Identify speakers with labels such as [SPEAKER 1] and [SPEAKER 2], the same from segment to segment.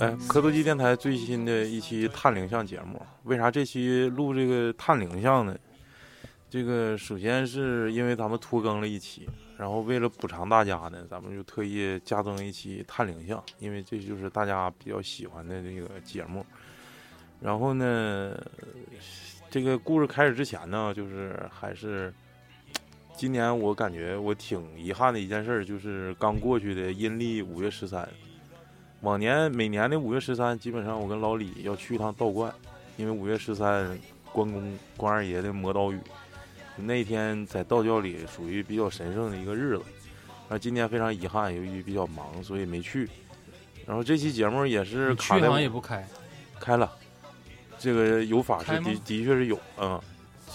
[SPEAKER 1] 哎，科多基电台最新的一期探灵像节目，为啥这期录这个探灵像呢？这个首先是因为咱们拖更了一期，然后为了补偿大家呢，咱们就特意加增一期探灵像，因为这就是大家比较喜欢的这个节目。然后呢，这个故事开始之前呢，就是还是今年我感觉我挺遗憾的一件事儿，就是刚过去的阴历五月十三。往年每年的五月十三，基本上我跟老李要去一趟道观，因为五月十三关公关二爷的磨刀雨，那天在道教里属于比较神圣的一个日子。而今年非常遗憾，由于比较忙，所以没去。然后这期节目也是
[SPEAKER 2] 你去
[SPEAKER 1] 卡
[SPEAKER 2] 好
[SPEAKER 1] 在
[SPEAKER 2] 像
[SPEAKER 1] 我
[SPEAKER 2] 也不开，
[SPEAKER 1] 开了，这个有法是
[SPEAKER 2] 开吗
[SPEAKER 1] 的的确是有，嗯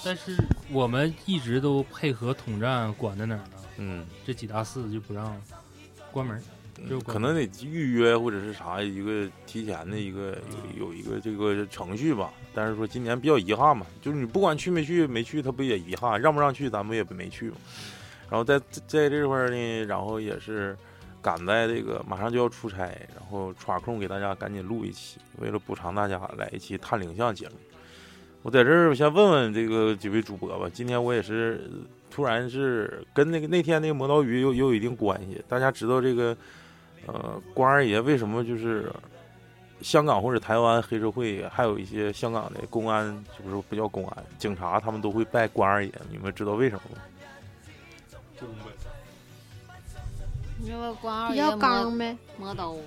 [SPEAKER 2] 但是我们一直都配合统战管在哪儿呢？
[SPEAKER 1] 嗯，
[SPEAKER 2] 这几大寺就不让关门，就
[SPEAKER 1] 可能得预约或者是啥一个提前的一个有有一个这个程序吧。但是说今年比较遗憾嘛，就是你不管去没去，没去他不也遗憾，让不让去咱们也没去嘛。然后在在这块儿呢，然后也是赶在这个马上就要出差，然后抓空给大家赶紧录一期，为了补偿大家来一期探灵像节目。我在这儿我先问问这个几位主播吧，今天我也是呃突然是跟那个那天那个磨刀鱼有有一定关系。大家知道这个呃关二爷为什么就是香港或者台湾黑社会，还有一些香港的公安，就是不叫公安，警察他们都会拜关二爷，你们知道为什么吗？
[SPEAKER 3] 你知道关二
[SPEAKER 4] 比
[SPEAKER 3] 爷
[SPEAKER 4] 较刚
[SPEAKER 3] 磨
[SPEAKER 4] 呗。
[SPEAKER 3] 磨刀啊，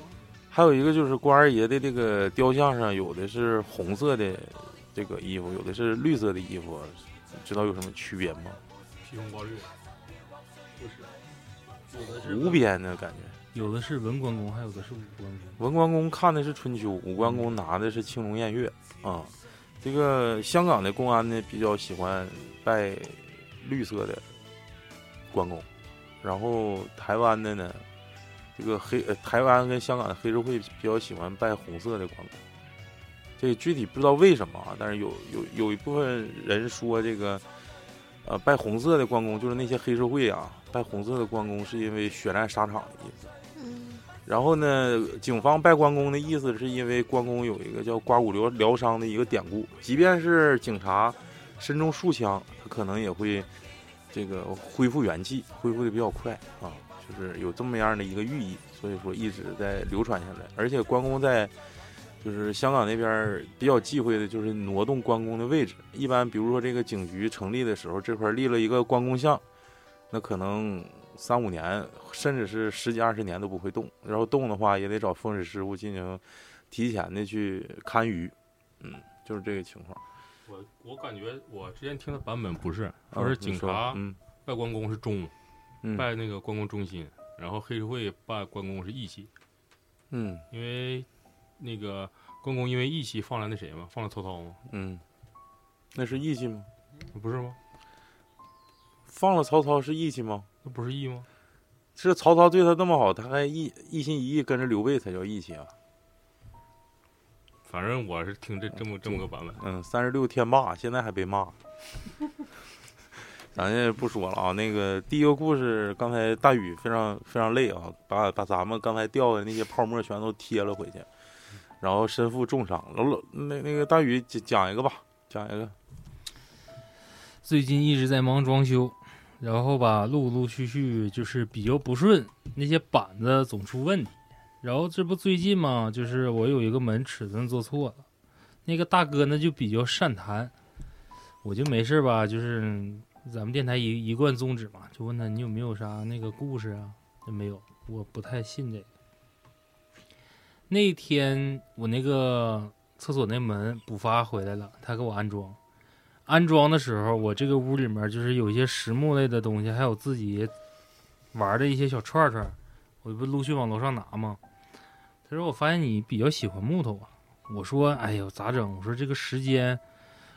[SPEAKER 1] 还有一个就是关二爷的这个雕像上，有的是红色的这个衣服，有的是绿色的衣服，知道有什么区别吗？
[SPEAKER 5] 披红挂绿，不是，有的
[SPEAKER 1] 无边的感觉。
[SPEAKER 2] 有的是文关公，还有的是武关公。
[SPEAKER 1] 文关公看的是春秋，武关公拿的是青龙偃月啊。这个香港的公安呢，比较喜欢拜绿色的关公，然后台湾的呢，这个黑、呃、台湾跟香港的黑社会比较喜欢拜红色的关公。这具体不知道为什么啊，但是有有有一部分人说这个，呃，拜红色的关公就是那些黑社会啊，拜红色的关公是因为血战沙场的意思。
[SPEAKER 4] 嗯，
[SPEAKER 1] 然后呢，警方拜关公的意思是因为关公有一个叫刮骨疗疗伤的一个典故，即便是警察身中数枪，他可能也会这个恢复元气，恢复的比较快啊，就是有这么样的一个寓意，所以说一直在流传下来。而且关公在就是香港那边儿比较忌讳的就是挪动关公的位置，一般比如说这个警局成立的时候，这块儿立了一个关公像，那可能三五年，甚至是十几二十年都不会动。然后动的话，也得找风水师傅进行提前的去看鱼，嗯，就是这个情况。
[SPEAKER 5] 我我感觉我之前听的版本不是，
[SPEAKER 1] 啊
[SPEAKER 5] 说是
[SPEAKER 1] 你
[SPEAKER 5] 警
[SPEAKER 1] 说
[SPEAKER 5] 察
[SPEAKER 1] 嗯
[SPEAKER 5] 拜关公是忠，
[SPEAKER 1] 嗯
[SPEAKER 5] 拜那个关公忠心，然后黑社会拜关公是义气，
[SPEAKER 1] 嗯
[SPEAKER 5] 因为那个关公因为义气放了那谁嘛，放了曹操嘛，
[SPEAKER 1] 嗯，那是义气吗？
[SPEAKER 5] 不是吗？
[SPEAKER 1] 放了曹操是义气吗？
[SPEAKER 5] 那不是义吗？
[SPEAKER 1] 是曹操对他那么好，他还一一心一意跟着刘备才叫义气啊。
[SPEAKER 5] 反正我是听这这么这么个版本，
[SPEAKER 1] 嗯，三十六天霸，现在还被骂。 咱也不说了啊，那个第一个故事，刚才大雨非常非常累啊，把把咱们刚才掉的那些泡沫全都贴了回去，然后身负重伤。老老那那个大雨讲讲一个吧，讲一个。
[SPEAKER 2] 最近一直在忙装修，然后吧，陆陆续续就是比较不顺，那些板子总出问题。然后这不最近嘛，就是我有一个门尺寸做错了，那个大哥呢就比较善谈，我就没事吧，就是咱们电台一一贯宗旨嘛，就问他你有没有啥那个故事啊？他没有，我不太信这个。那天我那个厕所那门补发回来了，他给我安装。安装的时候，我这个屋里面就是有一些实木类的东西，还有自己玩的一些小串串，我不陆续往楼上拿吗？他说：“我发现你比较喜欢木头啊。”我说：“哎呦，咋整？我说这个时间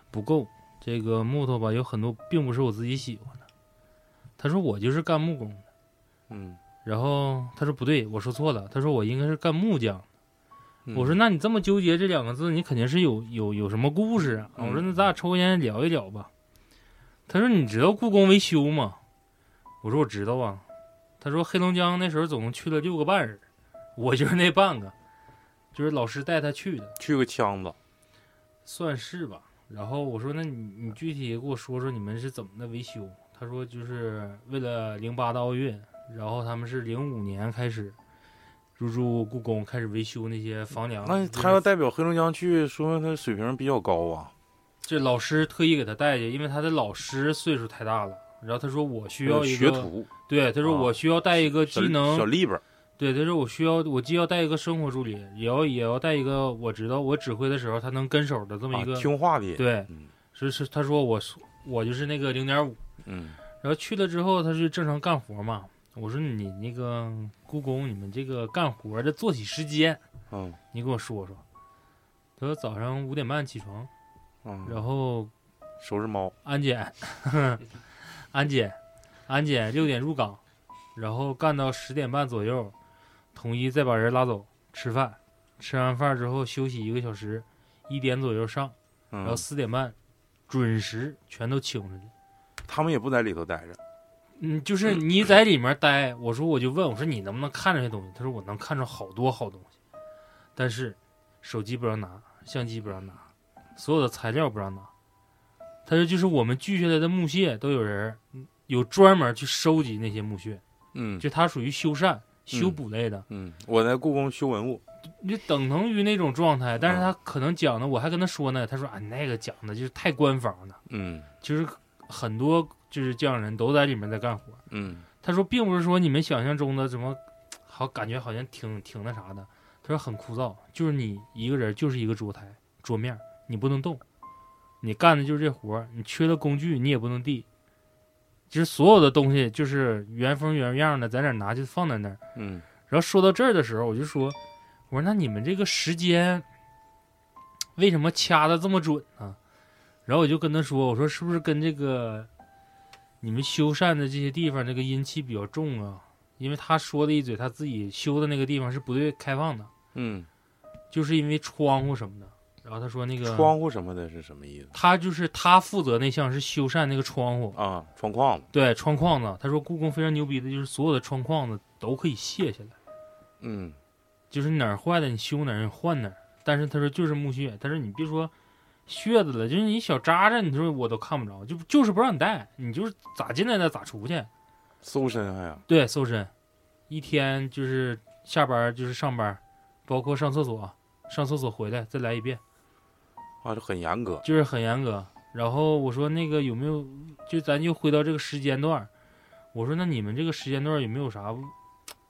[SPEAKER 2] 不够，这个木头吧有很多并不是我自己喜欢的。”他说：“我就是干木工的。
[SPEAKER 1] 嗯，”
[SPEAKER 2] 然后他说：“不对，我说错了。”他说：“我应该是干木匠。”
[SPEAKER 1] 嗯
[SPEAKER 2] 我说，那你这么纠结这两个字，你肯定是有有有什么故事啊？
[SPEAKER 1] 嗯
[SPEAKER 2] 我说那咱俩抽根烟聊一聊吧。他说你知道故宫维修吗？我说我知道啊。他说黑龙江那时候总共去了六个半人，我就是那半个，就是老师带他去的，
[SPEAKER 1] 去个腔子，
[SPEAKER 2] 算是吧。然后我说：“那你你具体给我说说你们是怎么的维修？”他说：“就是为了零八的奥运，然后他们是零五年开始入驻故宫，开始维修那些房梁。
[SPEAKER 1] 那
[SPEAKER 2] 就是
[SPEAKER 1] 他要代表黑龙江去，说明他水平比较高啊。
[SPEAKER 2] 这老师特意给他带去，因为他的老师岁数太大了。然后他说我需要一个
[SPEAKER 1] 呃学，徒，
[SPEAKER 2] 对，他说
[SPEAKER 1] 啊
[SPEAKER 2] 我需要带一个
[SPEAKER 1] 小
[SPEAKER 2] 技能，
[SPEAKER 1] 小利本儿，
[SPEAKER 2] 对，他说我需要，我既要带一个生活助理，也要也要带一个我知道我指挥的时候他能跟手的这么
[SPEAKER 1] 啊
[SPEAKER 2] 一个，
[SPEAKER 1] 听话的，
[SPEAKER 2] 对
[SPEAKER 1] 嗯，
[SPEAKER 2] 是是，他说我是我就是那个零点五，
[SPEAKER 1] 嗯，
[SPEAKER 2] 然后去了之后他是正常干活嘛，我说你那个故宫你们这个干活的作息时间，
[SPEAKER 1] 嗯
[SPEAKER 2] 你给我说说。他说早上五点半起床，
[SPEAKER 1] 嗯，
[SPEAKER 2] 然后
[SPEAKER 1] 收拾猫，
[SPEAKER 2] 安检，安检，安检六点入岗，然后干到十点半左右，统一再把人拉走吃饭，吃完饭之后休息一个小时，一点左右上，然后
[SPEAKER 1] 嗯，
[SPEAKER 2] 四点半准时全都请出去。
[SPEAKER 1] 他们也不在里头待着，
[SPEAKER 2] 嗯，就是你在里面待，我说我就问我说你能不能看这些东西？他说我能看着好多好东西，但是手机不让拿，相机不让拿，所有的材料不让拿。他说就是我们锯下来的木屑都有人嗯有专门去收集那些木屑，
[SPEAKER 1] 嗯
[SPEAKER 2] 就它属于修缮、修补类的，
[SPEAKER 1] 嗯，我在故宫修文物，
[SPEAKER 2] 你就等同于那种状态。但是
[SPEAKER 1] 嗯
[SPEAKER 2] 他可能讲的，我还跟他说呢，他说啊那个讲的就是太官方了，
[SPEAKER 1] 嗯
[SPEAKER 2] 就是很多就是匠人都在里面在干活。
[SPEAKER 1] 嗯
[SPEAKER 2] 他说并不是说你们想象中的怎么好感觉好像挺挺那啥的，他说很枯燥，就是你一个人就是一个桌台桌面，你不能动，你干的就是这活儿，你缺了工具你也不能递，就是所有的东西就是原封原样的在哪儿拿就放在那儿。
[SPEAKER 1] 嗯，
[SPEAKER 2] 然后说到这儿的时候，我就说，我说那你们这个时间为什么掐的这么准呢？然后我就跟他说，我说是不是跟这个你们修缮的这些地方这个阴气比较重啊？因为他说了一嘴，他自己修的那个地方是不对开放的，
[SPEAKER 1] 嗯，
[SPEAKER 2] 就是因为窗户什么的。然后他说那个，
[SPEAKER 1] 窗户什么的是什么意思
[SPEAKER 2] 他就是他负责那项是修缮那个窗户，
[SPEAKER 1] 啊？窗框子，
[SPEAKER 2] 对窗框子。他说故宫非常牛逼的就是所有的窗框子都可以卸下来。
[SPEAKER 1] 嗯
[SPEAKER 2] 就是哪儿坏了你修哪儿，你换哪儿。但是他说就是木屑，他说你别说屑子了，就是你小渣渣，你说我都看不着，就就是不让你带，你就是咋进来的咋出去。
[SPEAKER 1] 搜身还呀，
[SPEAKER 2] 对，搜身，一天就是下班就是上班，包括上厕所，上厕所回来再来一遍，
[SPEAKER 1] 啊，这很严格，
[SPEAKER 2] 就是很严格。然后我说那个有没有，就咱就回到这个时间段儿，我说那你们这个时间段儿有没有啥？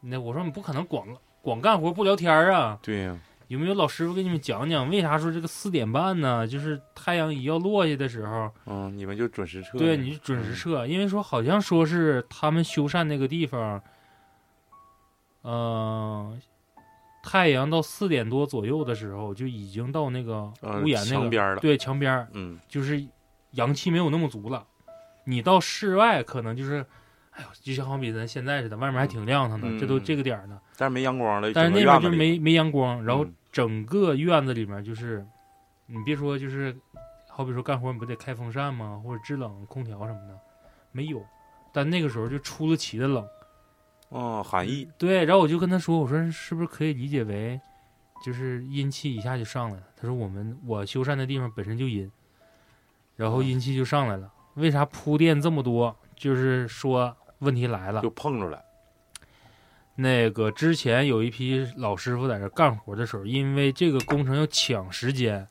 [SPEAKER 2] 那我说你不可能光光干活不聊天儿啊。
[SPEAKER 1] 对呀，
[SPEAKER 2] 有没有老师傅给你们讲讲，为啥说这个四点半呢？就是太阳一要落下的时候，
[SPEAKER 1] 嗯，你们就准时撤，
[SPEAKER 2] 对，你就准时撤，
[SPEAKER 1] 嗯
[SPEAKER 2] 因为说好像说是他们修缮那个地方，嗯、太阳到四点多左右的时候就已经到那个
[SPEAKER 1] 呃
[SPEAKER 2] 屋檐那
[SPEAKER 1] 墙
[SPEAKER 2] 个、
[SPEAKER 1] 边儿了，
[SPEAKER 2] 对墙边儿，
[SPEAKER 1] 嗯
[SPEAKER 2] 就是阳气没有那么足了。你到室外可能就是，哎呦，就像好比咱现在似的，外面还挺亮堂的，
[SPEAKER 1] 嗯
[SPEAKER 2] 这都这个点儿呢。
[SPEAKER 1] 但是没阳光了，
[SPEAKER 2] 但是那
[SPEAKER 1] 整
[SPEAKER 2] 边
[SPEAKER 1] 个
[SPEAKER 2] 就
[SPEAKER 1] 院子里
[SPEAKER 2] 没没阳光，然后
[SPEAKER 1] 嗯
[SPEAKER 2] 整个院子里面就是，你别说就是，好比说干活你不得开风扇吗？或者制冷空调什么的，没有。但那个时候就出了奇的冷，
[SPEAKER 1] 嗯，含义，
[SPEAKER 2] 对。然后我就跟他说，我说是不是可以理解为，就是阴气一下就上来了？他说我们我修缮的地方本身就阴，然
[SPEAKER 1] 哦
[SPEAKER 2] 后阴气就上来了。为啥铺垫这么多？就是说问题来了，
[SPEAKER 1] 就碰出来，
[SPEAKER 2] 那个之前有一批老师傅在这干活的时候，因为这个工程要抢时间，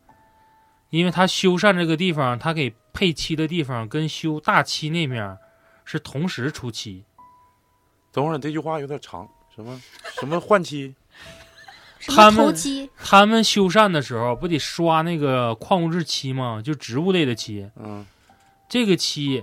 [SPEAKER 2] 因为他修缮这个地方，他给配漆的地方跟修大漆那面儿是同时出漆，
[SPEAKER 1] 等会儿你这句话有点长，什么什么换妻，
[SPEAKER 3] 什么
[SPEAKER 2] 他们
[SPEAKER 3] 头七
[SPEAKER 2] 他们修缮的时候不得刷那个矿物质漆吗？就植物类的漆，
[SPEAKER 1] 嗯，
[SPEAKER 2] 这个漆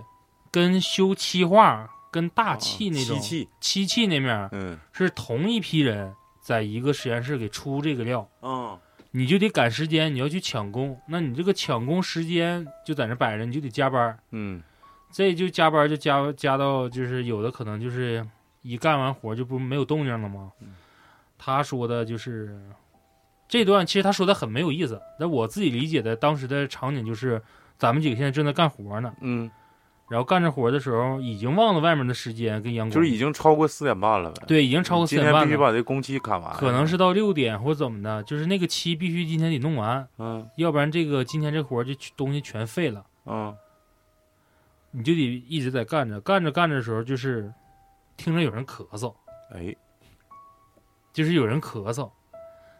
[SPEAKER 2] 跟修漆画跟大
[SPEAKER 1] 嗯气
[SPEAKER 2] 漆那种
[SPEAKER 1] 漆器，
[SPEAKER 2] 漆器那面儿
[SPEAKER 1] 嗯
[SPEAKER 2] 是同一批人在一个实验室给出这个料。
[SPEAKER 1] 嗯，
[SPEAKER 2] 你就得赶时间，你要去抢工，那你这个抢工时间就在那摆着，你就得加班儿，
[SPEAKER 1] 嗯
[SPEAKER 2] 这就加班儿就加加到就是有的可能就是一干完活就不没有动静了吗？
[SPEAKER 1] 嗯
[SPEAKER 2] 他说的就是这段，其实他说的很没有意思，但我自己理解的当时的场景就是咱们几个现在正在干活呢，
[SPEAKER 1] 嗯
[SPEAKER 2] 然后干着活的时候已经忘了外面的时间跟阳光，
[SPEAKER 1] 就是已经超过四点半了呗。
[SPEAKER 2] 对已经超过四
[SPEAKER 1] 今
[SPEAKER 2] 点
[SPEAKER 1] 天
[SPEAKER 2] 半
[SPEAKER 1] 必须
[SPEAKER 2] 了，
[SPEAKER 1] 把这工期赶完。
[SPEAKER 2] 可能是到六点或怎么的，就是那个期必须今天得弄完，
[SPEAKER 1] 嗯
[SPEAKER 2] 要不然这个今天这活儿就东西全废了。
[SPEAKER 1] 嗯
[SPEAKER 2] 你就得一直在干着，干着干着的时候，就是听着有人咳嗽，
[SPEAKER 1] 哎
[SPEAKER 2] 就是有人咳嗽，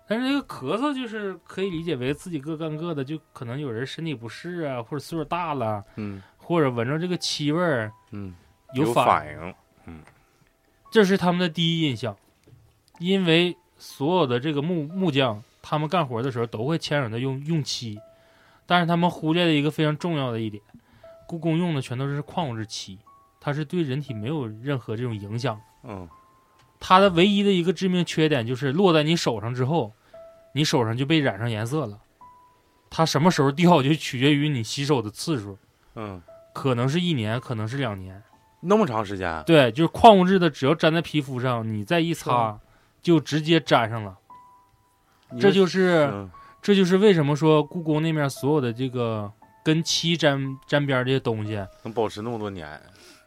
[SPEAKER 2] 但是这个咳嗽就是可以理解为自己各干各的，就可能有人身体不适啊，或者岁数大了，
[SPEAKER 1] 嗯
[SPEAKER 2] 或者闻着这个气味儿
[SPEAKER 1] 嗯
[SPEAKER 2] 有
[SPEAKER 1] 反
[SPEAKER 2] 应，
[SPEAKER 1] 应
[SPEAKER 2] 这是他们的第一印象，因为所有的这个木木匠，他们干活的时候都会牵扯到用用漆，但是他们忽略了一个非常重要的一点，故宫用的全都是矿物质漆，它是对人体没有任何这种影响的。
[SPEAKER 1] 嗯
[SPEAKER 2] 它的唯一的一个致命缺点就是落在你手上之后，你手上就被染上颜色了。它什么时候掉就取决于你洗手的次数，
[SPEAKER 1] 嗯，
[SPEAKER 2] 可能是一年，可能是两年。
[SPEAKER 1] 那么长时间啊，
[SPEAKER 2] 对，就是矿物质的，只要粘在皮肤上，你再一擦，就直接粘上了。
[SPEAKER 1] 你
[SPEAKER 2] 这就是
[SPEAKER 1] 嗯
[SPEAKER 2] 这就是为什么说故宫那面所有的这个跟漆沾沾边儿这些东西，
[SPEAKER 1] 能保持那么多年，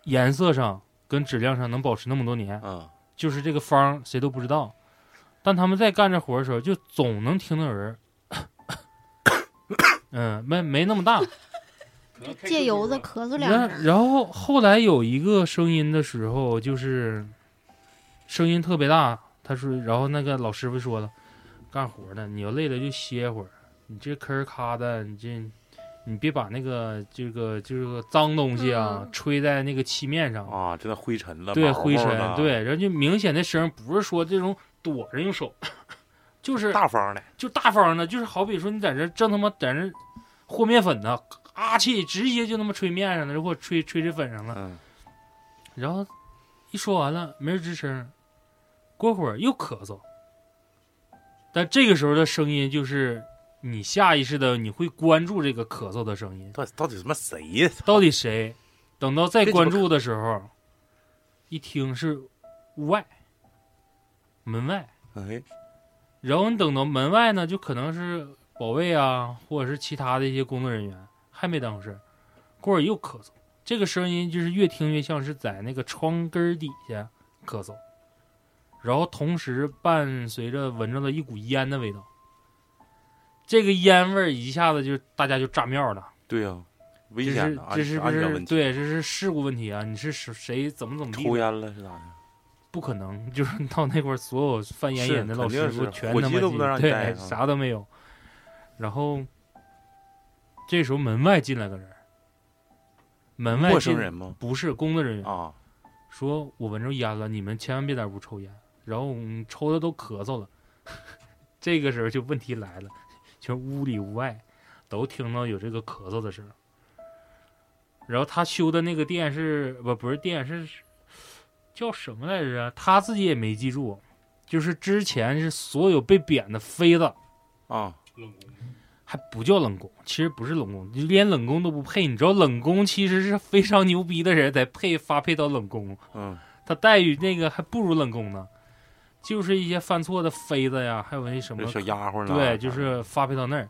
[SPEAKER 2] 颜色上跟质量上能保持那么多年。
[SPEAKER 1] 嗯
[SPEAKER 2] 就是这个方儿谁都不知道，但他们在干这活儿的时候，就总能听到有人， 嗯，没没那么大。
[SPEAKER 3] 借由子咳嗽两
[SPEAKER 2] 然
[SPEAKER 3] 声，
[SPEAKER 2] 然后后来有一个声音的时候，就是声音特别大，他说，然后那个老师傅说了，干活呢，你要累了就歇会儿，你这吭儿咔的，你这你别把那个这个就是个脏东西啊、
[SPEAKER 3] 嗯
[SPEAKER 2] 吹在那个漆面上，
[SPEAKER 1] 啊，真的灰尘了，
[SPEAKER 2] 对
[SPEAKER 1] 毛毛
[SPEAKER 2] 灰尘，
[SPEAKER 1] 了，
[SPEAKER 2] 对，然后就明显的声，不是说这种躲着用手， 就是
[SPEAKER 1] 大方的，
[SPEAKER 2] 就大方的，就是好比说你在这正他妈在这和面粉呢，啊气直接就他妈吹面上了，如果吹吹这粉上了，
[SPEAKER 1] 嗯
[SPEAKER 2] 然后一说完了没人吱声，过会儿又咳嗽，但这个时候的声音就是你下意识的你会关注这个咳嗽的声音，
[SPEAKER 1] 到底到底他妈谁呀？
[SPEAKER 2] 到底谁？等到再
[SPEAKER 1] 这鸡巴
[SPEAKER 2] 关注的时候，一听是屋外、门外，
[SPEAKER 1] 哎
[SPEAKER 2] 然后你等到门外呢，就可能是保卫啊，或者是其他的一些工作人员，还没当回事儿，过会儿又咳嗽。这个声音就是越听越像是在那个窗根儿底下咳嗽，然后同时伴随着闻着了一股烟的味道。这个烟味儿一下子就大家就炸庙了。
[SPEAKER 1] 对呀，危
[SPEAKER 2] 这
[SPEAKER 1] 险
[SPEAKER 2] 是
[SPEAKER 1] 的，安
[SPEAKER 2] 这是不
[SPEAKER 1] 安全
[SPEAKER 2] 是
[SPEAKER 1] 问题，
[SPEAKER 2] 对？这是事故问题啊！你是谁谁怎么怎么地
[SPEAKER 1] 抽？烟了是咋的？
[SPEAKER 2] 不可能， 就是到那块儿所有犯眼
[SPEAKER 1] 是
[SPEAKER 2] 瘾的老
[SPEAKER 1] 肯定
[SPEAKER 2] 师傅
[SPEAKER 1] 是
[SPEAKER 2] 全
[SPEAKER 1] 火
[SPEAKER 2] 他
[SPEAKER 1] 鸡
[SPEAKER 2] 妈
[SPEAKER 1] 都不
[SPEAKER 2] 进
[SPEAKER 1] 能让你带
[SPEAKER 2] 对，
[SPEAKER 1] 啊
[SPEAKER 2] 啥都没有。然后这时候门外进来个人儿，门外
[SPEAKER 1] 陌
[SPEAKER 2] 进
[SPEAKER 1] 生人吗？
[SPEAKER 2] 不是工作人员，
[SPEAKER 1] 啊，
[SPEAKER 2] 说我闻着烟了，你们千万别在屋抽烟。然后我们抽的都咳嗽了， 这个时候就问题来了，就是屋里屋外都听到有这个咳嗽的声儿。然后他修的那个店是不不是店是叫什么来着？他自己也没记住，就是之前是所有被贬的妃子
[SPEAKER 1] 啊，
[SPEAKER 2] 还不叫冷宫，其实不是冷宫，就连冷宫都不配。你知道冷宫其实是非常牛逼的人才配发配到冷宫，
[SPEAKER 1] 嗯
[SPEAKER 2] 他待遇那个还不如冷宫呢，就是一些犯错的妃子呀，还有那什么
[SPEAKER 1] 这，小丫鬟呢？
[SPEAKER 2] 对，就是发配到那儿，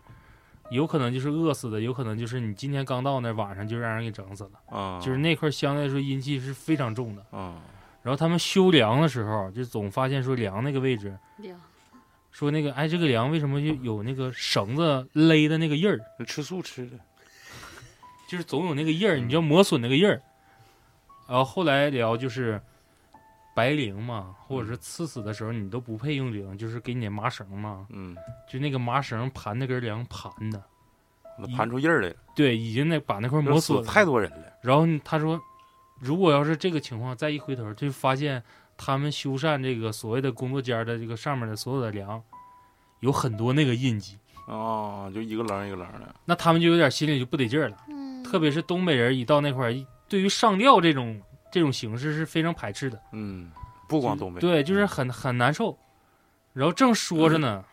[SPEAKER 2] 有可能就是饿死的，有可能就是你今天刚到那儿，晚上就让人给整死了，
[SPEAKER 1] 啊，
[SPEAKER 2] 就是那块儿相对来说阴气是非常重的。
[SPEAKER 1] 啊，
[SPEAKER 2] 然后他们修梁的时候，就总发现说梁那个位置，说那个哎这个梁为什么就有那个绳子勒的那个印儿，
[SPEAKER 1] 那吃素吃的，
[SPEAKER 2] 就是总有那个印儿，
[SPEAKER 1] 嗯
[SPEAKER 2] 你就磨损那个印儿。然后后来聊就是白绫嘛，或者是刺死的时候你都不配用绫，就是给你麻绳嘛，
[SPEAKER 1] 嗯，
[SPEAKER 2] 就那个麻绳盘那根梁盘的，
[SPEAKER 1] 那盘出印儿来了，
[SPEAKER 2] 对，已经那把那块磨
[SPEAKER 1] 这死
[SPEAKER 2] 损了
[SPEAKER 1] 太多人了，
[SPEAKER 2] 然后他说，如果要是这个情况，再一回头就发现他们修缮这个所谓的工作间儿的这个上面的所有的梁，有很多那个印记，
[SPEAKER 1] 啊，就一个棱一个棱的，
[SPEAKER 2] 那他们就有点心里就不得劲儿了。
[SPEAKER 3] 嗯，
[SPEAKER 2] 特别是东北人一到那块儿，一对于上吊这种这种形式是非常排斥的，
[SPEAKER 1] 嗯，不光东北，
[SPEAKER 2] 对，就是很很难受。然后正说着呢，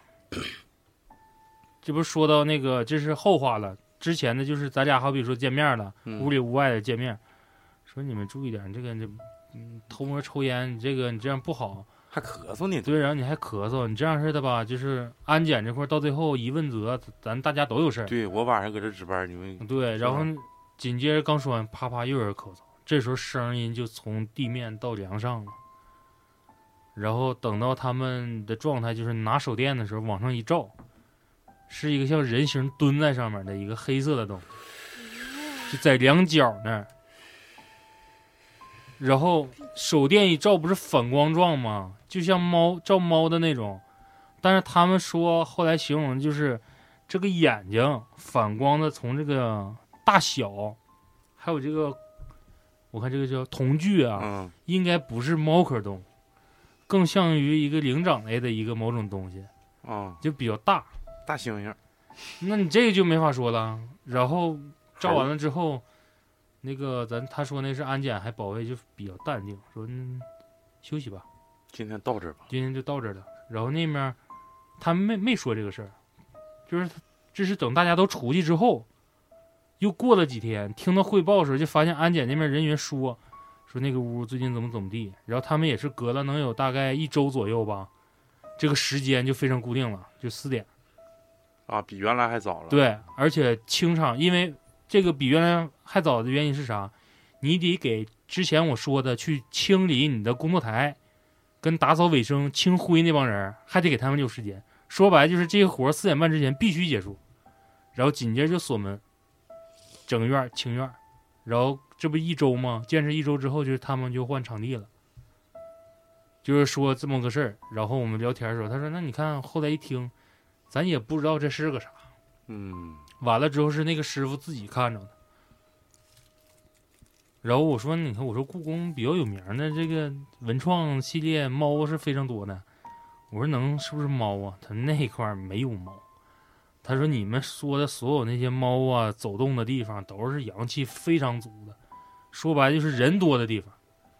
[SPEAKER 2] 这不是说到那个这是后话了，之前的就是咱俩好比说见面了，
[SPEAKER 1] 嗯
[SPEAKER 2] 屋里屋外的见面，说你们注意点，你这个这嗯偷摸抽烟，你这个你这样不好，
[SPEAKER 1] 还咳嗽呢，
[SPEAKER 2] 对，然后你还咳嗽，你这样似的吧，就是安检这块儿到最后一问责，咱大家都有事儿，嗯
[SPEAKER 1] 对我晚上搁这值班，你们
[SPEAKER 2] 对，然后紧接着刚说完，啪啪又有人咳嗽，这时候声音就从地面到梁上了。然后等到他们的状态就是拿手电的时候往上一照，是一个像人形蹲在上面的一个黑色的东西，就在两脚那儿。然后手电一照，不是反光状吗？就像猫照猫的那种。但是他们说后来形容就是这个眼睛反光的，从这个大小，还有这个，我看这个叫瞳距啊，
[SPEAKER 1] 嗯，
[SPEAKER 2] 应该不是猫科动物，更像于一个灵长类的一个某种东西，
[SPEAKER 1] 啊，
[SPEAKER 2] 就比较大。
[SPEAKER 1] 大猩猩，
[SPEAKER 2] 那你这个就没法说了。然后照完了之后，那个咱他说那是安检，还保卫就比较淡定，说、嗯、休息吧，
[SPEAKER 1] 今天到这儿吧。
[SPEAKER 2] 今天就到这儿了。然后那面他没没说这个事儿，就是这是等大家都出去之后，又过了几天，听到汇报的时候就发现安检那边人员说说那个屋最近怎么怎么地，然后他们也是隔了能有大概一周左右吧，这个时间就非常固定了，就四点。
[SPEAKER 1] 啊，比原来还早了。，
[SPEAKER 2] 对，而且清场，因为这个比原来还早的原因是啥？你得给之前我说的去清理你的工作台，跟打扫卫生、清灰那帮人儿，还得给他们留时间。说白了就是这个活四点半之前必须结束，然后紧接着就锁门，整个院儿清院儿，然后这不一周吗？坚持一周之后，就是他们就换场地了。就是说这么个事儿，然后我们聊天的时候，他说：“那你看后来一听，咱也不知道这是个啥。”
[SPEAKER 1] 嗯，
[SPEAKER 2] 完了之后是那个师傅自己看着的。然后我说：“你看，我说故宫比较有名的这个文创系列猫是非常多的。我说能是不是猫啊？他说那一块儿没有猫。他说你们说的所有那些猫啊走动的地方都是阳气非常足的，说白了就是人多的地方，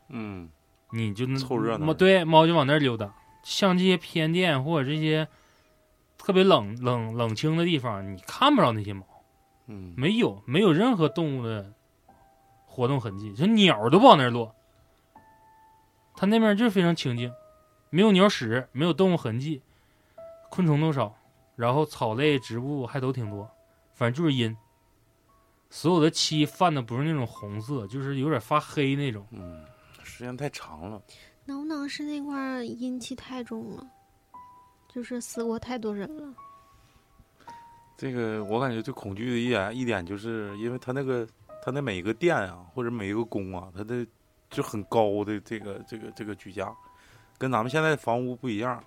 [SPEAKER 1] 嗯，
[SPEAKER 2] 你就能
[SPEAKER 1] 凑热闹
[SPEAKER 2] 猫对，猫就往那儿溜达。像这些偏殿或者这些特别冷冷冷清的地方，你看不着那些猫。”
[SPEAKER 1] 嗯，
[SPEAKER 2] 没有，没有任何动物的活动痕迹，就鸟都不往那儿落。它那边就是非常清静，没有鸟屎，没有动物痕迹，昆虫都少，然后草类、植物还都挺多，反正就是阴。所有的漆泛的不是那种红色，就是有点发黑那种。
[SPEAKER 1] 嗯，时间太长了。
[SPEAKER 3] 能不能是那块儿阴气太重了？就是死过太多人了。
[SPEAKER 1] 这个我感觉最恐惧的一点一点，就是因为它那个它那每一个殿啊，或者每一个宫啊，它的就很高的这个这个这个居架，跟咱们现在的房屋不一样。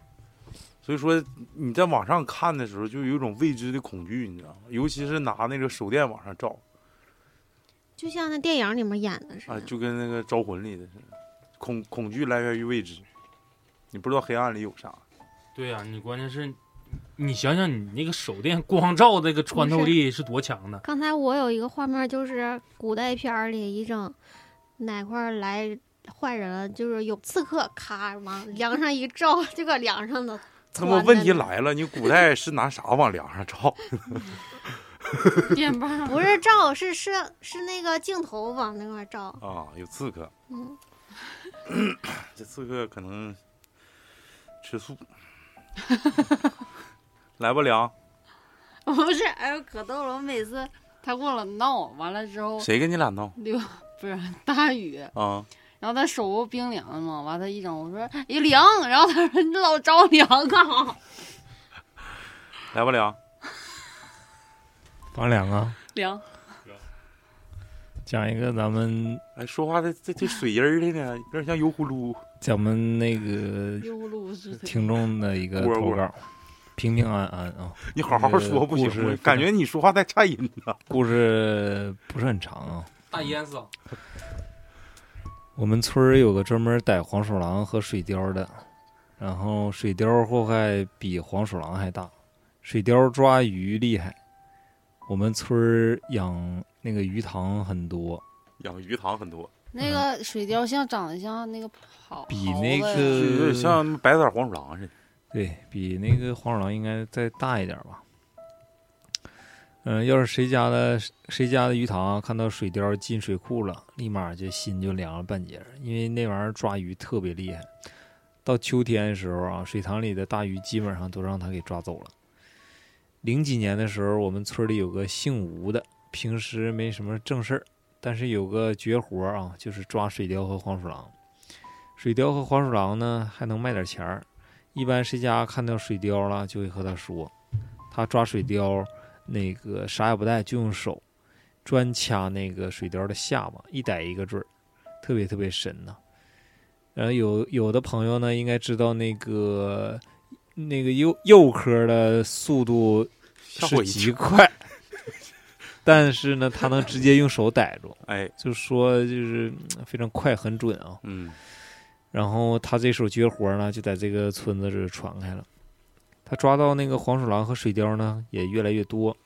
[SPEAKER 1] 所以说你在往上看的时候，就有一种未知的恐惧，你知道吗？尤其是拿那个手电往上照
[SPEAKER 3] 就像那电影里面演的似的，
[SPEAKER 1] 啊，就跟那个《招魂》里的似的，恐恐惧来源于未知，你不知道黑暗里有啥。
[SPEAKER 2] 对呀、你关键是，你想想你那个手电光照那个穿透力是多强的。
[SPEAKER 3] 刚才我有一个画面，就是古代片儿里一整哪块儿来坏人了，就是有刺客，咔往梁上一照， 就搁梁上了。
[SPEAKER 1] 那么问题，来了，你古代是拿啥往梁上照？
[SPEAKER 4] 电棒
[SPEAKER 3] 不是照，是是是那个镜头往那块儿照。
[SPEAKER 1] 啊，有刺客。
[SPEAKER 3] 嗯，
[SPEAKER 1] 这刺客可能吃素。来吧，梁，
[SPEAKER 4] 不是，哎呦可逗了！我每次他跟我闹，完了之后
[SPEAKER 1] 谁跟你俩闹
[SPEAKER 4] 溜不是大雨，
[SPEAKER 1] 啊？
[SPEAKER 4] 然后他手不冰凉的嘛，完他一整我说哎凉，然后他说你老着凉啊干啥？
[SPEAKER 1] 来吧，梁，
[SPEAKER 6] 王良啊，
[SPEAKER 4] 凉，
[SPEAKER 6] 讲一个咱们
[SPEAKER 1] 哎，说话这这这水音儿的呢，有点像油葫芦。
[SPEAKER 6] 咱们那个
[SPEAKER 4] 又噜是的
[SPEAKER 6] 听众的一个
[SPEAKER 1] 蝈
[SPEAKER 6] 投
[SPEAKER 1] 蝈
[SPEAKER 6] 稿，平平安安啊。
[SPEAKER 1] 你好好说不行
[SPEAKER 6] 故事
[SPEAKER 1] 吗？感觉你说话带颤音呢。
[SPEAKER 6] 故事不是很长啊。
[SPEAKER 2] 大淹死了，
[SPEAKER 6] 我们村儿有个专门逮黄鼠狼和水貂的，然后水貂祸害比黄鼠狼还大，水貂抓鱼厉害。我们村儿养那个鱼塘很多，
[SPEAKER 1] 养鱼塘很多，
[SPEAKER 4] 那个水貂像长得像那个跑，
[SPEAKER 6] 比那
[SPEAKER 4] 猴
[SPEAKER 1] 就
[SPEAKER 4] 子
[SPEAKER 1] 有
[SPEAKER 6] 个
[SPEAKER 1] 点像白色黄鼠狼似的。
[SPEAKER 6] 对比那个黄鼠狼应该再大一点吧。嗯、要是谁家的谁家的鱼塘看到水貂进水库了，立马就心就凉了半截儿，因为那玩意儿抓鱼特别厉害。到秋天的时候啊，水塘里的大鱼基本上都让它给抓走了。零几年的时候，我们村里有个姓吴的，平时没什么正事儿，但是有个绝活儿啊，就是抓水貂和黄鼠狼。水貂和黄鼠狼呢，还能卖点钱儿。一般谁家看到水貂了，就会和他说，他抓水貂，那个啥也不带，就用手专掐那个水貂的下巴，一逮一个准儿，特别特别神呐、然后有有的朋友呢，应该知道那个那个幼幼科的速度
[SPEAKER 1] 吓我
[SPEAKER 6] 是
[SPEAKER 1] 一
[SPEAKER 6] 极
[SPEAKER 1] 跳！
[SPEAKER 6] 快，但是呢，他能直接用手逮住，
[SPEAKER 1] 哎，
[SPEAKER 6] 就说就是嗯非常快很准啊。
[SPEAKER 1] 嗯，
[SPEAKER 6] 然后他这手绝活呢，就在这个村子这传开了。他抓到那个黄鼠狼和水貂呢，也越来越多。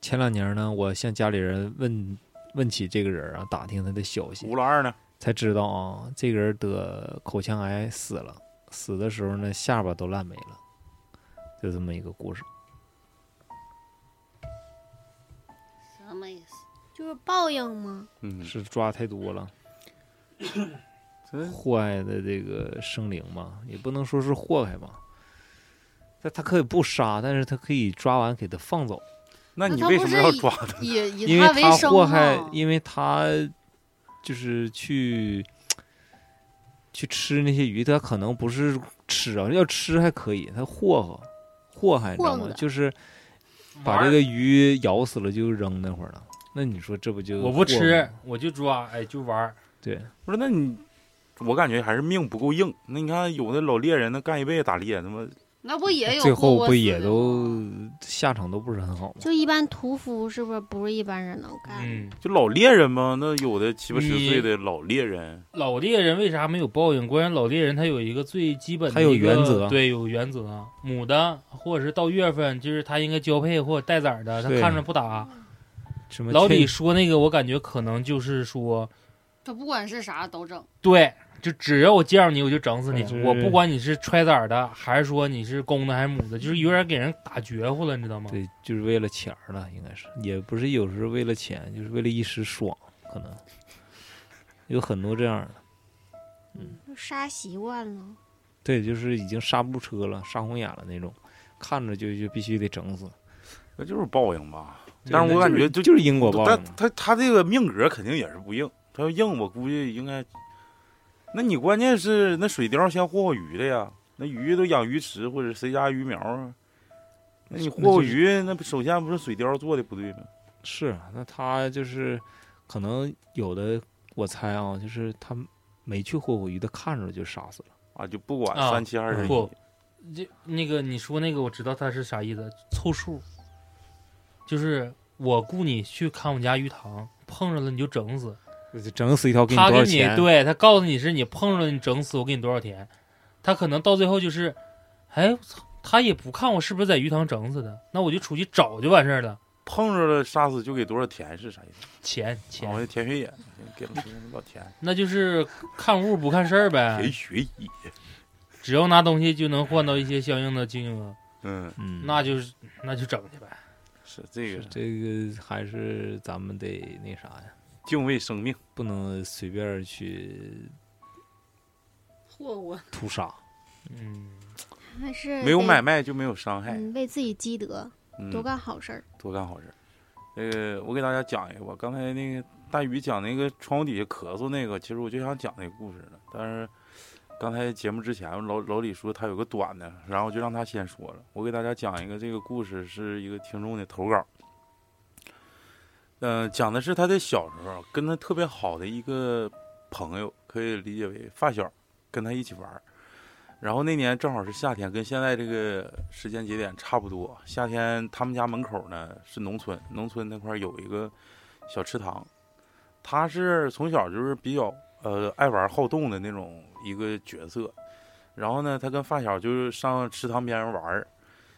[SPEAKER 6] 前两年呢，我向家里人问问起这个人啊，打听他的消息
[SPEAKER 1] 葫，芦二呢？
[SPEAKER 6] 才知道啊，这个人得口腔癌死了，死的时候呢，下巴都烂没了，就这么一个故事。
[SPEAKER 4] 什么意 思？
[SPEAKER 3] 就是报应吗？
[SPEAKER 1] 嗯，
[SPEAKER 6] 是抓太多了，
[SPEAKER 2] 嗯
[SPEAKER 1] 真
[SPEAKER 6] 祸害的这个生灵嘛，也不能说是祸害嘛。但他可以不杀，但是他可以抓完给他放走，
[SPEAKER 1] 那
[SPEAKER 4] 那
[SPEAKER 1] 你
[SPEAKER 4] 他
[SPEAKER 1] 为
[SPEAKER 4] 不
[SPEAKER 1] 什么
[SPEAKER 4] 是
[SPEAKER 1] 要
[SPEAKER 4] 以
[SPEAKER 1] 抓他？
[SPEAKER 4] 以以
[SPEAKER 6] 因为
[SPEAKER 4] 为
[SPEAKER 6] 他
[SPEAKER 4] 生啊
[SPEAKER 6] 祸害
[SPEAKER 4] 嘛，
[SPEAKER 6] 因为他就是去去吃那些鱼，他可能不是吃啊，要吃还可以，他祸害祸害，你知道
[SPEAKER 3] 祸害
[SPEAKER 6] 吗？就是把这个鱼咬死了就扔那会儿了。那你说这不就
[SPEAKER 2] 我
[SPEAKER 6] 祸
[SPEAKER 2] 不
[SPEAKER 6] 害
[SPEAKER 2] 吃
[SPEAKER 6] 吗，
[SPEAKER 2] 我就抓，哎，就玩儿。
[SPEAKER 6] 对，
[SPEAKER 1] 不是，那你我感觉还是命不够硬。那你看有的老猎人，那干一辈子打猎，他妈
[SPEAKER 4] 那不也有
[SPEAKER 6] 最后
[SPEAKER 4] 过
[SPEAKER 6] 不
[SPEAKER 4] 过
[SPEAKER 6] 也
[SPEAKER 4] 死的
[SPEAKER 6] 都
[SPEAKER 4] 吗
[SPEAKER 6] 下场都不是很好吗？
[SPEAKER 3] 就一般屠夫是不是不是一般人能干？
[SPEAKER 2] 嗯，
[SPEAKER 1] 就老猎人嘛，那有的七八十
[SPEAKER 2] 你
[SPEAKER 1] 岁的老猎人，
[SPEAKER 2] 老猎人为啥没有报应？关键老猎人他有一个最基本的，
[SPEAKER 6] 他有原则
[SPEAKER 2] 对，有原则。母的或者是到月份，就是他应该交配或者带崽儿的，他
[SPEAKER 6] 对
[SPEAKER 2] 看着不打。
[SPEAKER 6] 什么
[SPEAKER 2] 老
[SPEAKER 6] 劝
[SPEAKER 2] 李说那个，我感觉可能就是说，
[SPEAKER 4] 他不管是啥都整，
[SPEAKER 2] 对，就只要我见着你，我就整死你，
[SPEAKER 6] 就是
[SPEAKER 2] 我不管你是揣崽儿的，还是说你是公的还是母的，就是有点给人打绝户了，你知道吗？
[SPEAKER 6] 对，就是为了钱儿了，应该是，也不是有时候为了钱，就是为了一时爽，可能有很多这样的。
[SPEAKER 3] 就杀习惯了，
[SPEAKER 6] 对，就是已经刹不住车了，杀红眼了那种，看着就就必须得整死。
[SPEAKER 1] 那就是报应吧。
[SPEAKER 6] 对
[SPEAKER 1] 但是我
[SPEAKER 6] 那
[SPEAKER 1] 感
[SPEAKER 6] 就
[SPEAKER 1] 觉
[SPEAKER 6] 就
[SPEAKER 1] 就是
[SPEAKER 6] 因果报
[SPEAKER 1] 但
[SPEAKER 6] 应嘛。
[SPEAKER 1] 他他这个命格肯定也是不硬，他要硬，我估计应该。那你关键是那水貂先霍霍鱼的呀，那鱼都养鱼池或者谁家鱼苗啊？那你霍霍鱼，那不首先不是水貂做的不对吗？
[SPEAKER 6] 是啊，那他就是可能有的，我猜啊，就是他没去霍霍鱼，他看着就杀死了。
[SPEAKER 1] 啊，就不管
[SPEAKER 2] 啊
[SPEAKER 1] 三七二十一，
[SPEAKER 2] 不就那个你说那个，我知道他是啥意思，凑数，就是我雇你去看我家鱼塘，碰着了你就整死，
[SPEAKER 6] 就是整死一条给你
[SPEAKER 2] 他给
[SPEAKER 6] 多少
[SPEAKER 2] 你
[SPEAKER 6] 钱？
[SPEAKER 2] 对他告诉你是你碰着了你整死我给你多少钱，他可能到最后就是，哎，我操，他也不看我是不是在鱼塘整死的，那我就出去找就完事儿了，
[SPEAKER 1] 碰着了杀死就给多少田是啥意思？
[SPEAKER 2] 钱
[SPEAKER 1] 啊
[SPEAKER 6] 哦
[SPEAKER 2] 钱，
[SPEAKER 1] 我就田学野，给了老田，
[SPEAKER 2] 那就是看物不看事儿
[SPEAKER 1] 田
[SPEAKER 6] 哎
[SPEAKER 2] 呗，
[SPEAKER 1] 学野，
[SPEAKER 2] 只要拿东西就能换到一些相应的金额，
[SPEAKER 1] 嗯，
[SPEAKER 6] 嗯，
[SPEAKER 2] 那就是那就整去呗。嗯
[SPEAKER 1] 是这
[SPEAKER 6] 是
[SPEAKER 1] 个
[SPEAKER 6] 这个还是咱们得那啥呀，
[SPEAKER 1] 敬畏生命。
[SPEAKER 6] 不能随便去
[SPEAKER 4] 霍霍
[SPEAKER 6] 屠杀。
[SPEAKER 2] 嗯，
[SPEAKER 3] 还是
[SPEAKER 1] 没有
[SPEAKER 3] 得
[SPEAKER 1] 买卖就没有伤害，
[SPEAKER 3] 嗯嗯，为自己积德，
[SPEAKER 1] 嗯
[SPEAKER 3] 多干好事儿。
[SPEAKER 1] 多干好事儿。那个，呃我给大家讲一个吧。刚才那个大宇讲那个窗户底下咳嗽那个，其实我就想讲那个故事了。但是刚才节目之前，老老李说他有个短的，然后我就让他先说了。我给大家讲一个这个故事，是一个听众的投稿。嗯、讲的是他的小时候跟他特别好的一个朋友，可以理解为发小，跟他一起玩儿。然后那年正好是夏天，跟现在这个时间节点差不多。夏天他们家门口呢是农村，农村那块儿有一个小池塘，他是从小就是比较呃爱玩好动的那种一个角色。然后呢，他跟发小就是上池塘边玩儿。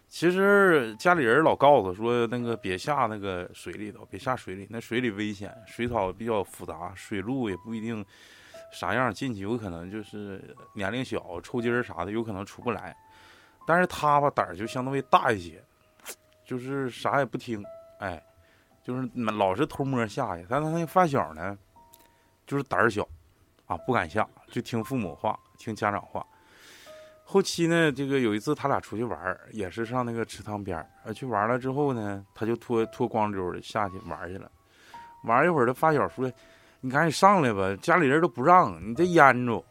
[SPEAKER 1] 其实家里人老告诉说，那个别下那个水里头，别下水里，那水里危险，水草比较复杂，水路也不一定啥样进去，有可能就是年龄小、抽筋儿啥的，有可能出不来。但是他吧胆儿就相当于大一些，就是啥也不听，哎，就是老是偷摸下去。但他那个发小呢，就是胆儿小，啊，不敢下，就听父母话，听家长话。后期呢，这个有一次他俩出去玩儿，也是上那个池塘边儿，呃，去玩了之后呢，他就脱脱光溜儿的下去玩儿去了。玩一会儿，他发小说：“你赶紧上来吧，家里人都不让你这淹着。”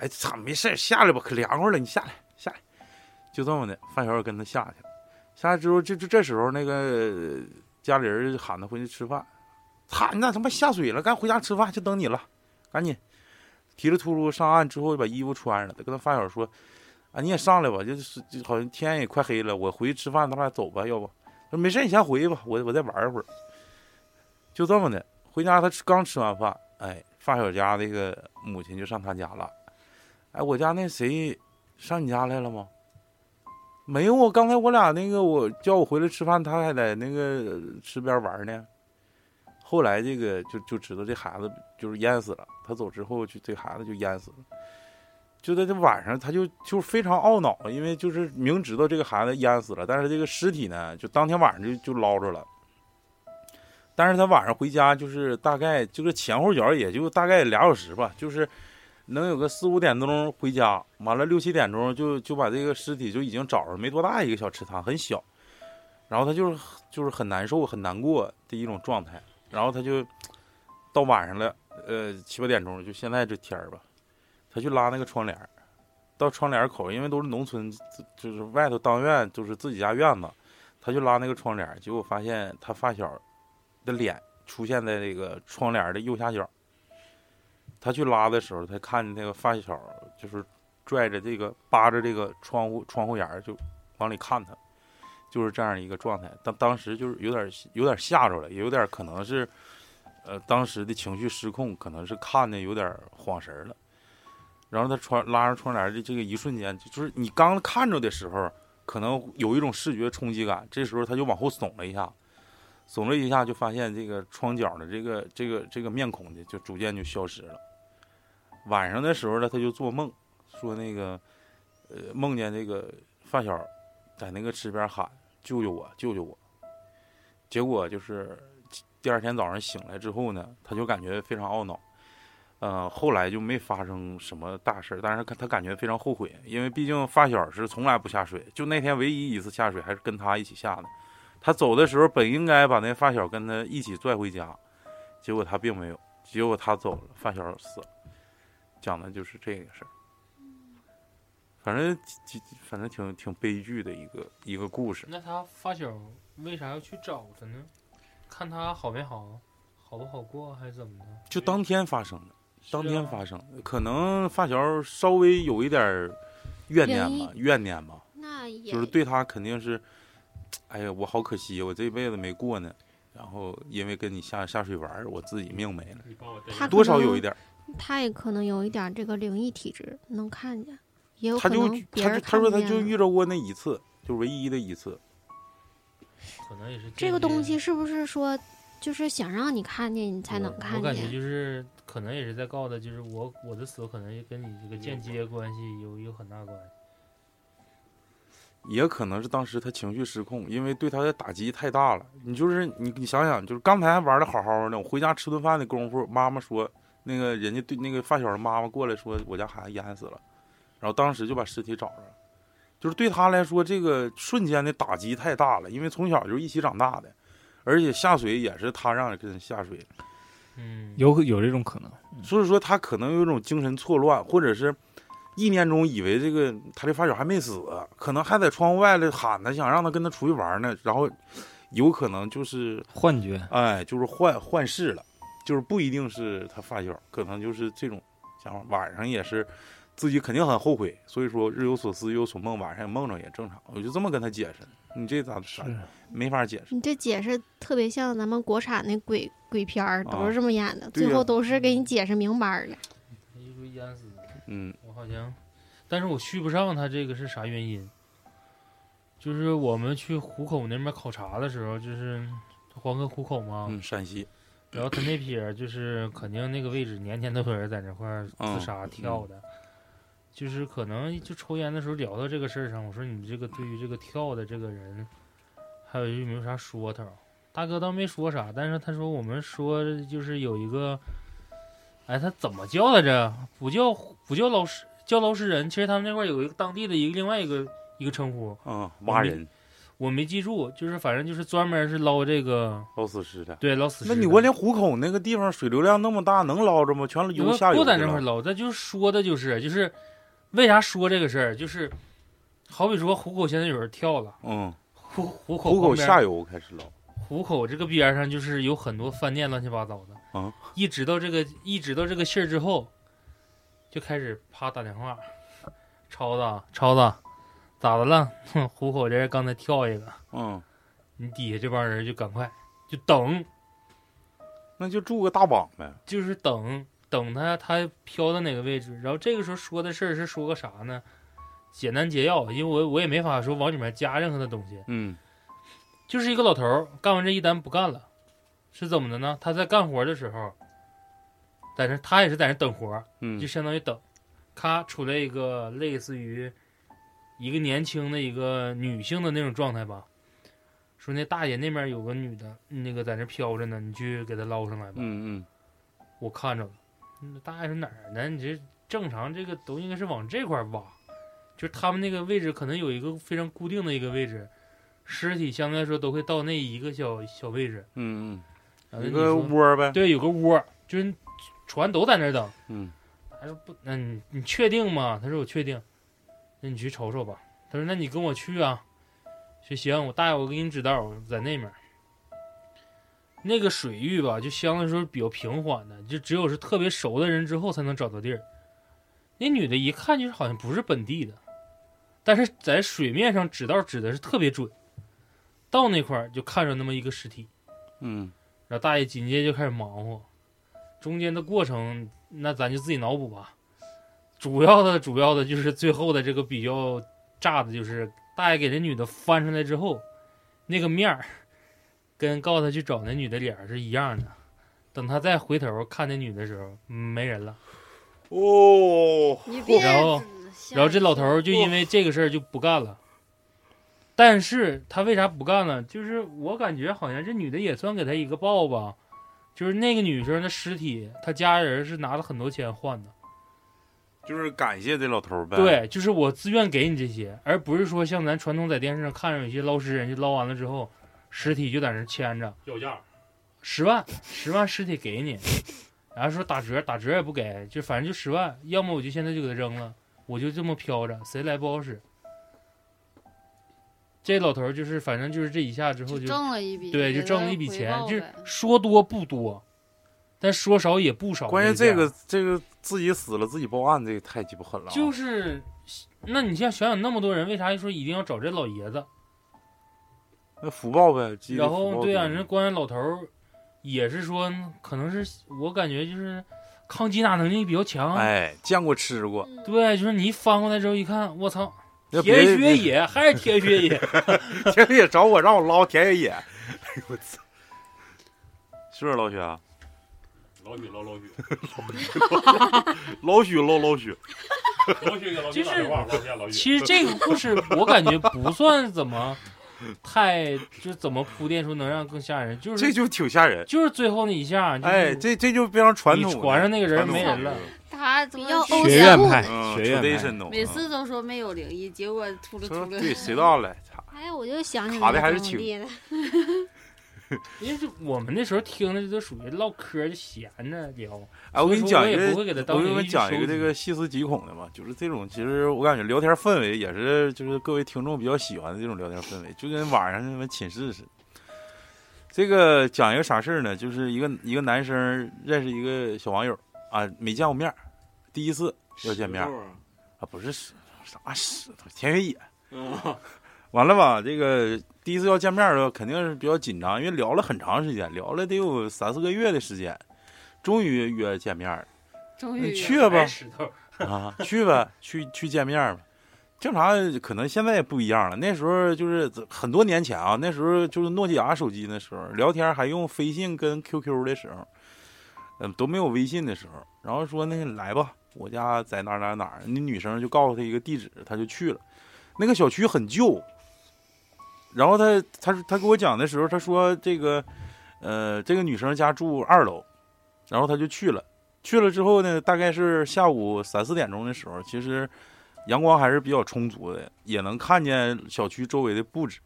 [SPEAKER 1] 哎，操，没事儿，下来吧，可凉快了，你下来，下来。就这么的，发小也跟他下去了。下去之后，这就这时候那个呃家里人喊他回去吃饭，他那他妈下水了，该回家吃饭，就等你了，赶紧。提着秃噜上岸之后，把衣服穿上了，他跟他发小说：“啊，你也上来吧，就是就好像天也快黑了，我回去吃饭，咱俩走吧，要不？”他说：“没事，你先回去吧，我我再玩一会儿。”就这么的，回家他吃刚吃完饭，哎，发小家那个母亲就上他家了，哎，我家那谁上你家来了吗？没有啊，刚才我俩那个我叫我回来吃饭，他还在那个呃池边玩呢。后来这个就就知道这孩子就是淹死了，他走之后就这孩子就淹死了。就在这晚上，他就就非常懊恼，因为就是明知道这个孩子淹死了，但是这个尸体呢，就当天晚上就就捞着了。但是他晚上回家，就是大概就是前后脚也就大概俩小时吧，就是能有个四五点钟回家，完了六七点钟就就把这个尸体就已经找着，没多大一个小池塘，很小。然后他就是就是很难受、很难过的一种状态。然后他就到晚上了，呃，七八点钟，就现在这天儿吧，他去拉那个窗帘儿，到窗帘儿口，因为都是农村，自就是外头当院，就是自己家院子，他就拉那个窗帘儿，结果发现他发小的脸出现在这个窗帘儿的右下角。他去拉的时候，他看见那个发小就是拽着这个扒着这个窗户窗户沿儿就往里看他，就是这样一个状态。当当时就是有点有点吓着了，也有点可能是，呃，当时的情绪失控，可能是看的有点晃神儿了。然后他窗拉上窗帘的这个一瞬间，就是你刚看着的时候，可能有一种视觉冲击感，这时候他就往后耸了一下，耸了一下就发现这个窗角的这个这个这个面孔的就逐渐就消失了。晚上的时候呢，他就做梦，说那个，呃，梦见那个发小在那个池边喊：“救救我，救救我！”结果就是第二天早上醒来之后呢，他就感觉非常懊恼，呃，后来就没发生什么大事儿，但是他他感觉非常后悔，因为毕竟发小是从来不下水，就那天唯一一次下水还是跟他一起下的。他走的时候本应该把那发小跟他一起拽回家，结果他并没有，结果他走了，发小死了。讲的就是这个事儿。反正几几反正挺挺悲剧的一个一个故事。
[SPEAKER 2] 那他发小为啥要去找他呢？看他好没好，好不好过，还是怎么的？
[SPEAKER 1] 就当天发生的，当天
[SPEAKER 2] 生。
[SPEAKER 1] 发生的，可能发小稍微有一点儿怨念
[SPEAKER 3] 原因
[SPEAKER 1] 吧，怨念吧，
[SPEAKER 3] 那也
[SPEAKER 1] 就是对他肯定是，哎呀，我好可惜，我这辈子没过呢。然后因为跟你下下水玩儿，我自己命没
[SPEAKER 2] 啊
[SPEAKER 1] 了，
[SPEAKER 5] 你把我带
[SPEAKER 3] 他可
[SPEAKER 1] 多少
[SPEAKER 3] 能
[SPEAKER 1] 有一点儿。
[SPEAKER 3] 他也可能有一点这个灵异体质，能看见，也有
[SPEAKER 1] 他
[SPEAKER 3] 可
[SPEAKER 1] 就
[SPEAKER 3] 能别
[SPEAKER 1] 他就
[SPEAKER 3] 人
[SPEAKER 1] 他
[SPEAKER 3] 看
[SPEAKER 1] 说
[SPEAKER 3] 不
[SPEAKER 1] 他
[SPEAKER 3] 见
[SPEAKER 1] 就
[SPEAKER 3] 了
[SPEAKER 1] 遇着过那一次，就唯一的一次。
[SPEAKER 2] 可能也是
[SPEAKER 3] 这个
[SPEAKER 2] 间接
[SPEAKER 3] 东西，是不是说就是想让你看见，你才能
[SPEAKER 2] 我
[SPEAKER 3] 看
[SPEAKER 2] 感觉
[SPEAKER 3] 见？
[SPEAKER 2] 就是可能也是在告诉他，就是我我的死可能也跟你这个间接关系有有很大关系。
[SPEAKER 1] 也可能是当时他情绪失控，因为对他的打击太大了。你就是你，你想想，就是刚才还玩的好好的，我回家吃顿饭的功夫，妈妈说那个人家对那个发小的妈妈过来说我家孩子淹死了，然后当时就把尸体找着了。就是对他来说，这个瞬间的打击太大了，因为从小就一起长大的，而且下水也是他让人下水，
[SPEAKER 2] 嗯，
[SPEAKER 6] 有有这种可能。
[SPEAKER 1] 所以说他可能有一种精神错乱，或者是意念中以为这个他这发小还没死，可能还在窗户外头喊他，想让他跟他出去玩呢，然后有可能 就是
[SPEAKER 6] 幻觉，
[SPEAKER 1] 哎，就是幻幻视了，就是不一定是他发小，可能就是这种想法。晚上也是自己肯定很后悔，所以说日有所思夜有所梦，晚上也梦着也正常。我就这么跟他解释，你这咋咋
[SPEAKER 6] 是
[SPEAKER 1] 没法解释？
[SPEAKER 3] 你这解释特别像咱们国产那鬼鬼片儿，都
[SPEAKER 1] 啊
[SPEAKER 3] 是这么演的，最
[SPEAKER 1] 对呀
[SPEAKER 3] 后都是给你解释明白儿了。
[SPEAKER 2] 他一说淹死的
[SPEAKER 1] 嗯，
[SPEAKER 2] 我好像，但是我续不上他这个是啥原因？就是我们去虎口那边考察的时候，就是黄河虎口嘛，
[SPEAKER 1] 嗯，陕西，
[SPEAKER 2] 然后他那撇儿就是肯定那个位置年天都有人在那块儿自杀跳的，就是可能就抽烟的时候聊到这个事儿上，我说你这个对于这个跳的这个人，还有有没有啥说头？大哥倒没说啥，但是他说我们说就是有一个，哎，他怎么叫来着？不叫不叫捞尸，叫捞尸人，其实他们那块儿有一个当地的一个另外一个一个称呼，
[SPEAKER 1] 嗯，挖人
[SPEAKER 2] 我没记住，就是反正就是专门是捞这个
[SPEAKER 1] 捞死尸的。
[SPEAKER 2] 对捞死尸
[SPEAKER 1] 那
[SPEAKER 2] 的。
[SPEAKER 1] 你问连虎口那个地方水流量那么大，能捞着吗？全
[SPEAKER 2] 有
[SPEAKER 1] 游
[SPEAKER 2] 个
[SPEAKER 1] 下游
[SPEAKER 2] 不
[SPEAKER 1] 去
[SPEAKER 2] 在那块
[SPEAKER 1] 了。
[SPEAKER 2] 捞，但就是说的就是就是，为啥说这个事儿？就是好比说虎口现在有人跳了，
[SPEAKER 1] 嗯，
[SPEAKER 2] 虎虎口
[SPEAKER 1] 虎口
[SPEAKER 2] 旁边
[SPEAKER 1] 下游开始捞。
[SPEAKER 2] 虎口这个边上就是有很多饭店乱七八糟的
[SPEAKER 1] 啊。
[SPEAKER 2] 一直到这个一直到这个信儿之后，就开始啪打电话，超子超子，咋的了？ 哼，虎口这人刚才跳一个，
[SPEAKER 1] 嗯，
[SPEAKER 2] 你底下这帮人就赶快就等，
[SPEAKER 1] 那就住个大网呗。
[SPEAKER 2] 就是等等他他飘到哪个位置。然后这个时候说的事儿是说个啥呢？简单截要，因为我我也没法说往里面加任何的东西。
[SPEAKER 1] 嗯
[SPEAKER 2] 就是一个老头儿干完这一单不干了，是怎么的呢？他在干活的时候，在那他也是在那等活儿，
[SPEAKER 1] 嗯
[SPEAKER 2] 就相当于等，咔出来一个类似于一个年轻的一个女性的那种状态吧，说那大爷那边有个女的，那个在那飘着呢，你去给她捞上来吧。
[SPEAKER 1] 嗯嗯
[SPEAKER 2] 我看着了，嗯大爷说哪儿呢？你这正常这个都应该是往这块儿挖，就是他们那个位置可能有一个非常固定的一个位置，尸体相对来说都会到那一个小小位置，
[SPEAKER 1] 嗯
[SPEAKER 2] 然后
[SPEAKER 1] 嗯，一
[SPEAKER 2] 你
[SPEAKER 1] 个
[SPEAKER 2] 说
[SPEAKER 1] 窝儿呗。
[SPEAKER 2] 对有个窝，就是船都在那儿等。
[SPEAKER 1] 嗯
[SPEAKER 2] 他说不，那你你确定吗？他说我确定。那你去瞅瞅吧。他说那你跟我去啊。说行，我大爷我给你指道，我在那面儿。那个水域吧，就相对来说比较平缓的，就只有是特别熟的人之后才能找到地儿。那女的一看就是好像不是本地的，但是在水面上指道指的是特别准。到那块儿就看着那么一个尸体，
[SPEAKER 1] 嗯
[SPEAKER 2] 然后大爷紧接着就开始忙活，中间的过程那咱就自己脑补吧。主要的主要的就是最后的这个比较炸的就是大爷给这女的翻上来之后，那个面儿跟告诉他去找那女的脸儿是一样的。等他再回头看那女的时候，嗯没人了。
[SPEAKER 1] 哦，
[SPEAKER 4] 你别
[SPEAKER 2] 然后
[SPEAKER 4] 只
[SPEAKER 2] 然后这老头儿就因为这个事儿就不干了。但是他为啥不干了？就是我感觉好像这女的也算给他一个报吧，就是那个女生的尸体，她家人是拿了很多钱换的。
[SPEAKER 1] 就是感谢这老头儿呗。，
[SPEAKER 2] 对，就是我自愿给你这些，而不是说像咱传统在电视上看着有些捞尸人，就捞完了之后，尸体就在那儿牵着，
[SPEAKER 5] 要价，
[SPEAKER 2] 十万，十万尸体给你，然后说打折，打折也不给，就反正就十万，要么我就现在就给他扔了，我就这么飘着，谁来不好使。这老头儿就是，反正就是这一下之后就
[SPEAKER 4] 挣了一笔，
[SPEAKER 2] 对，就
[SPEAKER 4] 给
[SPEAKER 2] 挣
[SPEAKER 4] 他
[SPEAKER 2] 了一笔
[SPEAKER 4] 回
[SPEAKER 2] 钱，
[SPEAKER 4] 报
[SPEAKER 2] 就是
[SPEAKER 4] 呗
[SPEAKER 2] 说多不多，但说少也不少。
[SPEAKER 1] 关键
[SPEAKER 2] 这
[SPEAKER 1] 这个这个自己死了自己报案，这个太鸡巴狠了啊。
[SPEAKER 2] 就是，那你现在想想，那么多人为啥说一定要找这老爷子？
[SPEAKER 1] 那福报呗。积累
[SPEAKER 2] 然
[SPEAKER 1] 福
[SPEAKER 2] 后
[SPEAKER 1] 报
[SPEAKER 2] 对呀、
[SPEAKER 1] 呗
[SPEAKER 2] 人家关键老头儿也是说，可能是我感觉就是抗击打能力比较强。
[SPEAKER 1] 哎，见过吃过，
[SPEAKER 2] 对，就是你一翻过来之后一看，我操，
[SPEAKER 1] 那别
[SPEAKER 2] 铁血野还是铁血野，
[SPEAKER 1] 田野找我让我捞田野野，哎呦我操！是不是老许啊？
[SPEAKER 5] 老许捞老 许，
[SPEAKER 1] 老许捞老许，
[SPEAKER 5] 老许给老
[SPEAKER 2] 就
[SPEAKER 5] 许
[SPEAKER 2] 是
[SPEAKER 5] 打电话，老许啊老许，
[SPEAKER 2] 其实这个故事我感觉不算怎么太，就怎么铺垫出能让更吓人，就
[SPEAKER 1] 这
[SPEAKER 2] 是
[SPEAKER 1] 就挺吓人。
[SPEAKER 2] 就是最后那一下，就是
[SPEAKER 1] 哎，这这就非常传
[SPEAKER 2] 你
[SPEAKER 1] 统的。
[SPEAKER 2] 船上那个人没人了，
[SPEAKER 4] 他怎
[SPEAKER 3] 比
[SPEAKER 4] 么
[SPEAKER 3] 较
[SPEAKER 4] 去
[SPEAKER 3] 欧
[SPEAKER 6] 学
[SPEAKER 3] 系
[SPEAKER 6] 院
[SPEAKER 3] 部
[SPEAKER 6] 派
[SPEAKER 1] 嗯，
[SPEAKER 6] 学院派，
[SPEAKER 1] traditional，
[SPEAKER 4] 每
[SPEAKER 1] 嗯
[SPEAKER 4] 次都说没有灵异，结果秃噜
[SPEAKER 1] 说
[SPEAKER 4] 秃噜。
[SPEAKER 1] 对，谁到了？操！
[SPEAKER 3] 哎，我就想起
[SPEAKER 1] 卡
[SPEAKER 3] 来
[SPEAKER 1] 的还是
[SPEAKER 3] 怎么
[SPEAKER 1] 挺
[SPEAKER 3] 地的，
[SPEAKER 2] 因为是我们那时候听的这都属于唠嗑就闲着聊，
[SPEAKER 1] 哎，我
[SPEAKER 2] 所
[SPEAKER 1] 跟
[SPEAKER 2] 以
[SPEAKER 1] 你
[SPEAKER 2] 说
[SPEAKER 1] 讲
[SPEAKER 2] 我
[SPEAKER 1] 一
[SPEAKER 2] 也
[SPEAKER 1] 个，
[SPEAKER 2] 不会给他
[SPEAKER 1] 我
[SPEAKER 2] 当
[SPEAKER 1] 跟你
[SPEAKER 2] 灵
[SPEAKER 1] 们
[SPEAKER 2] 异
[SPEAKER 1] 讲一
[SPEAKER 2] 收
[SPEAKER 1] 个这
[SPEAKER 2] 集
[SPEAKER 1] 个细思极恐的嘛，就是这种，其实我感觉聊天氛围也是，就是各位听众比较喜欢的这种聊天氛围，就跟晚上什么寝室似的。这个讲一个啥事儿呢？就是一个一个男生认识一个小网友啊，没见过面儿，第一次要见面儿啊，不是石头啥石头，田园野。完了吧，这个第一次要见面儿的时候肯定是比较紧张，因为聊了很长时间，聊了得有三四个月的时间，终于约见面儿了。
[SPEAKER 4] 终
[SPEAKER 1] 你
[SPEAKER 4] 于哎
[SPEAKER 1] 去吧
[SPEAKER 2] 白石头，
[SPEAKER 1] 啊，去呗，去去见面儿吧。正常可能现在也不一样了，那时候就是很多年前啊，那时候就是诺基亚手机那时候，聊天还用飞信跟 QQ 的时候，嗯、都没有微信的时候。然后说那来吧，我家在哪儿哪儿哪儿，那女生就告诉他一个地址，他就去了。那个小区很旧，然后他他他给我讲的时候，他说这个，呃，这个女生家住二楼，然后他就去了。去了之后呢，大概是下午三四点钟的时候，其实阳光还是比较充足的，也能看见小区周围的布置。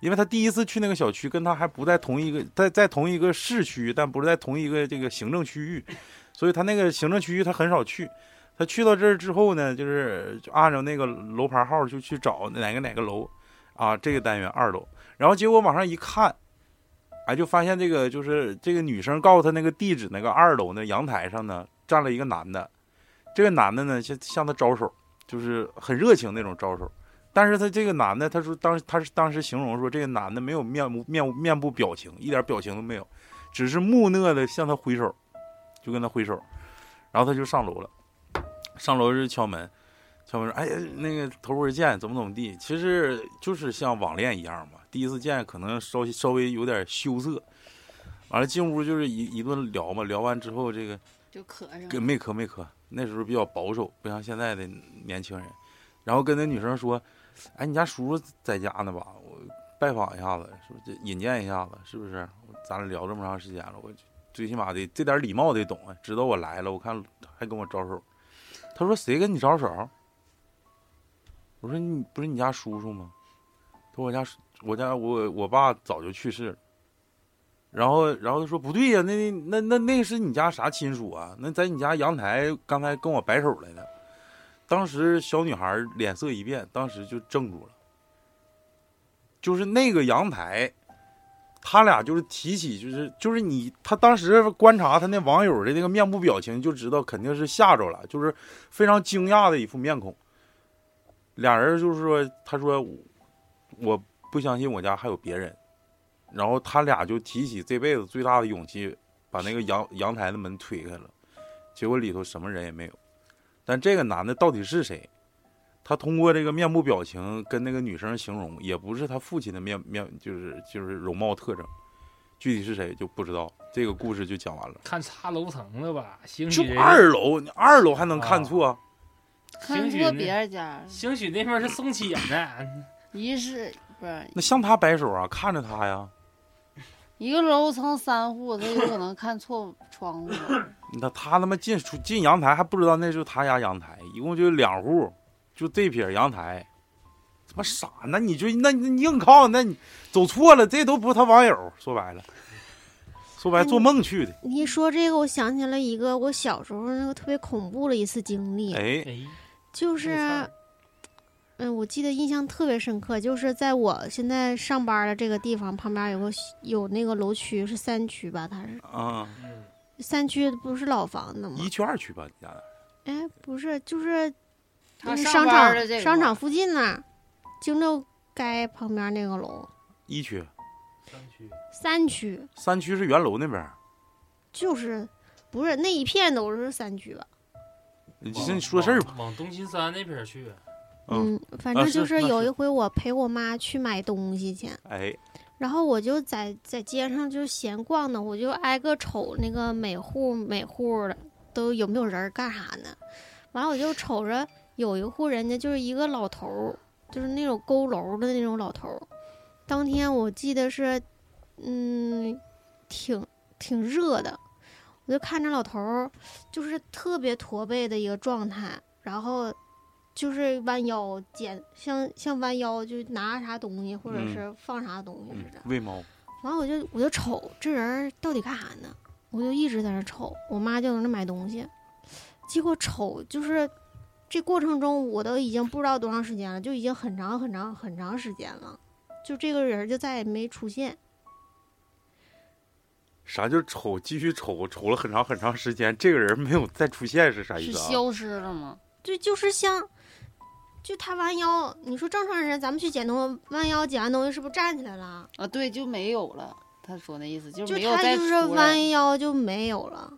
[SPEAKER 1] 因为他第一次去那个小区，跟他还不在同一个，在在同一个市区，但不是在同一个这个行政区域，所以他那个行政区域他很少去。他去到这儿之后呢，就是就按照那个楼盘号就去找哪个哪个楼，啊，这个单元二楼。然后结果往上一看，哎，就发现这个就是这个女生告诉他那个地址，那个二楼呢阳台上呢站了一个男的，这个男的呢向向他招手，就是很热情那种招手。但是他这个男的，他说当他是当时形容说这个男的没有面目面部面部表情，一点表情都没有，只是木讷的向他挥手，就跟他挥手，然后他就上楼了，上楼就敲门，敲门说哎那个头回见怎么怎么地，其实就是像网恋一样嘛，第一次见可能稍稍微有点羞涩，完了进屋就是一一顿聊嘛，聊完之后这个
[SPEAKER 4] 就咳
[SPEAKER 1] 跟
[SPEAKER 4] 上了。
[SPEAKER 1] 没磕没磕，那时候比较保守，不像现在的年轻人。然后跟那女生说：“哎，你家叔叔在家呢吧？我拜访一下子，是不是？引荐一下子，是不是？咱俩聊这么长时间了，我最起码得这点礼貌得懂啊，知道我来了，我看还跟我招手。”他说：“谁跟你招手？”我说：“你不是你家叔叔吗？”他说：“我家叔我家我我爸早就去世了。”然后，然后他说不对呀、那那那那是你家啥亲属啊？那在你家阳台刚才跟我摆手来的。当时小女孩脸色一变，当时就怔住了。就是那个阳台，他俩就是提起，就是就是你，他当时观察他那网友的那个面部表情，就知道肯定是吓着了，就是非常惊讶的一副面孔。俩人就是说，他说我不相信我家还有别人。然后他俩就提起这辈子最大的勇气，把那个阳阳台的门推开了，结果里头什么人也没有。但这个男的到底是谁？他通过这个面部表情跟那个女生形容，也不是他父亲的面面，就是就是容貌特征，具体是谁就不知道。这个故事就讲完了。
[SPEAKER 2] 看擦楼层了吧？兴
[SPEAKER 1] 就
[SPEAKER 2] 许嗯人家
[SPEAKER 1] 二楼，你二楼还能看错？啊
[SPEAKER 4] 看
[SPEAKER 2] 兴许
[SPEAKER 4] 错
[SPEAKER 2] 呢
[SPEAKER 4] 别人家，
[SPEAKER 2] 兴许那边是送钱的，
[SPEAKER 4] 一是不是
[SPEAKER 1] 那向他摆手啊，看着他呀，
[SPEAKER 4] 一个楼层三户，他有可能看错窗 户了。
[SPEAKER 1] 那他他妈进出进阳台还不知道那就是他家阳台，一共就两户，就这撇阳台，他妈傻，那你就那你硬靠，那你走错了，这都不是他网友，说白了，说
[SPEAKER 3] 哎
[SPEAKER 1] 白了做梦去的，
[SPEAKER 3] 你一说这个，我想起了一个我小时候那个特别恐怖的一次经历，
[SPEAKER 1] 哎，
[SPEAKER 2] 哎，
[SPEAKER 3] 就是，啊嗯，我记得印象特别深刻，就是在我现在上班的这个地方旁边有个有那个楼区是三区吧，它是
[SPEAKER 1] 啊、
[SPEAKER 2] 嗯
[SPEAKER 3] 三区不是老房子吗？
[SPEAKER 1] 一区二区吧，你家的
[SPEAKER 3] 哎，不是，就是
[SPEAKER 4] 他
[SPEAKER 3] 那个
[SPEAKER 4] 上
[SPEAKER 3] 商
[SPEAKER 4] 班的
[SPEAKER 3] 场
[SPEAKER 4] 这个
[SPEAKER 3] 商场附近那儿，京六街旁边那个楼，
[SPEAKER 1] 一区，
[SPEAKER 3] 三区
[SPEAKER 1] 三区是园楼那边，
[SPEAKER 3] 就是不是那一片都是三区吧？
[SPEAKER 1] 你这你说事儿吧，
[SPEAKER 2] 往往东新三那边去，
[SPEAKER 1] 嗯
[SPEAKER 3] 嗯，反
[SPEAKER 1] 啊
[SPEAKER 3] 正就是是
[SPEAKER 1] 那
[SPEAKER 3] 有
[SPEAKER 1] 是
[SPEAKER 3] 一回我陪我妈去买东西去，
[SPEAKER 1] 哎，
[SPEAKER 3] 然后我就在在街上就闲逛呢，我就挨个瞅那个每户每户的都有没有人儿干啥呢？完了我就瞅着有一户人家就是一个老头儿，就是那种佝偻的那种老头儿。当天我记得是，嗯，挺挺热的，我就看着老头儿就是特别驼背的一个状态，然后。就是弯腰捡，像像弯腰就拿啥东西，或者
[SPEAKER 1] 嗯
[SPEAKER 3] 是放啥东西
[SPEAKER 1] 嗯
[SPEAKER 3] 似的。
[SPEAKER 1] 喂猫，
[SPEAKER 3] 完了我就我就瞅这人儿到底干啥呢？我就一直在那儿瞅，我妈就在那儿买东西，结果瞅就是这过程中我都已经不知道多长时间了，就已经很长很长很长时间了，就这个人儿就再也没出现。
[SPEAKER 1] 啥叫瞅？继续瞅，瞅了很长很长时间，这个人没有再出现是啥意
[SPEAKER 4] 是
[SPEAKER 1] 思啊？
[SPEAKER 4] 消失了吗？
[SPEAKER 3] 对，就是像，就他弯腰，你说正常人咱们去捡东西，弯腰捡完东西是不是站起来了？
[SPEAKER 4] 啊，对，就没有了。他说那意思就
[SPEAKER 3] 就
[SPEAKER 4] 没有
[SPEAKER 3] 他
[SPEAKER 4] 再
[SPEAKER 3] 就是
[SPEAKER 4] 出来，
[SPEAKER 3] 弯腰就没有了，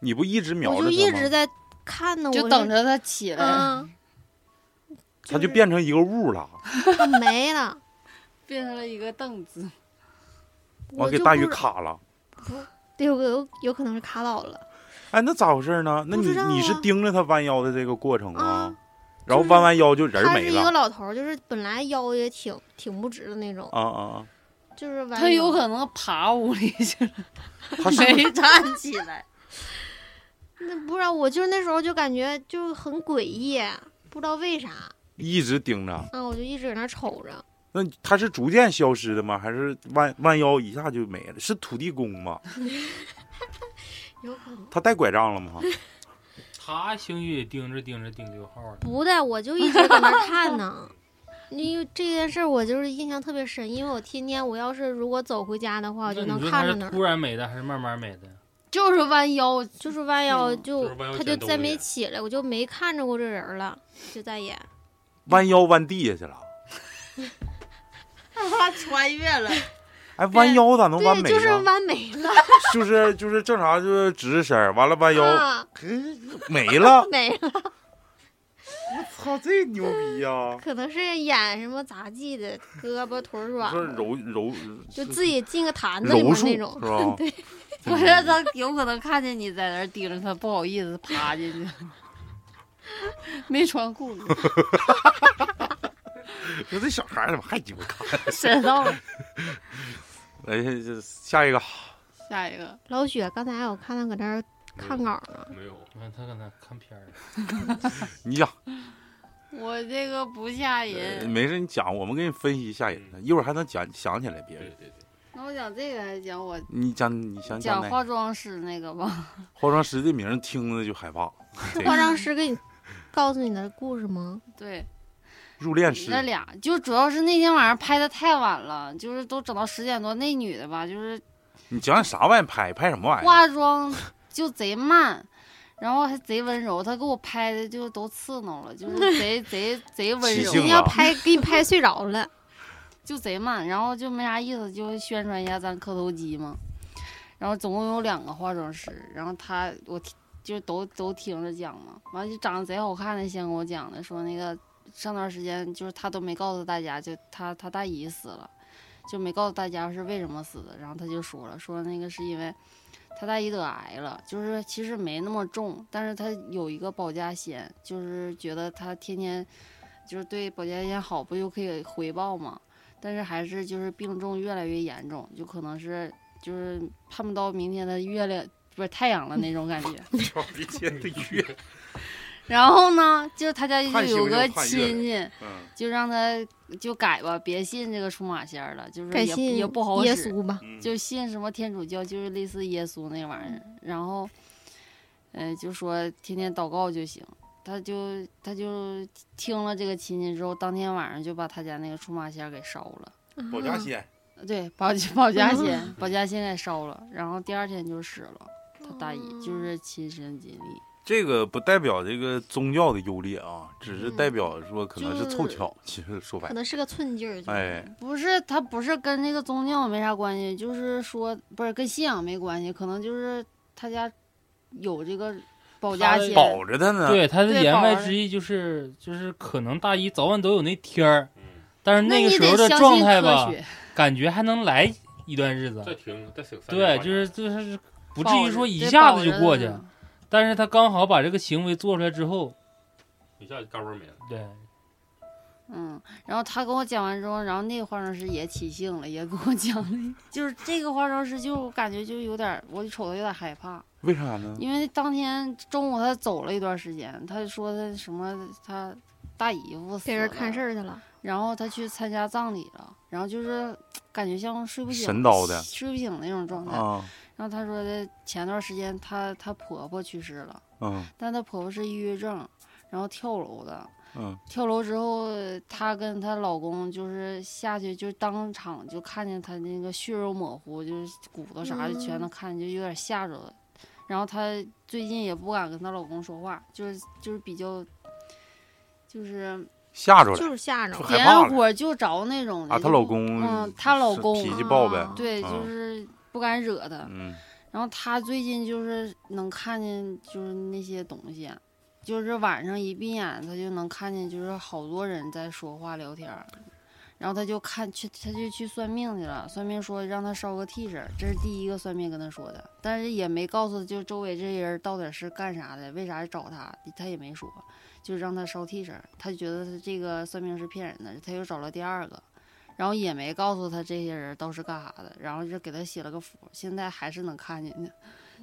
[SPEAKER 1] 你不一直瞄
[SPEAKER 3] 我
[SPEAKER 1] 着
[SPEAKER 3] 就一
[SPEAKER 1] 他
[SPEAKER 3] 直
[SPEAKER 1] 吗？
[SPEAKER 3] 在看呢，我
[SPEAKER 4] 就等着他起来，
[SPEAKER 3] 啊，
[SPEAKER 1] 他
[SPEAKER 3] 就
[SPEAKER 1] 就是变成一个物了。
[SPEAKER 3] 他没了。
[SPEAKER 4] 变成了一个凳子。
[SPEAKER 3] 我
[SPEAKER 1] 完给
[SPEAKER 3] 就
[SPEAKER 1] 大
[SPEAKER 3] 不知
[SPEAKER 1] 鱼卡了。
[SPEAKER 3] 对，有有有可能是卡倒了，
[SPEAKER 1] 哎，那咋回事呢？那
[SPEAKER 3] 不
[SPEAKER 1] 你
[SPEAKER 3] 知道
[SPEAKER 1] 你是
[SPEAKER 3] 啊
[SPEAKER 1] 盯着他弯腰的这个过程
[SPEAKER 3] 啊
[SPEAKER 1] 吗？然后
[SPEAKER 3] 就是
[SPEAKER 1] 弯弯腰就人
[SPEAKER 3] 他是
[SPEAKER 1] 没
[SPEAKER 3] 一个
[SPEAKER 1] 了。
[SPEAKER 3] 老头儿，就是本来腰也挺挺不直的那种，
[SPEAKER 1] 啊啊啊！
[SPEAKER 3] 就是完
[SPEAKER 4] 他有
[SPEAKER 3] 了
[SPEAKER 4] 可能爬屋里去了，
[SPEAKER 1] 他是不是
[SPEAKER 4] 没站起来。
[SPEAKER 3] 那不知道，我就是那时候就感觉就很诡异，不知道为啥
[SPEAKER 1] 一直盯着。
[SPEAKER 3] 啊，我就一直搁那瞅着。
[SPEAKER 1] 那它是逐渐消失的吗？还是弯弯腰一下就没了？是土地公吗？
[SPEAKER 3] 有可能
[SPEAKER 1] 他带拐杖了吗？
[SPEAKER 2] 他兴许也盯着盯着盯六号了。
[SPEAKER 3] 不的，我就一直搁那看 呢。因为这件事儿我就是印象特别深，因为我天天我要是如果走回家的
[SPEAKER 4] 啊
[SPEAKER 3] 话，我就能
[SPEAKER 2] 你说
[SPEAKER 3] 看
[SPEAKER 2] 他
[SPEAKER 3] 着
[SPEAKER 2] 是
[SPEAKER 3] 那儿，
[SPEAKER 2] 突然没的还是慢慢没的？
[SPEAKER 4] 就是弯腰，
[SPEAKER 3] 就是弯腰
[SPEAKER 4] 嗯
[SPEAKER 3] 就
[SPEAKER 5] 就是弯腰
[SPEAKER 3] 他就
[SPEAKER 5] 捡东
[SPEAKER 3] 再没
[SPEAKER 5] 西
[SPEAKER 3] 起来，我就没看着过这人儿了，就再也
[SPEAKER 1] 弯腰弯地下去了？
[SPEAKER 4] 他穿越了，
[SPEAKER 1] 哎，弯腰咋能啊
[SPEAKER 3] 对，
[SPEAKER 1] 弯没
[SPEAKER 3] 就是
[SPEAKER 1] 呢？
[SPEAKER 3] 弯没了，
[SPEAKER 1] 就是就是正常就是直着身儿，完了弯腰、
[SPEAKER 3] 啊、
[SPEAKER 1] 没 了。
[SPEAKER 3] 没了，
[SPEAKER 1] 操，这牛逼呀、
[SPEAKER 3] 可能是演什么杂技的，胳膊腿儿软
[SPEAKER 1] 说
[SPEAKER 3] 了，
[SPEAKER 1] 柔柔
[SPEAKER 3] 就自己进个坛子里
[SPEAKER 1] 柔
[SPEAKER 3] 面
[SPEAKER 1] 术
[SPEAKER 3] 那
[SPEAKER 1] 是
[SPEAKER 3] 种。
[SPEAKER 1] 吧？
[SPEAKER 3] 对，
[SPEAKER 4] 我觉得他有可能看见你在那儿盯着他，不好意思趴进去， 没穿裤子，
[SPEAKER 1] 说这小孩儿怎么还鸡巴看？
[SPEAKER 4] 神到了。
[SPEAKER 1] 哎，这下一个，
[SPEAKER 4] 下一个，
[SPEAKER 3] 老雪刚才我看他搁那儿看稿呢，
[SPEAKER 5] 没有，
[SPEAKER 2] 你看他搁那看片儿，
[SPEAKER 1] 你讲，
[SPEAKER 4] 我这个不吓
[SPEAKER 1] 呃
[SPEAKER 4] 人。
[SPEAKER 1] 没事，你讲，我们给你分析一下人的，一会儿还能讲想起来别
[SPEAKER 5] 对
[SPEAKER 1] 人。
[SPEAKER 5] 对对，
[SPEAKER 4] 那我讲这个还行，我
[SPEAKER 1] 你讲，你想
[SPEAKER 4] 讲
[SPEAKER 1] 哪个？
[SPEAKER 4] 化妆师那个吧。
[SPEAKER 1] 化妆师这名儿听着就害怕，对
[SPEAKER 3] 化妆师给你告诉你的故事吗？
[SPEAKER 4] 对，
[SPEAKER 1] 入殓师
[SPEAKER 4] 那俩就主要是那天晚上拍的太晚了，就是都整到十点多。那女的吧，就是
[SPEAKER 1] 你讲讲啥玩意儿拍拍什么玩意儿？
[SPEAKER 4] 化妆就贼慢，然后还贼温柔，她给我拍的就都刺挠 了，就是贼贼贼温
[SPEAKER 1] 起
[SPEAKER 4] 柔
[SPEAKER 1] 劲
[SPEAKER 3] 人
[SPEAKER 1] 了
[SPEAKER 3] 家要拍给你拍睡着 了，
[SPEAKER 4] 就贼慢，然后就没啥意思，就宣传一下咱磕头机嘛。然后总共有两个化妆师，然后他我听就都都听着讲嘛，完了就长得贼好看的先跟我讲的，说那个上段时间就是他都没告诉大家，就他他大姨死了，就没告诉大家是为什么死的，然后他就说了，说那个是因为他大姨得癌了，就是其实没那么重，但是他有一个保家仙，就是觉得他天天就是对保家仙好，不就可以回报嘛，但是还是就是病重越来越严重，就可能是就是盼不到明天的月亮不是太阳了那种感 觉。
[SPEAKER 1] 别接的月，
[SPEAKER 4] 然后呢，就是他家就
[SPEAKER 1] 盼星
[SPEAKER 4] 有个
[SPEAKER 1] 星盼月
[SPEAKER 4] 亲戚，
[SPEAKER 1] 嗯
[SPEAKER 4] 就让他就改吧，别信这个出马仙儿了，就是
[SPEAKER 3] 该
[SPEAKER 4] 也不
[SPEAKER 3] 信
[SPEAKER 4] 也不好
[SPEAKER 3] 耶
[SPEAKER 4] 使
[SPEAKER 3] 稣吧？
[SPEAKER 1] 嗯，
[SPEAKER 4] 就信什么天主教，就是类似耶稣那玩意儿。然后，呃，就说天天祷告就行。他就他就听了这个亲戚之后，当天晚上就把他家那个出马仙儿给烧了。
[SPEAKER 1] 保家
[SPEAKER 3] 啊
[SPEAKER 1] 仙，
[SPEAKER 4] 对，保家保家仙，保家仙给烧了，然后第二天就死了。他大姨就是亲身经历，
[SPEAKER 1] 这个不代表这个宗教的优劣啊，只是
[SPEAKER 3] 嗯
[SPEAKER 1] 代表说可能是
[SPEAKER 4] 就是
[SPEAKER 1] 凑巧。其实说白
[SPEAKER 3] 可
[SPEAKER 1] 了，
[SPEAKER 3] 能是个寸劲儿，就
[SPEAKER 1] 哎，
[SPEAKER 4] 不是他不是跟那个宗教没啥关系，就是说不是跟信仰没关系，可能就是他家有这个保家
[SPEAKER 2] 他
[SPEAKER 4] 仙，
[SPEAKER 1] 保着他 呢。
[SPEAKER 2] 对他的
[SPEAKER 4] 对
[SPEAKER 2] 言
[SPEAKER 4] 宝
[SPEAKER 2] 外
[SPEAKER 4] 儿
[SPEAKER 2] 之意就是就是可能大姨早晚都有那天儿，
[SPEAKER 5] 嗯，
[SPEAKER 2] 但是
[SPEAKER 4] 那
[SPEAKER 2] 个
[SPEAKER 4] 你
[SPEAKER 2] 时
[SPEAKER 4] 得
[SPEAKER 2] 候的
[SPEAKER 4] 相
[SPEAKER 2] 状
[SPEAKER 4] 信
[SPEAKER 2] 态
[SPEAKER 4] 科
[SPEAKER 2] 吧，
[SPEAKER 4] 学
[SPEAKER 2] 感觉还能来一段日
[SPEAKER 5] 再
[SPEAKER 2] 子。
[SPEAKER 5] 停，再停三
[SPEAKER 2] 对，
[SPEAKER 5] 年
[SPEAKER 2] 就是就是不至
[SPEAKER 4] 抱
[SPEAKER 2] 于
[SPEAKER 4] 着
[SPEAKER 2] 说一
[SPEAKER 4] 对
[SPEAKER 2] 下
[SPEAKER 4] 抱
[SPEAKER 2] 子就
[SPEAKER 4] 着
[SPEAKER 2] 过
[SPEAKER 4] 的
[SPEAKER 2] 去
[SPEAKER 4] 那，种
[SPEAKER 2] 但是他刚好把这个行为做出来之后，
[SPEAKER 5] 一下就嘎嘣儿没了。
[SPEAKER 2] 对，
[SPEAKER 4] 嗯，然后他跟我讲完之后，然后那个化妆师也起兴了，也跟我讲了，就是这个化妆师就我感觉就有点儿，我就瞅他有点害怕，
[SPEAKER 1] 为啥呢？
[SPEAKER 4] 因为当天中午他走了一段时间，他说他什么他大姨夫死
[SPEAKER 3] 给人看事
[SPEAKER 4] 了，
[SPEAKER 3] 儿去了。
[SPEAKER 4] 然后他去参加葬礼了，然后就是感觉像睡不醒、
[SPEAKER 1] 神叨的
[SPEAKER 4] 睡不醒那种状态。
[SPEAKER 1] 啊，
[SPEAKER 4] 然后他说的前段时间她她婆婆去世了，
[SPEAKER 1] 嗯
[SPEAKER 4] 但她婆婆是抑郁症，然后跳楼的。
[SPEAKER 1] 嗯，
[SPEAKER 4] 跳楼之后，她跟她老公就是下去，就当场就看见她那个血肉模糊，就是骨头啥的
[SPEAKER 1] 嗯
[SPEAKER 4] 全能看见，就有点吓着了。然后她最近也不敢跟她老公说话，就是就是比较，就是
[SPEAKER 1] 吓着了
[SPEAKER 3] 就是吓着
[SPEAKER 1] 害
[SPEAKER 3] 了，
[SPEAKER 1] 怕
[SPEAKER 4] 点火就着那种的。
[SPEAKER 1] 啊！她
[SPEAKER 4] 就
[SPEAKER 1] 老
[SPEAKER 4] 不
[SPEAKER 1] 公，
[SPEAKER 4] 嗯，她老公
[SPEAKER 1] 脾气暴呗
[SPEAKER 3] 啊。
[SPEAKER 4] 对，
[SPEAKER 1] 嗯
[SPEAKER 4] 就是不敢惹她。
[SPEAKER 1] 嗯，
[SPEAKER 4] 然后她最近就是能看见就是那些东西，啊就是晚上一闭眼，她就能看见就是好多人在说话聊天儿。然后她就看去，她就去算命去了。算命说让她烧个替身儿，这是第一个算命跟她说的，但是也没告诉她就周围这些人到底是干啥的，为啥找她，她也没说，就让她烧替身儿。她觉得她这个算命是骗人的，她又找了第二个，然后也没告诉他这些人都是干啥的，然后就给他写了个符，现在还是能看见的。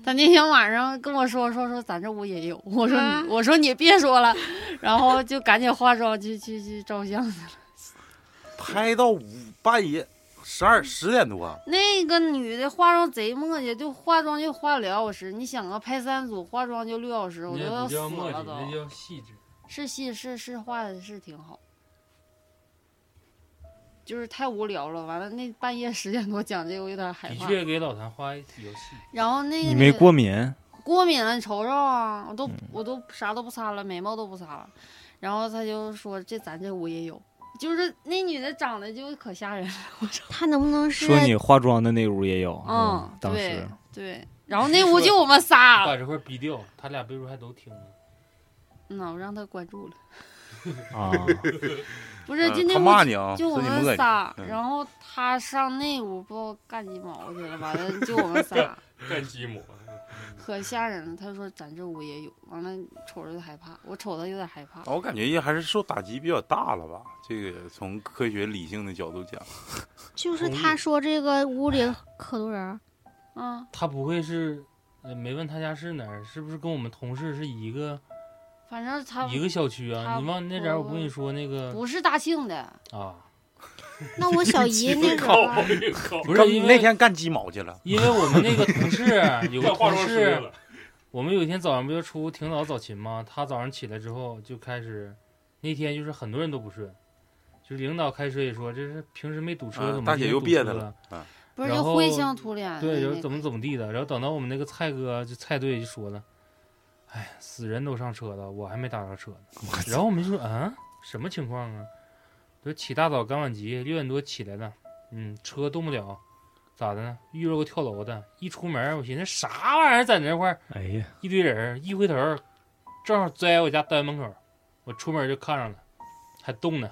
[SPEAKER 4] 他那天晚上跟我说说说咱这屋也有，我说、
[SPEAKER 3] 啊
[SPEAKER 4] 我说你别说了，然后就赶紧化妆去去去照相。
[SPEAKER 1] 拍到五半夜十二十点多，啊
[SPEAKER 4] 那个女的化妆贼磨叽，就化妆就化两小时。你想啊，拍三组化妆就六小时，我
[SPEAKER 2] 那
[SPEAKER 4] 都要
[SPEAKER 2] 不
[SPEAKER 4] 死
[SPEAKER 2] 叫墨迹
[SPEAKER 4] 了，
[SPEAKER 2] 那
[SPEAKER 4] 都。
[SPEAKER 2] 叫细致。
[SPEAKER 4] 是戏是是画的是挺好，就是太无聊了。完了那半夜十点多讲这个，我有点害
[SPEAKER 2] 的
[SPEAKER 4] 怕。
[SPEAKER 2] 确给老谭画游戏，
[SPEAKER 4] 然后那个
[SPEAKER 6] 你没
[SPEAKER 4] 女的
[SPEAKER 6] 过嗯敏，
[SPEAKER 4] 过敏了，你瞅瞅啊，我都我都啥都不擦了，眉毛都不擦了。然后他就说这咱这屋也有，就是那女的长得就可吓人了。
[SPEAKER 3] 他能不能是
[SPEAKER 6] 说你化妆的那屋也有，
[SPEAKER 4] 嗯
[SPEAKER 6] 嗯，当时
[SPEAKER 4] 对对，然后那屋就我们仨
[SPEAKER 2] 把。这块逼掉，他俩背书还都听呢。
[SPEAKER 4] 嗯，我让他关注了，
[SPEAKER 6] 啊，
[SPEAKER 4] 不是就
[SPEAKER 1] 呃
[SPEAKER 4] 那
[SPEAKER 1] 他
[SPEAKER 4] 屋
[SPEAKER 1] 骂你啊，
[SPEAKER 4] 就
[SPEAKER 1] 说
[SPEAKER 4] 我
[SPEAKER 1] 你磨叽
[SPEAKER 4] 们仨，
[SPEAKER 1] 嗯
[SPEAKER 4] 然后他上那屋不知道干鸡毛去了，完了就我 们仨，
[SPEAKER 5] 干鸡母，
[SPEAKER 4] 可吓人了。他说咱这屋也有，完了瞅着就害怕，我瞅他有点害怕。
[SPEAKER 1] 我感觉也还是受打击比较大了吧？这个从科学理性的角度讲，
[SPEAKER 3] 就是他说这个屋里可多人儿，
[SPEAKER 4] 啊，
[SPEAKER 2] 他不会是，呃，没问他家是哪儿，是不是跟我们同事是一个
[SPEAKER 4] 反正他
[SPEAKER 2] 一个小区啊？
[SPEAKER 4] 他
[SPEAKER 2] 你往那点儿，
[SPEAKER 4] 不
[SPEAKER 2] 我不跟你说那个
[SPEAKER 4] 不是大庆的，
[SPEAKER 1] 哦
[SPEAKER 2] 啊，
[SPEAKER 3] 那我小姨那时候啊
[SPEAKER 2] 不
[SPEAKER 1] 刚
[SPEAKER 2] 是因
[SPEAKER 1] 那
[SPEAKER 2] 为
[SPEAKER 1] 天干鸡毛去了，
[SPEAKER 2] 因为我们那个同事啊 有个
[SPEAKER 5] 干化
[SPEAKER 2] 同
[SPEAKER 5] 妆师
[SPEAKER 2] 事，
[SPEAKER 5] 了，
[SPEAKER 2] 我们有一天早上不就出挺早早勤吗？他早上起来之后就开始，那天就是很多人都不顺，就是领导开车也说这是平时没堵车，
[SPEAKER 1] 啊
[SPEAKER 2] 怎么
[SPEAKER 1] 大姐又憋他
[SPEAKER 2] 他
[SPEAKER 1] 了
[SPEAKER 2] 了？
[SPEAKER 4] 不是
[SPEAKER 2] 然
[SPEAKER 4] 就
[SPEAKER 2] 后
[SPEAKER 4] 灰相土脸啊的那个。
[SPEAKER 2] 对，然后怎么怎么地的。然后等到我们那个蔡哥就蔡队就说了，哎，死人都上车了，我还没打上车呢。然后我们就说，啊，什么情况啊？就起大早赶晚集，六点多起来了，嗯，车动不了，咋的呢？遇着个跳楼的，一出门我寻思啥玩意儿在那块儿。
[SPEAKER 6] 哎呀，
[SPEAKER 2] 一堆人儿，一回头儿，正好栽我家单位门口儿，我出门就看上了，还动呢。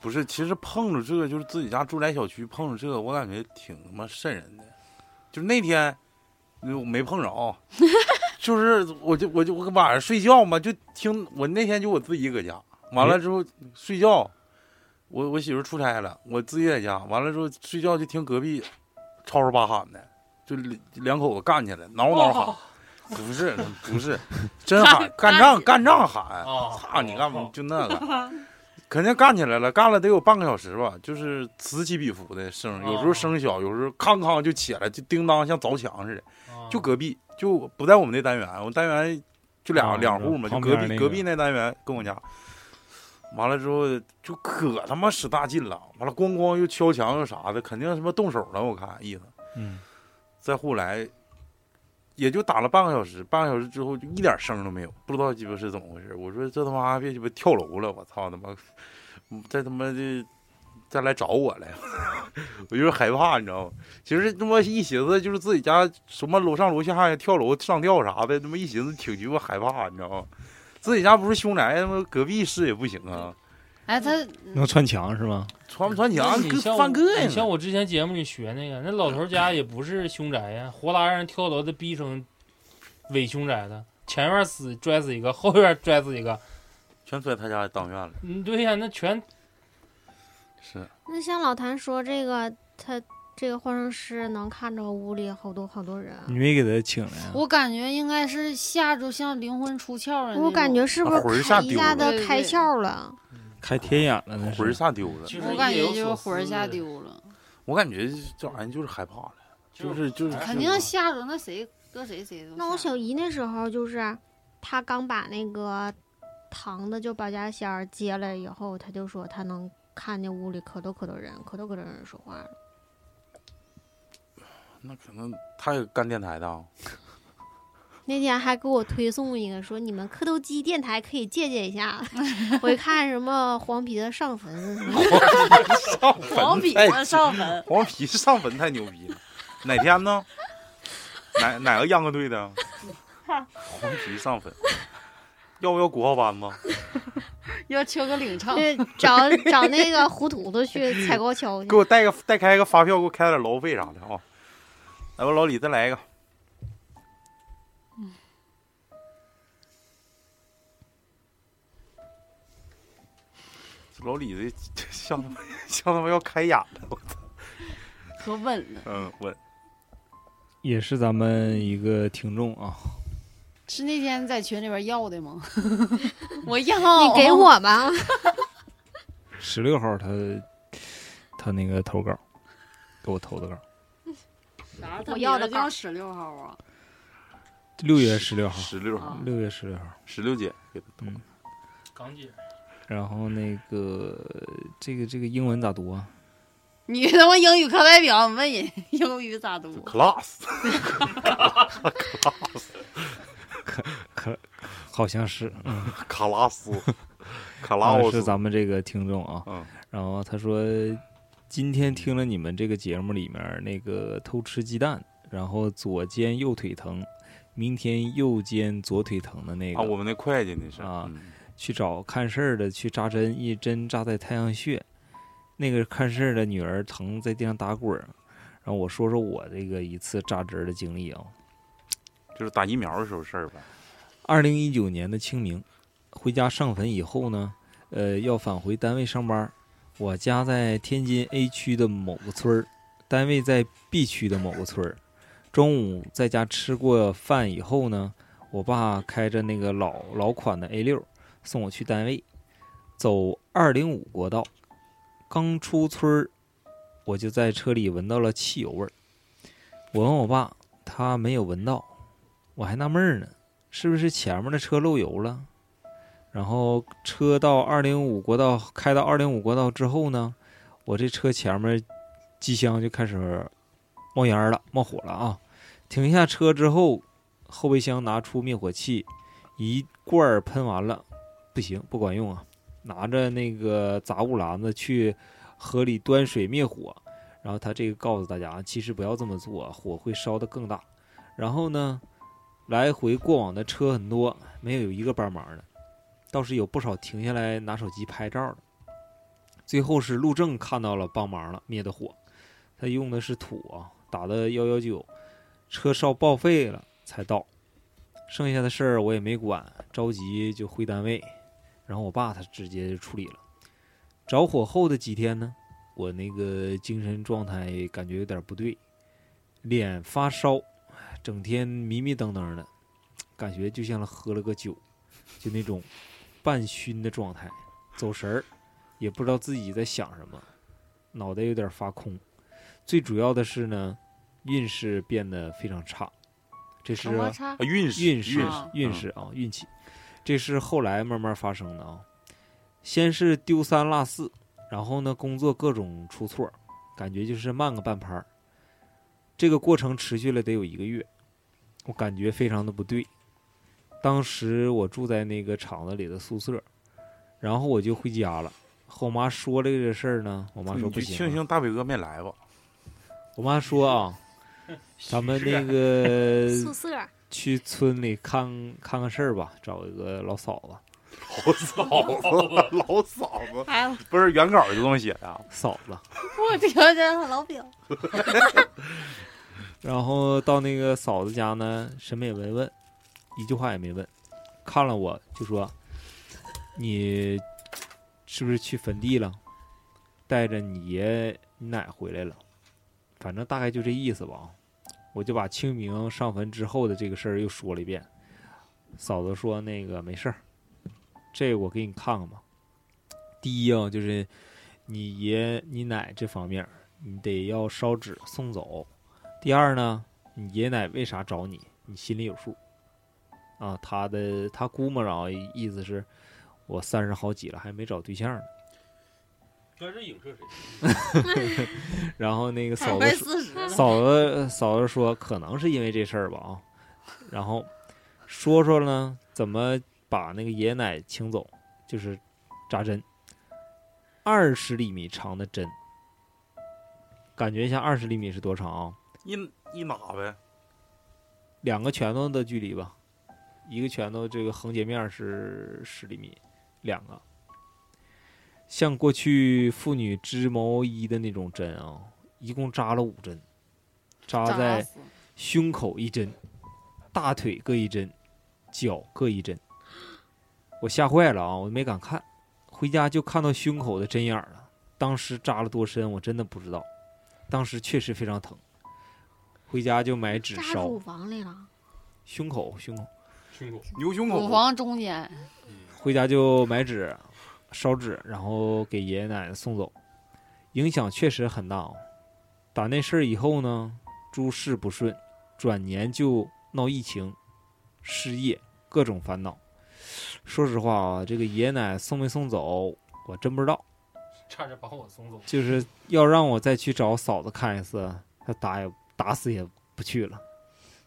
[SPEAKER 1] 不是？其实碰着这个就是自己家住宅小区碰着这个，我感觉挺他妈瘆人的。就是那天，嗯我没碰着， 就是我就我就我晚上睡觉嘛，就听我那天就我自己搁家，完了之后睡觉，我我媳妇出差了，我自己在家，完了之后睡觉就听隔壁吵吵巴喊的，就两两口子干起来，挠挠喊。不是不 是，真喊哦干哦仗干仗喊，
[SPEAKER 2] 啊
[SPEAKER 1] 操你干
[SPEAKER 6] 哦
[SPEAKER 1] 嘛就那个，肯定干起来了，干了得有半个小时吧，就是此起彼伏的声，有时候声小，有时候康康就起来，就叮当像凿墙似的。就隔壁，就不在我们那单元，我们单元就俩、
[SPEAKER 6] 啊
[SPEAKER 1] 两户嘛，就
[SPEAKER 6] 旁
[SPEAKER 1] 隔
[SPEAKER 6] 边
[SPEAKER 1] 壁、
[SPEAKER 6] 那个
[SPEAKER 1] 隔壁那单元跟我家。完了之后就可他妈使大劲了，完了咣咣又敲墙又啥的，肯定他妈动手了，我看意思。
[SPEAKER 6] 嗯，
[SPEAKER 1] 再后来，也就打了半个小时，半个小时之后就一点声都没有，不知道鸡巴是怎么回事。我说这他妈别鸡巴跳楼了，我操他妈，再他妈的再来找我来， 我就是害怕，你知道吗？其实他妈一寻思就是自己家什么楼上楼下呀跳楼上吊啥的，他妈一寻思挺鸡巴害怕，你知道吗？自己家不是凶宅，他妈隔壁是也不行啊，
[SPEAKER 4] 哎，他
[SPEAKER 6] 能穿墙是吗？
[SPEAKER 1] 穿不穿墙
[SPEAKER 2] 你像
[SPEAKER 1] 跟
[SPEAKER 2] 我
[SPEAKER 1] 犯膈
[SPEAKER 2] 你像
[SPEAKER 1] 应。
[SPEAKER 2] 我之前节目里学那个，那老头儿家也不是凶宅呀， 活拉让人跳楼的逼成伪凶宅的，前院死拽死一个，后院拽死一个，
[SPEAKER 1] 全摔他家当院了，
[SPEAKER 2] 嗯，对呀，那全
[SPEAKER 1] 是
[SPEAKER 3] 那像老谭说这个，他这个化妆师能看着屋里好多好多人啊。
[SPEAKER 6] 你没给他请来啊？
[SPEAKER 4] 我感觉应该是吓着像灵魂出窍了那种。
[SPEAKER 3] 我感觉是不
[SPEAKER 1] 把魂儿
[SPEAKER 3] 啊是
[SPEAKER 1] 吓
[SPEAKER 3] 开一
[SPEAKER 1] 丢
[SPEAKER 3] 下
[SPEAKER 1] 了
[SPEAKER 3] 子
[SPEAKER 4] 对对
[SPEAKER 3] 开
[SPEAKER 4] 对
[SPEAKER 3] 窍了？
[SPEAKER 6] 开天眼了那
[SPEAKER 1] 魂儿
[SPEAKER 6] 是，
[SPEAKER 1] 吓丢了。
[SPEAKER 2] 就
[SPEAKER 4] 我感觉就是魂儿吓，丢了，
[SPEAKER 1] 我感觉这玩意儿就是害怕了，就是就是
[SPEAKER 4] 肯定吓着那谁搁谁谁都。
[SPEAKER 3] 那我小姨那时候就是，她刚把那个堂的就保家仙儿接了以后，她就说她能看见屋里可多可多人，可多可多人说话了。
[SPEAKER 1] 那可能他也干电台的啊，
[SPEAKER 3] 那天还给我推送一个说你们磕头机电台可以借鉴一 下，我一看什么黄皮子上坟什么的，
[SPEAKER 1] 上
[SPEAKER 4] 黄
[SPEAKER 1] 坟
[SPEAKER 4] 笔
[SPEAKER 1] 太
[SPEAKER 4] 子哎上坟，
[SPEAKER 1] 哎黄皮上坟太牛逼了，哪天呢？哪哪个秧歌队的？黄皮上坟，要不要国号班子？
[SPEAKER 4] 要缺个领
[SPEAKER 1] 哎
[SPEAKER 4] 唱。
[SPEAKER 3] 就找找那个胡犊子去踩高跷去
[SPEAKER 1] 给。我带个带开个发票，给我开点劳务费啥的啊！来吧，老李再来一个，老李的像他妈像他妈要开眼了，我操！
[SPEAKER 4] 可稳了。
[SPEAKER 1] 嗯，我
[SPEAKER 6] 也是咱们一个听众啊，
[SPEAKER 4] 是那天在群里边要的吗？ 我要，
[SPEAKER 3] 你
[SPEAKER 4] 哦
[SPEAKER 3] 给我吧。
[SPEAKER 6] 十六号他他那个投稿，给我投的稿，
[SPEAKER 4] 啥？
[SPEAKER 3] 我要的
[SPEAKER 4] 刚
[SPEAKER 3] 稿
[SPEAKER 4] 十六号啊，
[SPEAKER 6] 六月十六号，
[SPEAKER 7] 十六
[SPEAKER 4] 啊
[SPEAKER 7] 号，
[SPEAKER 6] 六月十六号。
[SPEAKER 7] 十六姐给他
[SPEAKER 6] 嗯
[SPEAKER 2] 港姐，
[SPEAKER 6] 然后那个这个这个英文咋读啊？
[SPEAKER 4] 你他妈英语课代表，问人英语咋读？
[SPEAKER 7] class，
[SPEAKER 6] 好像是，
[SPEAKER 7] 卡拉 斯，卡拉
[SPEAKER 6] 啊
[SPEAKER 7] 奥
[SPEAKER 6] 是
[SPEAKER 7] 斯，
[SPEAKER 6] 咱们这个听众啊。
[SPEAKER 7] 嗯
[SPEAKER 6] 然后他说，今天听了你们这个节目里面那个偷吃鸡蛋，然后左肩右腿疼，明天右肩左腿疼的那个，
[SPEAKER 7] 啊，我们那会计那是
[SPEAKER 6] 啊，
[SPEAKER 7] 嗯
[SPEAKER 6] 去找看事儿的去扎针，一针扎在太阳穴，那个看事儿的女儿疼在地上打滚儿。然后我说说我这个一次扎针儿的经历啊、
[SPEAKER 7] 就是打疫苗的时候事儿呗。
[SPEAKER 6] 二零一九年的清明，回家上坟以后呢，呃，要返回单位上班儿。我家在天津 A 区的某个村儿，单位在 B 区的某个村儿。中午在家吃过饭以后呢，我爸开着那个老老款的 A 六送我去单位，走二零五国道，刚出村儿，我就在车里闻到了汽油味儿。我问我爸，他没有闻到，我还纳闷儿呢。是不是前面的车漏油了？然后车到二零五国道，开到二零五国道之后呢，我这车前面机箱就开始冒烟儿了，冒火了啊！停下车之后，后备箱拿出灭火器，一罐儿喷完了，不行，不管用啊！拿着那个杂物篮子去河里端水灭火，然后他这个告诉大家，其实不要这么做，火会烧得更大。然后呢，来回过往的车很多，没有一个帮忙的，倒是有不少停下来拿手机拍照的。最后是路政看到了帮忙了，灭的火，他用的是土啊，打的幺幺九，车烧报废了才到。剩下的事儿我也没管，着急就回单位，然后我爸他直接就处理了。着火后的几天呢，我那个精神状态感觉有点不对，脸发烧，整天迷迷瞪瞪的，感觉就像喝了个酒，就那种半熏的状态，走神儿，也不知道自己在想什么，脑袋有点发空。最主要的是呢，运势变得非常差，这 是
[SPEAKER 4] 什么叉
[SPEAKER 7] 啊，？运势，嗯
[SPEAKER 6] 运势
[SPEAKER 4] 啊
[SPEAKER 6] 运势啊，运气，这是后来慢慢发生的啊。先是丢三落四，然后呢，工作各种出错，感觉就是慢个半拍儿。这个过程持续了得有一个月，我感觉非常的不对。当时我住在那个厂子里的宿舍，然后我就回家了。和我妈说这个事儿呢，我妈
[SPEAKER 7] 嗯你
[SPEAKER 6] 说不
[SPEAKER 7] 就
[SPEAKER 6] 行啊、
[SPEAKER 7] 庆幸大伟哥没来吧。
[SPEAKER 6] 我妈说 啊，咱们
[SPEAKER 7] 啊
[SPEAKER 6] 那个
[SPEAKER 3] 宿舍
[SPEAKER 6] 去村里看看看事儿吧，找一个老嫂子，
[SPEAKER 7] 老嫂子，老嫂子，
[SPEAKER 4] 哎呦，
[SPEAKER 7] 不是原稿就这么写的。
[SPEAKER 6] 嫂子。
[SPEAKER 4] 我听着老 表，
[SPEAKER 6] 然后到那个嫂子家呢，什么也没问，一句话也没问，看了我就说：“你是不是去坟地了？带着你爷你奶回来了？反正大概就这意思吧。”我就把清明上坟之后的这个事儿又说了一遍。嫂子说：“那个没事儿，这我给你看看吧。第一啊，就是你爷你奶这方面儿，你得要烧纸送走。”第二呢，你爷奶为啥找你，你心里有数。啊，他的他估摸着啊意思是，我三十好几了还没找对象呢。
[SPEAKER 5] 全是影射谁？
[SPEAKER 6] 然后那个
[SPEAKER 4] 快
[SPEAKER 6] 嫂子
[SPEAKER 4] 快
[SPEAKER 6] 说
[SPEAKER 4] 四十了，
[SPEAKER 6] 嫂子嫂子说，可能是因为这事儿吧啊。然后说说呢，怎么把那个爷奶请走，就是扎针，二十厘米长的针，感觉一下二十厘米是多长啊？
[SPEAKER 7] 一一拿呗，
[SPEAKER 6] 两个拳头的距离吧，一个拳头这个横截面是十厘米，两个，像过去妇女织毛衣的那种针啊，一共扎了五针，扎
[SPEAKER 4] 扎
[SPEAKER 6] 在
[SPEAKER 4] 死
[SPEAKER 6] 胸口一针，大腿各一针，脚各一针。我吓坏了啊，我没敢看，回家就看到胸口的针眼儿了。当时扎了多深，我真的不知道，当时确实非常疼。回家就买纸
[SPEAKER 3] 扎
[SPEAKER 6] 烧
[SPEAKER 3] 乳房里了，
[SPEAKER 6] 胸口胸口，
[SPEAKER 5] 胸口
[SPEAKER 1] 牛胸
[SPEAKER 4] 乳
[SPEAKER 1] 口，
[SPEAKER 4] 房中间，
[SPEAKER 6] 回家就买纸烧纸，然后给爷爷奶奶送走，影响确实很大、哦。打那事儿以后呢，诸事不顺，转年就闹疫情、失业，各种烦恼。说实话啊，这个爷爷奶奶送没送走，我真不知道。
[SPEAKER 2] 差点把我送走。
[SPEAKER 6] 就是要让我再去找嫂子看一次，他打也打死也不去了。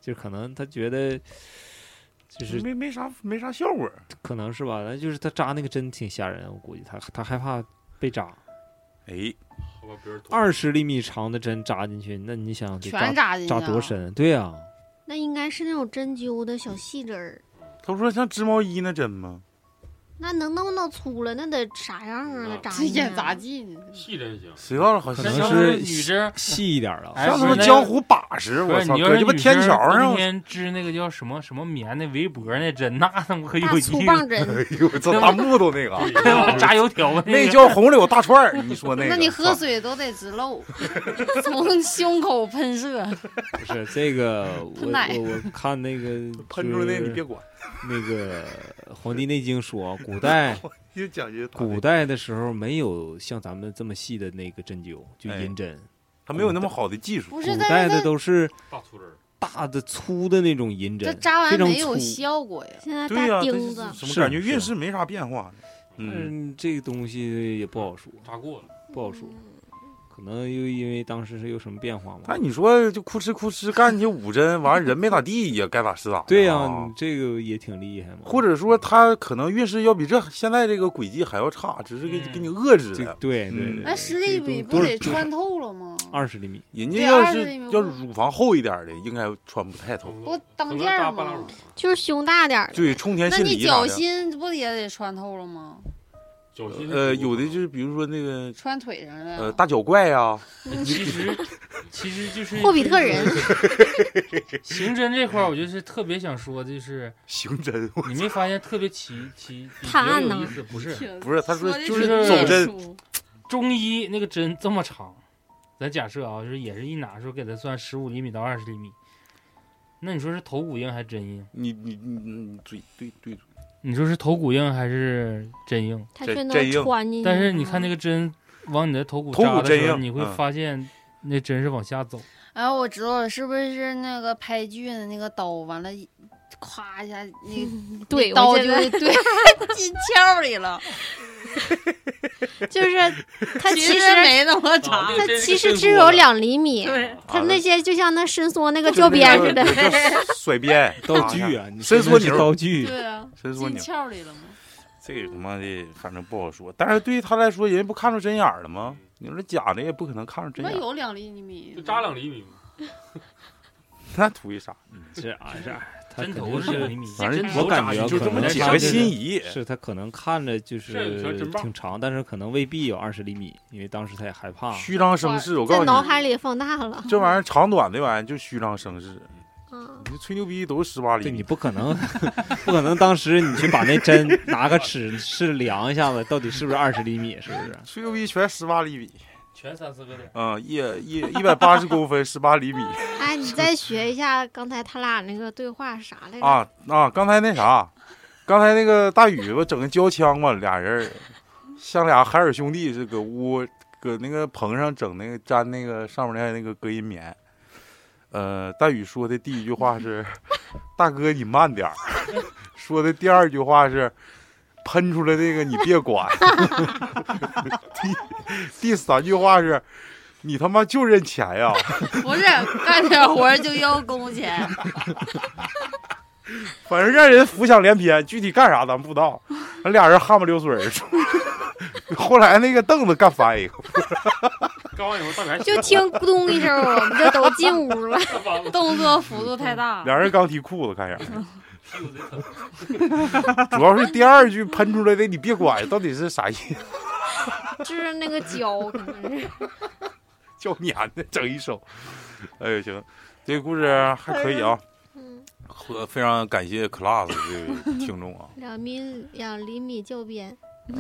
[SPEAKER 6] 就可能他觉得，就是
[SPEAKER 1] 没没啥没啥效果。
[SPEAKER 6] 可能是吧，但就是他扎那个针挺吓人，我估计他他害怕被扎。
[SPEAKER 1] 哎，
[SPEAKER 5] 好吧，别人捅
[SPEAKER 6] 二十厘米长的针扎进去，那你想得
[SPEAKER 4] 全
[SPEAKER 6] 扎
[SPEAKER 4] 扎进去，
[SPEAKER 6] 扎多？深？对呀、啊，
[SPEAKER 3] 那应该是那种针灸的小细针儿，
[SPEAKER 1] 他不说像织毛衣那针吗？
[SPEAKER 3] 那能弄到粗了，那得啥样啊？那
[SPEAKER 5] 嗯
[SPEAKER 3] 扎
[SPEAKER 4] 这也
[SPEAKER 3] 呀
[SPEAKER 4] 咋进 去？
[SPEAKER 5] 细针行，
[SPEAKER 1] 谁到了好
[SPEAKER 6] 可
[SPEAKER 1] 像
[SPEAKER 6] 能
[SPEAKER 5] 那
[SPEAKER 1] 像
[SPEAKER 5] 要
[SPEAKER 6] 是
[SPEAKER 5] 是女生，
[SPEAKER 6] 细一点儿了。
[SPEAKER 2] 哎
[SPEAKER 1] 像他
[SPEAKER 2] 不
[SPEAKER 1] 妈
[SPEAKER 2] 是那
[SPEAKER 1] 江湖把式，
[SPEAKER 2] 不
[SPEAKER 1] 我
[SPEAKER 2] 是
[SPEAKER 1] 操，
[SPEAKER 2] 你要
[SPEAKER 1] 搁
[SPEAKER 2] 是
[SPEAKER 1] 鸡巴
[SPEAKER 2] 女
[SPEAKER 1] 天
[SPEAKER 2] 生
[SPEAKER 1] 桥上
[SPEAKER 2] 冬，天织那个叫什么什么棉的围脖那针，那他妈可有
[SPEAKER 3] 大
[SPEAKER 2] 意
[SPEAKER 3] 粗
[SPEAKER 2] 思，
[SPEAKER 3] 棒针，
[SPEAKER 1] 哎呦我操，大木头那个啊，
[SPEAKER 2] 炸油条那
[SPEAKER 1] 那
[SPEAKER 2] 个。
[SPEAKER 1] 叫红柳大串儿，你说那个？
[SPEAKER 4] 那你喝水都得直漏， 从胸口喷 射，
[SPEAKER 6] 不是这个，我
[SPEAKER 4] 喷奶
[SPEAKER 6] 我我看那个
[SPEAKER 1] 喷出那，你别管，
[SPEAKER 6] 那个《黄帝内经》 说，古代
[SPEAKER 1] 越讲究
[SPEAKER 6] 古代的时候没有像咱们这么细的那个针灸，就
[SPEAKER 1] 哎
[SPEAKER 6] 银针。
[SPEAKER 1] 他没有那么好的技术。
[SPEAKER 4] 不是
[SPEAKER 6] 古
[SPEAKER 4] 但
[SPEAKER 6] 代
[SPEAKER 4] 是
[SPEAKER 6] 的
[SPEAKER 4] 它
[SPEAKER 6] 都是
[SPEAKER 5] 大粗针儿，
[SPEAKER 6] 大的粗的那种银
[SPEAKER 4] 这
[SPEAKER 6] 针，
[SPEAKER 4] 扎完
[SPEAKER 6] 非常
[SPEAKER 4] 没有
[SPEAKER 6] 粗
[SPEAKER 4] 效果呀。
[SPEAKER 3] 现在
[SPEAKER 1] 对呀、
[SPEAKER 3] 大
[SPEAKER 1] 啊，
[SPEAKER 3] 钉子
[SPEAKER 1] 这，怎么
[SPEAKER 6] 是
[SPEAKER 1] 感觉
[SPEAKER 6] 是
[SPEAKER 1] 运势没啥变化呢？嗯，
[SPEAKER 6] 嗯，这个东西也不好说，
[SPEAKER 5] 扎过了，
[SPEAKER 6] 不好说，
[SPEAKER 3] 嗯
[SPEAKER 6] 可能又因为当时是有什么变化
[SPEAKER 1] 那
[SPEAKER 6] 嘛。
[SPEAKER 1] 你说就哭哧哭哧干去五针，完了人没咋地，也该咋是咋。
[SPEAKER 6] 对呀、
[SPEAKER 1] 呀、
[SPEAKER 6] 你这个也挺厉害嘛。
[SPEAKER 1] 或者说他可能运势要比这现在这个轨迹还要差，只是给
[SPEAKER 2] 嗯
[SPEAKER 1] 给你遏制
[SPEAKER 6] 这
[SPEAKER 1] 了。
[SPEAKER 6] 对对对，
[SPEAKER 4] 那十厘米不得穿透了吗？
[SPEAKER 6] 二十厘米，
[SPEAKER 1] 人
[SPEAKER 4] 对
[SPEAKER 1] 家要
[SPEAKER 4] 二十厘
[SPEAKER 1] 是
[SPEAKER 4] 米
[SPEAKER 1] 要
[SPEAKER 4] 不
[SPEAKER 1] 乳房厚一点的，应该穿不太透。
[SPEAKER 4] 不当
[SPEAKER 5] 不
[SPEAKER 4] 件儿
[SPEAKER 5] 大
[SPEAKER 4] 吗
[SPEAKER 5] 半拉乳，
[SPEAKER 3] 就是胸大点儿的。
[SPEAKER 1] 对，冲天
[SPEAKER 4] 那
[SPEAKER 1] 信
[SPEAKER 4] 你
[SPEAKER 1] 梨啥
[SPEAKER 4] 脚
[SPEAKER 1] 的。
[SPEAKER 4] 心不也得穿透了吗？
[SPEAKER 5] 脚心
[SPEAKER 1] 呃，有
[SPEAKER 5] 嗯
[SPEAKER 1] 的就是比如说那个
[SPEAKER 4] 穿腿上了。
[SPEAKER 1] 呃大脚怪呀、
[SPEAKER 2] 其实其实就是
[SPEAKER 3] 嗯霍比特人，
[SPEAKER 2] 刑侦这块儿，我就是特别想说，就是
[SPEAKER 1] 刑针，
[SPEAKER 2] 你没发现特别奇奇比
[SPEAKER 3] 探案
[SPEAKER 2] 较有
[SPEAKER 3] 呐
[SPEAKER 2] 意思？不是
[SPEAKER 4] 挺
[SPEAKER 1] 不是他说
[SPEAKER 4] 说的
[SPEAKER 1] 就是走针
[SPEAKER 4] 艺术
[SPEAKER 2] 中医那个针这么长，咱假设啊，就是也是一拿出给它算十五厘米到二十厘米，那你说是头骨硬还是针硬？
[SPEAKER 1] 你你你你嘴对对对，
[SPEAKER 2] 你说是头骨硬还是针硬？
[SPEAKER 3] 他
[SPEAKER 1] 这
[SPEAKER 3] 全都
[SPEAKER 1] 这硬
[SPEAKER 3] 穿进去。啊
[SPEAKER 2] 但是你 看那个针往你的头骨
[SPEAKER 1] 头骨
[SPEAKER 2] 扎的时
[SPEAKER 1] 针
[SPEAKER 2] 候，
[SPEAKER 1] 硬
[SPEAKER 2] 你会
[SPEAKER 1] 嗯
[SPEAKER 2] 发现那针是往下走。
[SPEAKER 4] 哎，我知道了，是不是那个拍剧的那个刀？完了，咵一 下，那个
[SPEAKER 3] 对，
[SPEAKER 4] 那刀
[SPEAKER 3] 我
[SPEAKER 4] 就
[SPEAKER 3] 觉得
[SPEAKER 4] 对 进鞘里了。
[SPEAKER 3] 就是他
[SPEAKER 4] 其
[SPEAKER 3] 其
[SPEAKER 4] 实
[SPEAKER 3] 实
[SPEAKER 4] 没那么长
[SPEAKER 5] 啊，
[SPEAKER 3] 他
[SPEAKER 5] 这是
[SPEAKER 3] 其
[SPEAKER 5] 个
[SPEAKER 3] 实
[SPEAKER 5] 伸
[SPEAKER 3] 只
[SPEAKER 5] 缩
[SPEAKER 3] 有
[SPEAKER 5] 的
[SPEAKER 3] 两厘米，
[SPEAKER 1] 啊
[SPEAKER 3] 他那些就像那伸缩那个教鞭似的。
[SPEAKER 1] 那个叫甩鞭
[SPEAKER 6] 道具啊，你
[SPEAKER 1] 伸
[SPEAKER 6] 伸
[SPEAKER 1] 缩
[SPEAKER 6] 缩
[SPEAKER 1] 钮
[SPEAKER 6] 道具，
[SPEAKER 4] 对啊，
[SPEAKER 1] 伸缩
[SPEAKER 4] 进
[SPEAKER 1] 你
[SPEAKER 4] 鞘里了吗？
[SPEAKER 1] 这个他妈的，反正不好说。但是对于他来说，人家不看出针眼儿了吗？你说假的也不可能看出真
[SPEAKER 4] 那
[SPEAKER 1] 眼儿，
[SPEAKER 4] 有两厘米，
[SPEAKER 5] 就扎两厘米嘛，
[SPEAKER 1] 那图一啥？
[SPEAKER 6] 这啊 这啊，他
[SPEAKER 2] 针
[SPEAKER 6] 肯
[SPEAKER 2] 头
[SPEAKER 6] 定
[SPEAKER 2] 是两
[SPEAKER 6] 是
[SPEAKER 2] 厘米，
[SPEAKER 6] 反正
[SPEAKER 2] 针
[SPEAKER 6] 我
[SPEAKER 2] 头
[SPEAKER 6] 感
[SPEAKER 2] 扎
[SPEAKER 6] 觉
[SPEAKER 2] 进
[SPEAKER 1] 就
[SPEAKER 2] 去
[SPEAKER 6] 可
[SPEAKER 1] 这么
[SPEAKER 6] 能
[SPEAKER 1] 几
[SPEAKER 6] 扎
[SPEAKER 1] 个
[SPEAKER 6] 进
[SPEAKER 1] 心仪，
[SPEAKER 6] 是他可能看着就
[SPEAKER 5] 这有条
[SPEAKER 6] 是
[SPEAKER 5] 针棒
[SPEAKER 6] 挺长，但是可能未必有二十厘米，因为当时他也害怕。
[SPEAKER 1] 虚张声势。我告
[SPEAKER 3] 在
[SPEAKER 1] 诉
[SPEAKER 3] 脑
[SPEAKER 1] 你，
[SPEAKER 3] 海里放大了，
[SPEAKER 1] 这玩意儿长短这玩意儿就虚张声势。
[SPEAKER 3] 啊，
[SPEAKER 1] 你吹牛逼都是十八厘
[SPEAKER 6] 对你
[SPEAKER 1] 米，
[SPEAKER 6] 不可能，不可能当时你去把那针拿个尺试量一下子，到底是不是二十厘米，是不是？
[SPEAKER 1] 吹牛逼全十八厘米，
[SPEAKER 2] 全三四个点。
[SPEAKER 1] 嗯，一一一百八十公分，十八厘米
[SPEAKER 3] 哎，你再学一下刚才他俩那个对话啥来着？
[SPEAKER 1] 啊啊！刚才那啥，刚才那个大宇不整个交枪嘛，俩人儿像俩海尔兄弟是搁屋搁那个棚上整那个粘那个上面那那个隔音棉。呃，大宇说的第一句话是：“大哥，你慢点儿。”说的第二句话是：“喷出来那个你别管。 第”第三句话是：“你他妈就认钱呀、
[SPEAKER 4] 不是干点活儿就要工钱，
[SPEAKER 1] 反正让人浮想联翩，具体干啥咱不知道。那俩人汗不流水儿出去， 后来那个凳子干翻一个，
[SPEAKER 5] 干完以后大白
[SPEAKER 3] 就听咕咚一声，我们就都进 屋了。
[SPEAKER 4] 动作幅度太大。
[SPEAKER 1] 俩人刚提裤子，看样儿。主要是第二句喷出来的，你别管到底是啥意思，
[SPEAKER 3] 就是那个胶，可能是
[SPEAKER 1] 叫撵的整一手。哎呦，行，这个故事还 可以啊。
[SPEAKER 3] 嗯，
[SPEAKER 1] 呃非常感谢 class 这位听众啊，
[SPEAKER 3] 两米两厘米教鞭，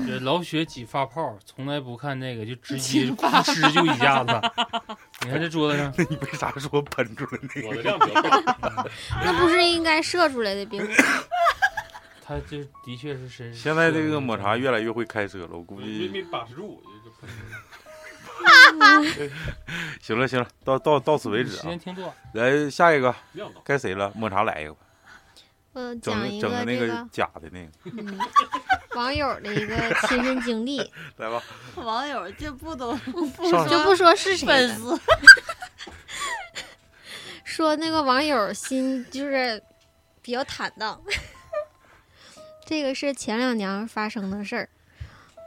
[SPEAKER 2] 这老雪挤发泡，从来不看那个，就直接噗嗤就一下子， 你看这桌子上，
[SPEAKER 7] 那你为啥说喷出来那
[SPEAKER 5] 我的量比较大，
[SPEAKER 3] 那不是应该射出来的冰吗？
[SPEAKER 2] 它这的确是身。
[SPEAKER 7] 现在这个抹茶越来越会开车了，我估
[SPEAKER 1] 嗯
[SPEAKER 5] 没
[SPEAKER 7] 计
[SPEAKER 5] 没把持住，就喷
[SPEAKER 7] 行了行了，到到到此为止
[SPEAKER 2] 时
[SPEAKER 7] 啊
[SPEAKER 2] 间！挺短，
[SPEAKER 7] 来下一个，
[SPEAKER 5] 量大。
[SPEAKER 7] 该谁了？抹茶来一个吧，整
[SPEAKER 3] 我嗯讲一
[SPEAKER 7] 整的那
[SPEAKER 3] 这
[SPEAKER 7] 个
[SPEAKER 3] 个
[SPEAKER 7] 假的 那个，
[SPEAKER 3] 嗯网友的一个亲身经历，
[SPEAKER 7] 来吧，
[SPEAKER 4] 网友这不 都
[SPEAKER 7] 上
[SPEAKER 3] 就不说是谁
[SPEAKER 4] 粉
[SPEAKER 3] 了
[SPEAKER 4] 丝
[SPEAKER 3] 说那个网友心就是比较坦荡。这个是前两年发生的事儿。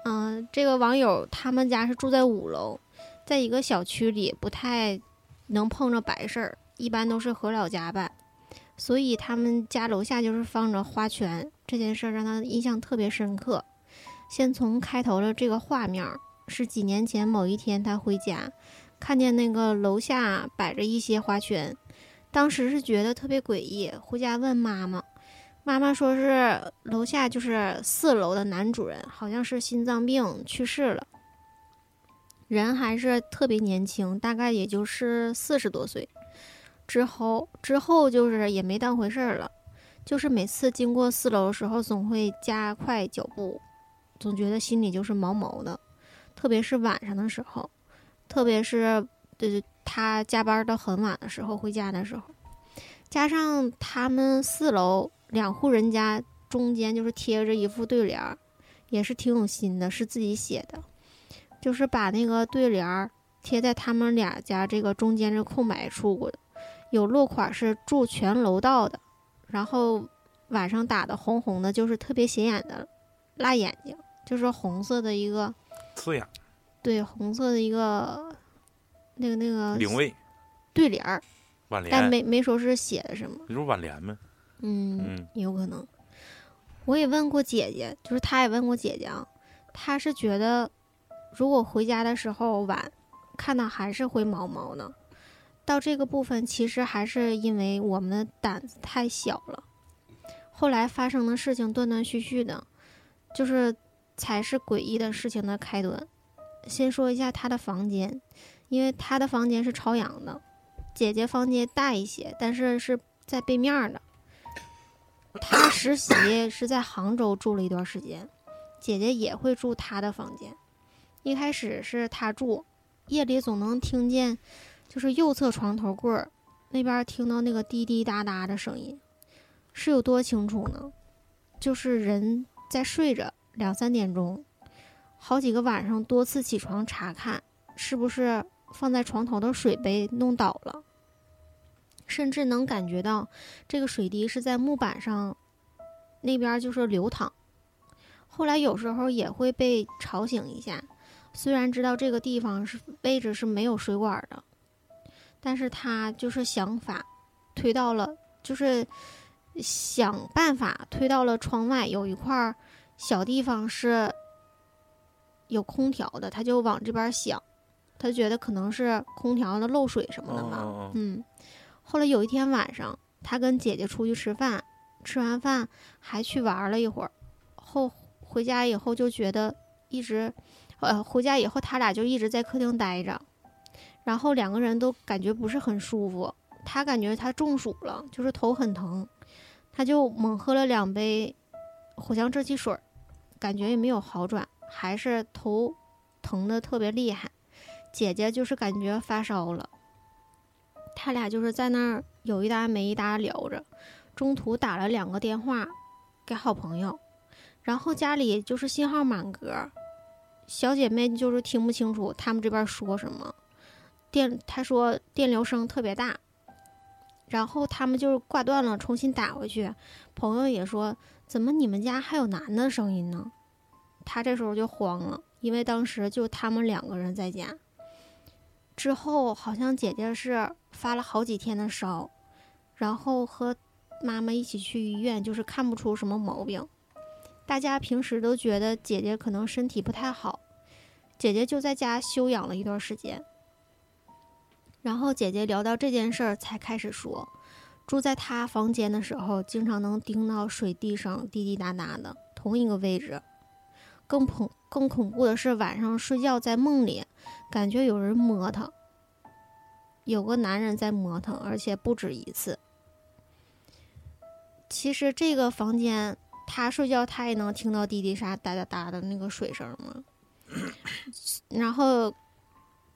[SPEAKER 3] 嗯、这个网友他们家是住在五楼，在一个小区里，不太能碰着白事儿，一般都是回老家办。所以他们家楼下就是放着花圈，这件事儿让他印象特别深刻。先从开头的这个画面儿，是几年前某一天他回家，看见那个楼下摆着一些花圈，当时是觉得特别诡异，回家问妈妈，妈妈说是楼下就是四楼的男主人，好像是心脏病去世了，人还是特别年轻，大概也就是四十多岁。之后之后就是也没当回事儿了，就是每次经过四楼的时候，总会加快脚步，总觉得心里就是毛毛的，特别是晚上的时候。特别是对他加班到很晚的时候，回家的时候，加上他们四楼两户人家中间就是贴着一副对联儿，也是挺有心的，是自己写的，就是把那个对联儿贴在他们俩家这个中间这空白处过的，有落款是祝全楼到的，然后晚上打的红红的，就是特别显眼的辣眼睛，就是红色的一个。
[SPEAKER 7] 刺眼
[SPEAKER 3] 对，红色的一个那个那个
[SPEAKER 7] 领位
[SPEAKER 3] 对联儿，
[SPEAKER 7] 挽
[SPEAKER 3] 嗯但
[SPEAKER 7] 联，
[SPEAKER 3] 没没说是写的什么，
[SPEAKER 7] 你说挽联吗？
[SPEAKER 3] 嗯，
[SPEAKER 7] 嗯，
[SPEAKER 3] 有可能。我也问过姐姐，就是她也问过姐姐啊，她是觉得如果回家的时候晚，看到还是会毛毛呢。到这个部分，其实还是因为我们的胆子太小了。后来发生的事情断断续续的，就是才是诡异的事情的开端。先说一下她的房间，因为她的房间是朝阳的，姐姐房间大一些，但是是在背面儿的。她实习是在杭州住了一段时间，姐姐也会住她的房间。一开始是她住，夜里总能听见，就是右侧床头柜儿那边儿听到那个滴滴答答的声音，是有多清楚呢？就是人在睡着，两三点钟，好几个晚上多次起床查看是不是放在床头的水杯弄倒了，甚至能感觉到这个水滴是在木板上那边就是流淌。后来有时候也会被吵醒一下，虽然知道这个地方是位置是没有水管的，但是他就是想法推到了，就是想办法推到了窗外有一块儿小地方是有空调的，他就往这边想，他觉得可能是空调的漏水什么的吧。
[SPEAKER 1] 哦
[SPEAKER 7] 嗯嗯
[SPEAKER 3] 嗯，后来有一天晚上，他跟姐姐出去吃饭，吃完饭还去玩了一会儿，后回家以后就觉得一直，呃，回家以后他俩就一直在客厅待着，然后两个人都感觉不是很舒服，他感觉他中暑了，就是头很疼，他就猛喝了两杯藿香正气水儿，感觉也没有好转，还是头疼的特别厉害，姐姐就是感觉发烧了。他俩就是在那儿有一搭没一搭聊着，中途打了两个电话给好朋友，然后家里就是信号满格，小姐妹就是听不清楚他们这边说什么，电她说电流声特别大，然后他们就是挂断了，重新打回去，朋友也说怎么你们家还有男的声音呢？他这时候就慌了，因为当时就他们两个人在家。之后好像姐姐是发了好几天的烧，然后和妈妈一起去医院，就是看不出什么毛病。大家平时都觉得姐姐可能身体不太好，姐姐就在家休养了一段时间。然后姐姐聊到这件事儿，才开始说，住在她房间的时候，经常能听到水滴声滴滴答答的，同一个位置。更恐更恐怖的是，晚上睡觉在梦里，感觉有人摸她，有个男人在磨腾，而且不止一次。其实这个房间，他睡觉他也能听到滴滴沙哒哒哒的那个水声嘛。 然后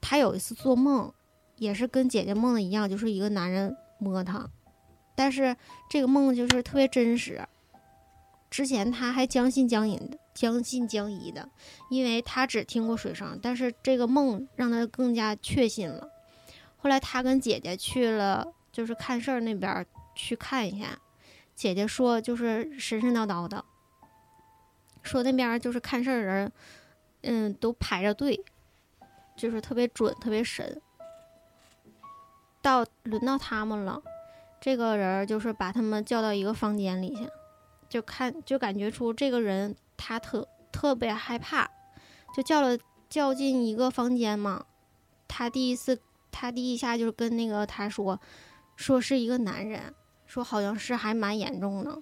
[SPEAKER 3] 他有一次做梦，也是跟姐姐梦的一样，就是一个男人摸她，但是这个梦就是特别真实。之前他还将信将疑的，将信将疑的，因为他只听过水声，但是这个梦让他更加确信了。后来他跟姐姐去了，就是看事儿那边儿去看一下。姐姐说，就是神神叨叨的，说那边儿就是看事儿人，嗯，都排着队，就是特别准，特别神。到轮到他们了，这个人儿就是把他们叫到一个房间里去，就看就感觉出这个人他特特别害怕，就叫了叫进一个房间嘛。他第一次他第一下就是跟那个他说，说是一个男人，说好像是还蛮严重的，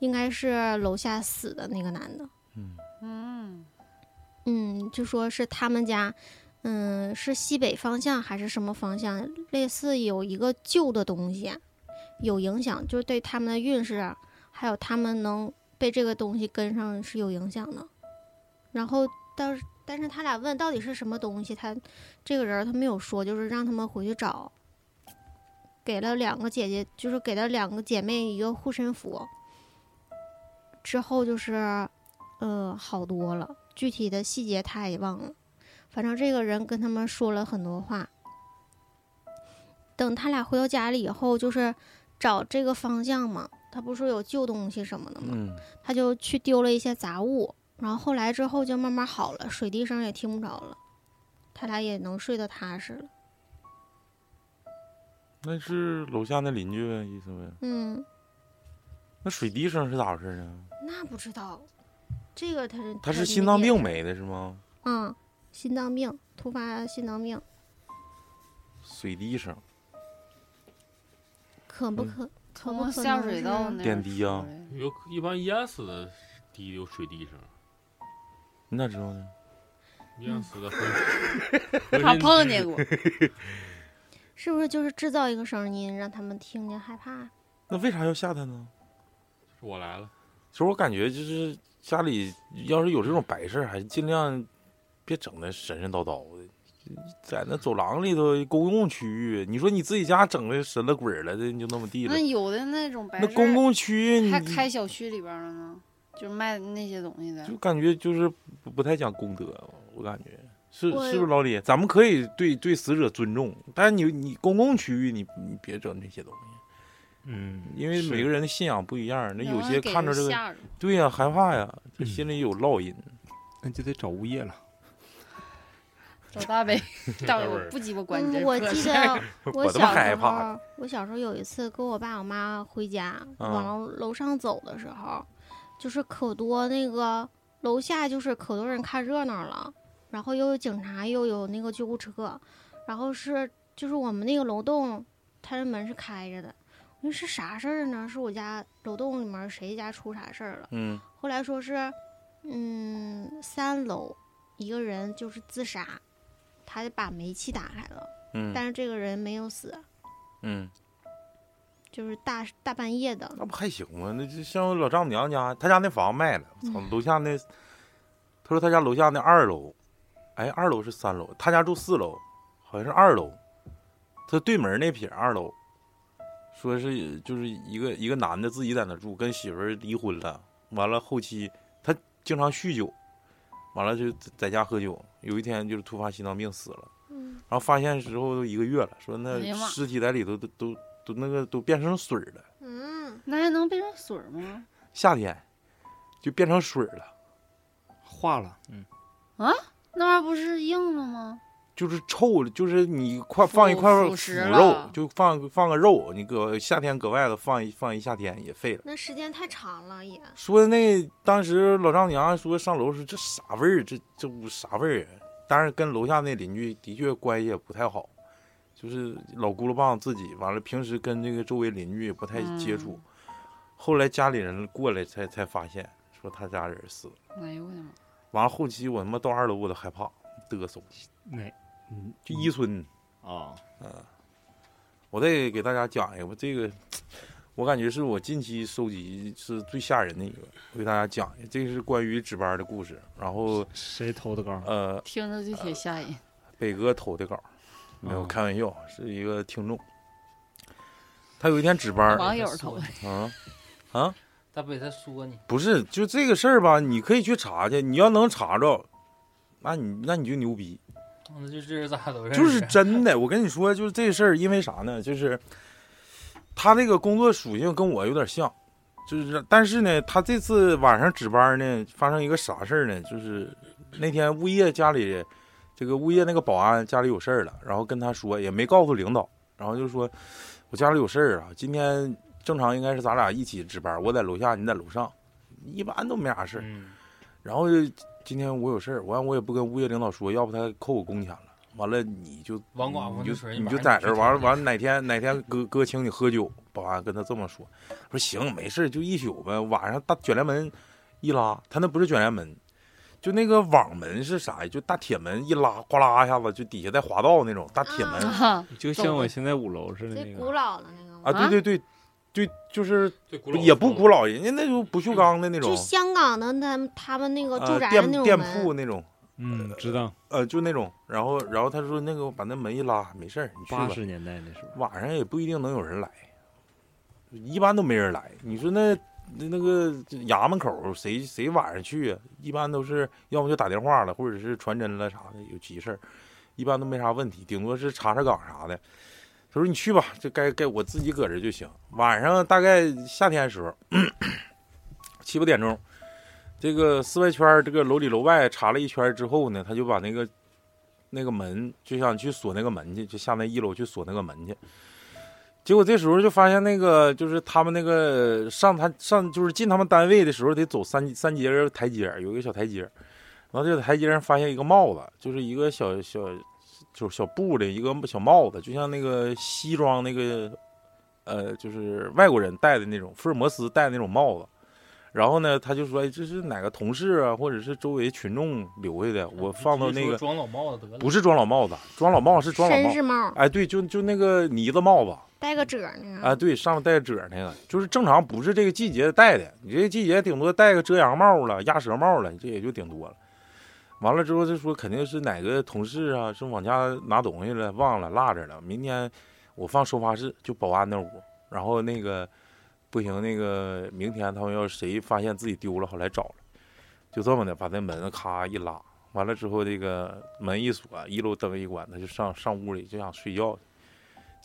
[SPEAKER 3] 应该是楼下死的那个男的。
[SPEAKER 1] 嗯，
[SPEAKER 4] 嗯，
[SPEAKER 3] 嗯，就说是他们家，嗯，是西北方向还是什么方向？类似有一个旧的东西，有影响，就是对他们的运势，啊还有他们能被这个东西跟上是有影响的。然后，但是但是他俩问到底是什么东西，他这个人儿他没有说，就是让他们回去找。给了两个姐姐，就是给了两个姐妹一个护身符，之后就是，呃，好多了。具体的细节他也忘了，反正这个人跟他们说了很多话。等他俩回到家里以后，就是找这个方向嘛，他不是有旧东西什么的吗？
[SPEAKER 1] 嗯，
[SPEAKER 3] 他就去丢了一些杂物，然后后来之后就慢慢好了，水滴声也听不着了，他俩也能睡得踏实了。
[SPEAKER 1] 那是楼下那邻居呗，意思呗。
[SPEAKER 3] 嗯，
[SPEAKER 1] 那水滴声是咋回事呢？
[SPEAKER 3] 那不知道，这个他是
[SPEAKER 1] 他是心脏病
[SPEAKER 3] 没？
[SPEAKER 1] 没的是吗？
[SPEAKER 3] 嗯，心脏病，突发心脏病，
[SPEAKER 1] 水滴声，
[SPEAKER 3] 可
[SPEAKER 1] 嗯
[SPEAKER 3] 不可、可不
[SPEAKER 4] 从
[SPEAKER 3] 可
[SPEAKER 4] 下
[SPEAKER 3] 能
[SPEAKER 4] 水
[SPEAKER 3] 是
[SPEAKER 4] 道那
[SPEAKER 1] 点滴啊
[SPEAKER 4] 出来的
[SPEAKER 5] 有一般淹死的滴有水滴声，
[SPEAKER 1] 你咋知道呢？
[SPEAKER 5] 淹死 的浑
[SPEAKER 4] 他
[SPEAKER 5] 浑身
[SPEAKER 4] 碰见过，
[SPEAKER 3] 是不是就是制造一个声音让他们听见害怕？
[SPEAKER 1] 那为啥要吓他呢？
[SPEAKER 5] 我来了，
[SPEAKER 1] 其实我感觉就是家里要是有这种白事儿，还是尽量别整那神神叨叨的，在那走廊里头公共区域，你说你自己家整的神了鬼儿了的，你就那么地了
[SPEAKER 4] 那。有的那种白
[SPEAKER 1] 那
[SPEAKER 4] 事
[SPEAKER 1] 公
[SPEAKER 4] 儿
[SPEAKER 1] 共区域你
[SPEAKER 4] 还开小区里边儿了呢，就卖那些东西的
[SPEAKER 1] 就。感觉就是不不太讲公德，我感觉是
[SPEAKER 3] 我
[SPEAKER 1] 是不是老李？咱们可以对对死者尊重，但是你你公共区域你你别整这些东西，
[SPEAKER 6] 嗯，
[SPEAKER 1] 因为
[SPEAKER 6] 是
[SPEAKER 1] 每个人的信仰不一样，那
[SPEAKER 4] 然
[SPEAKER 1] 有
[SPEAKER 4] 后
[SPEAKER 1] 些
[SPEAKER 4] 给
[SPEAKER 1] 看着
[SPEAKER 4] 人
[SPEAKER 1] 这个，
[SPEAKER 4] 吓着
[SPEAKER 1] 对呀、害怕呀，这
[SPEAKER 6] 嗯
[SPEAKER 1] 心里有烙印。
[SPEAKER 6] 那就得找物业了。
[SPEAKER 4] 找大 北，大
[SPEAKER 5] 大
[SPEAKER 4] 北我
[SPEAKER 5] 北
[SPEAKER 4] 不鸡巴关
[SPEAKER 3] 嗯，
[SPEAKER 4] 真。
[SPEAKER 3] 我记得我
[SPEAKER 1] 我他
[SPEAKER 3] 小
[SPEAKER 1] 妈害
[SPEAKER 3] 时
[SPEAKER 1] 怕
[SPEAKER 3] 候，我小时候有一次跟我爸我妈回家，
[SPEAKER 1] 嗯
[SPEAKER 3] 往楼楼上走的时候，就是可多那个楼下就是可多人看热闹了，然后又有警察，又有那个救护车，然后是就是我们那个楼栋，它的门是开着的。我说是啥事儿呢？是我家楼栋里面谁家出啥事儿了？
[SPEAKER 1] 嗯，
[SPEAKER 3] 后来说是，嗯，三楼一个人就是自杀，他就把煤气打开了，
[SPEAKER 1] 嗯
[SPEAKER 3] 但是这个人没有死，
[SPEAKER 1] 嗯，
[SPEAKER 3] 就是大大半夜的，
[SPEAKER 1] 那不还行吗？那就像我老丈母娘家，她家那房卖了，我
[SPEAKER 4] 嗯
[SPEAKER 1] 操，楼下那，他说他家楼下那二楼，哎，二楼是三楼，他家住四楼，好像是二楼，他对门那撇二楼，说是就是一个一个男的自己在那住，跟媳妇儿离婚了，完了后期他经常酗酒，完了就在家喝酒，有一天就是突发心脏病死了，
[SPEAKER 3] 嗯，
[SPEAKER 1] 然后发现之后都一个月了，说那
[SPEAKER 4] 哎呀妈
[SPEAKER 1] 尸体在里头都都都那个都变成水儿了。
[SPEAKER 3] 嗯，
[SPEAKER 4] 那还能变成水儿吗？
[SPEAKER 1] 夏天就变成水了，
[SPEAKER 6] 化了，嗯，
[SPEAKER 4] 那玩意儿不是硬的吗？
[SPEAKER 1] 就是臭了，就是你快放一块
[SPEAKER 4] 腐
[SPEAKER 1] 腐
[SPEAKER 4] 蚀
[SPEAKER 1] 肉
[SPEAKER 4] 了，
[SPEAKER 1] 就放放个肉，你搁夏天搁外头放一放一夏天也废了。
[SPEAKER 3] 那时间太长了也，
[SPEAKER 1] 说那当时老丈母娘说上楼说这啥味儿，这这屋啥味儿啊？但是跟楼下那邻居的确关系也不太好，就是老轱辘棒自己完了，平时跟这个周围邻居也不太接触。
[SPEAKER 4] 嗯
[SPEAKER 1] 后来家里人过来才才发现，说他家人死了。
[SPEAKER 4] 哎呦我的妈！
[SPEAKER 1] 完了后期我他妈到二楼我都害怕，嘚瑟。
[SPEAKER 6] 那，嗯，
[SPEAKER 1] 就伊村，
[SPEAKER 6] 啊，
[SPEAKER 1] 我再给大家讲一个吧，这个我感觉是我近期收集是最吓人的一个，我给大家讲一个，这是关于值班的故事。然后
[SPEAKER 6] 谁偷的缸？
[SPEAKER 1] 呃，
[SPEAKER 4] 听着就挺吓人。
[SPEAKER 1] 北哥投的稿，没有
[SPEAKER 6] 啊
[SPEAKER 1] 开玩笑，是一个听众，他有一天值班，
[SPEAKER 4] 网友头发
[SPEAKER 1] 啊，
[SPEAKER 2] 大北他说你，
[SPEAKER 1] 不是，就这个事儿吧，你可以去查去，你要能查着，那你那你就牛逼，
[SPEAKER 2] 那就这人咋都认识，
[SPEAKER 1] 就是真的。我跟你说，就是这事儿，因为啥呢？就是他这个工作属性跟我有点像，就是但是呢，他这次晚上值班呢，发生一个啥事儿呢？就是那天物业家里这个物业那个保安家里有事儿了，然后跟他说，也没告诉领导，然后就说我家里有事儿啊，今天正常应该是咱俩一起值班，我在楼下，你在楼上，一般都没啥事儿。
[SPEAKER 2] 嗯，
[SPEAKER 1] 然后今天我有事儿，完我也不跟物业领导说，要不他扣我工钱了。完了你就
[SPEAKER 2] 王寡妇
[SPEAKER 1] 你
[SPEAKER 2] 那
[SPEAKER 1] 就
[SPEAKER 2] 水
[SPEAKER 1] 你就在这儿完了完了哪天哪天哥哥请你喝酒，保安跟他这么说，说行没事儿就一宿呗。晚上大卷帘门一拉，他那不是卷帘门，就那个网门是啥呀？就大铁门一拉，哗啦一下子就底下带滑道那种大铁门啊
[SPEAKER 4] 啊，
[SPEAKER 6] 就像我现在五楼似的
[SPEAKER 3] 最
[SPEAKER 6] 那
[SPEAKER 3] 古
[SPEAKER 6] 个，
[SPEAKER 3] 老的那个吗
[SPEAKER 4] 啊
[SPEAKER 1] 对对对，对就是
[SPEAKER 5] 对，古老
[SPEAKER 1] 也不古
[SPEAKER 5] 老，
[SPEAKER 1] 老，人家那就不锈钢的那种
[SPEAKER 3] 就，香港的他们他们那个住
[SPEAKER 1] 呃
[SPEAKER 3] 宅的
[SPEAKER 1] 店
[SPEAKER 3] 那种
[SPEAKER 1] 店
[SPEAKER 3] 门
[SPEAKER 1] 铺那种。
[SPEAKER 6] 嗯，知道，
[SPEAKER 1] 呃，就那种，然后然后他说那个把那门一拉，没事儿，你去吧
[SPEAKER 6] 八。十年代那时候，
[SPEAKER 1] 晚上也不一定能有人来，一般都没人来。你说那那那个衙门口谁谁晚上去啊？一般都是要么就打电话了，或者是传真了啥的，有急事儿，一般都没啥问题，顶多是查查岗啥的。他说你去吧，这该该我自己搁这就行。晚上大概夏天的时候，七八点钟，这个四外圈儿这个楼里楼外查了一圈儿之后呢，他就把那个那个门就想去锁那个门去，就下那一楼去锁那个门去。结果这时候就发现那个就是他们那个上他上就是进他们单位的时候得走三三节儿台阶儿，有一个小台阶儿，然后这个台阶上发现一个帽子，就是一个小小就是小布的一个小帽子，就像那个西装那个呃就是外国人戴的那种福尔摩斯戴的那种帽子。然后呢，他就说：“哎，这是哪个同事啊，或者是周围群众留下的？我放到那个
[SPEAKER 2] 装老帽子得了，
[SPEAKER 1] 不是装老帽子，装老帽是装老帽
[SPEAKER 3] 绅。士帽，
[SPEAKER 1] 哎，对，就就那个呢子帽子，
[SPEAKER 3] 戴个褶儿那
[SPEAKER 1] 哎，
[SPEAKER 3] 个，
[SPEAKER 1] 对，上面带褶儿那个，就是正常不是这个季节戴的。你这个季节顶多戴个遮阳帽了、鸭舌帽了，这也就顶多了。完了之后就说肯定是哪个同事啊，是往家拿东西了，忘了落着了。明天我放收发室，就保安那屋。然后那个不行，那个明天他们要谁发现自己丢了，好来找了。就这么的，把那门咔一拉，完了之后这个门一锁，一楼灯一关，他就上上屋里就想睡觉去，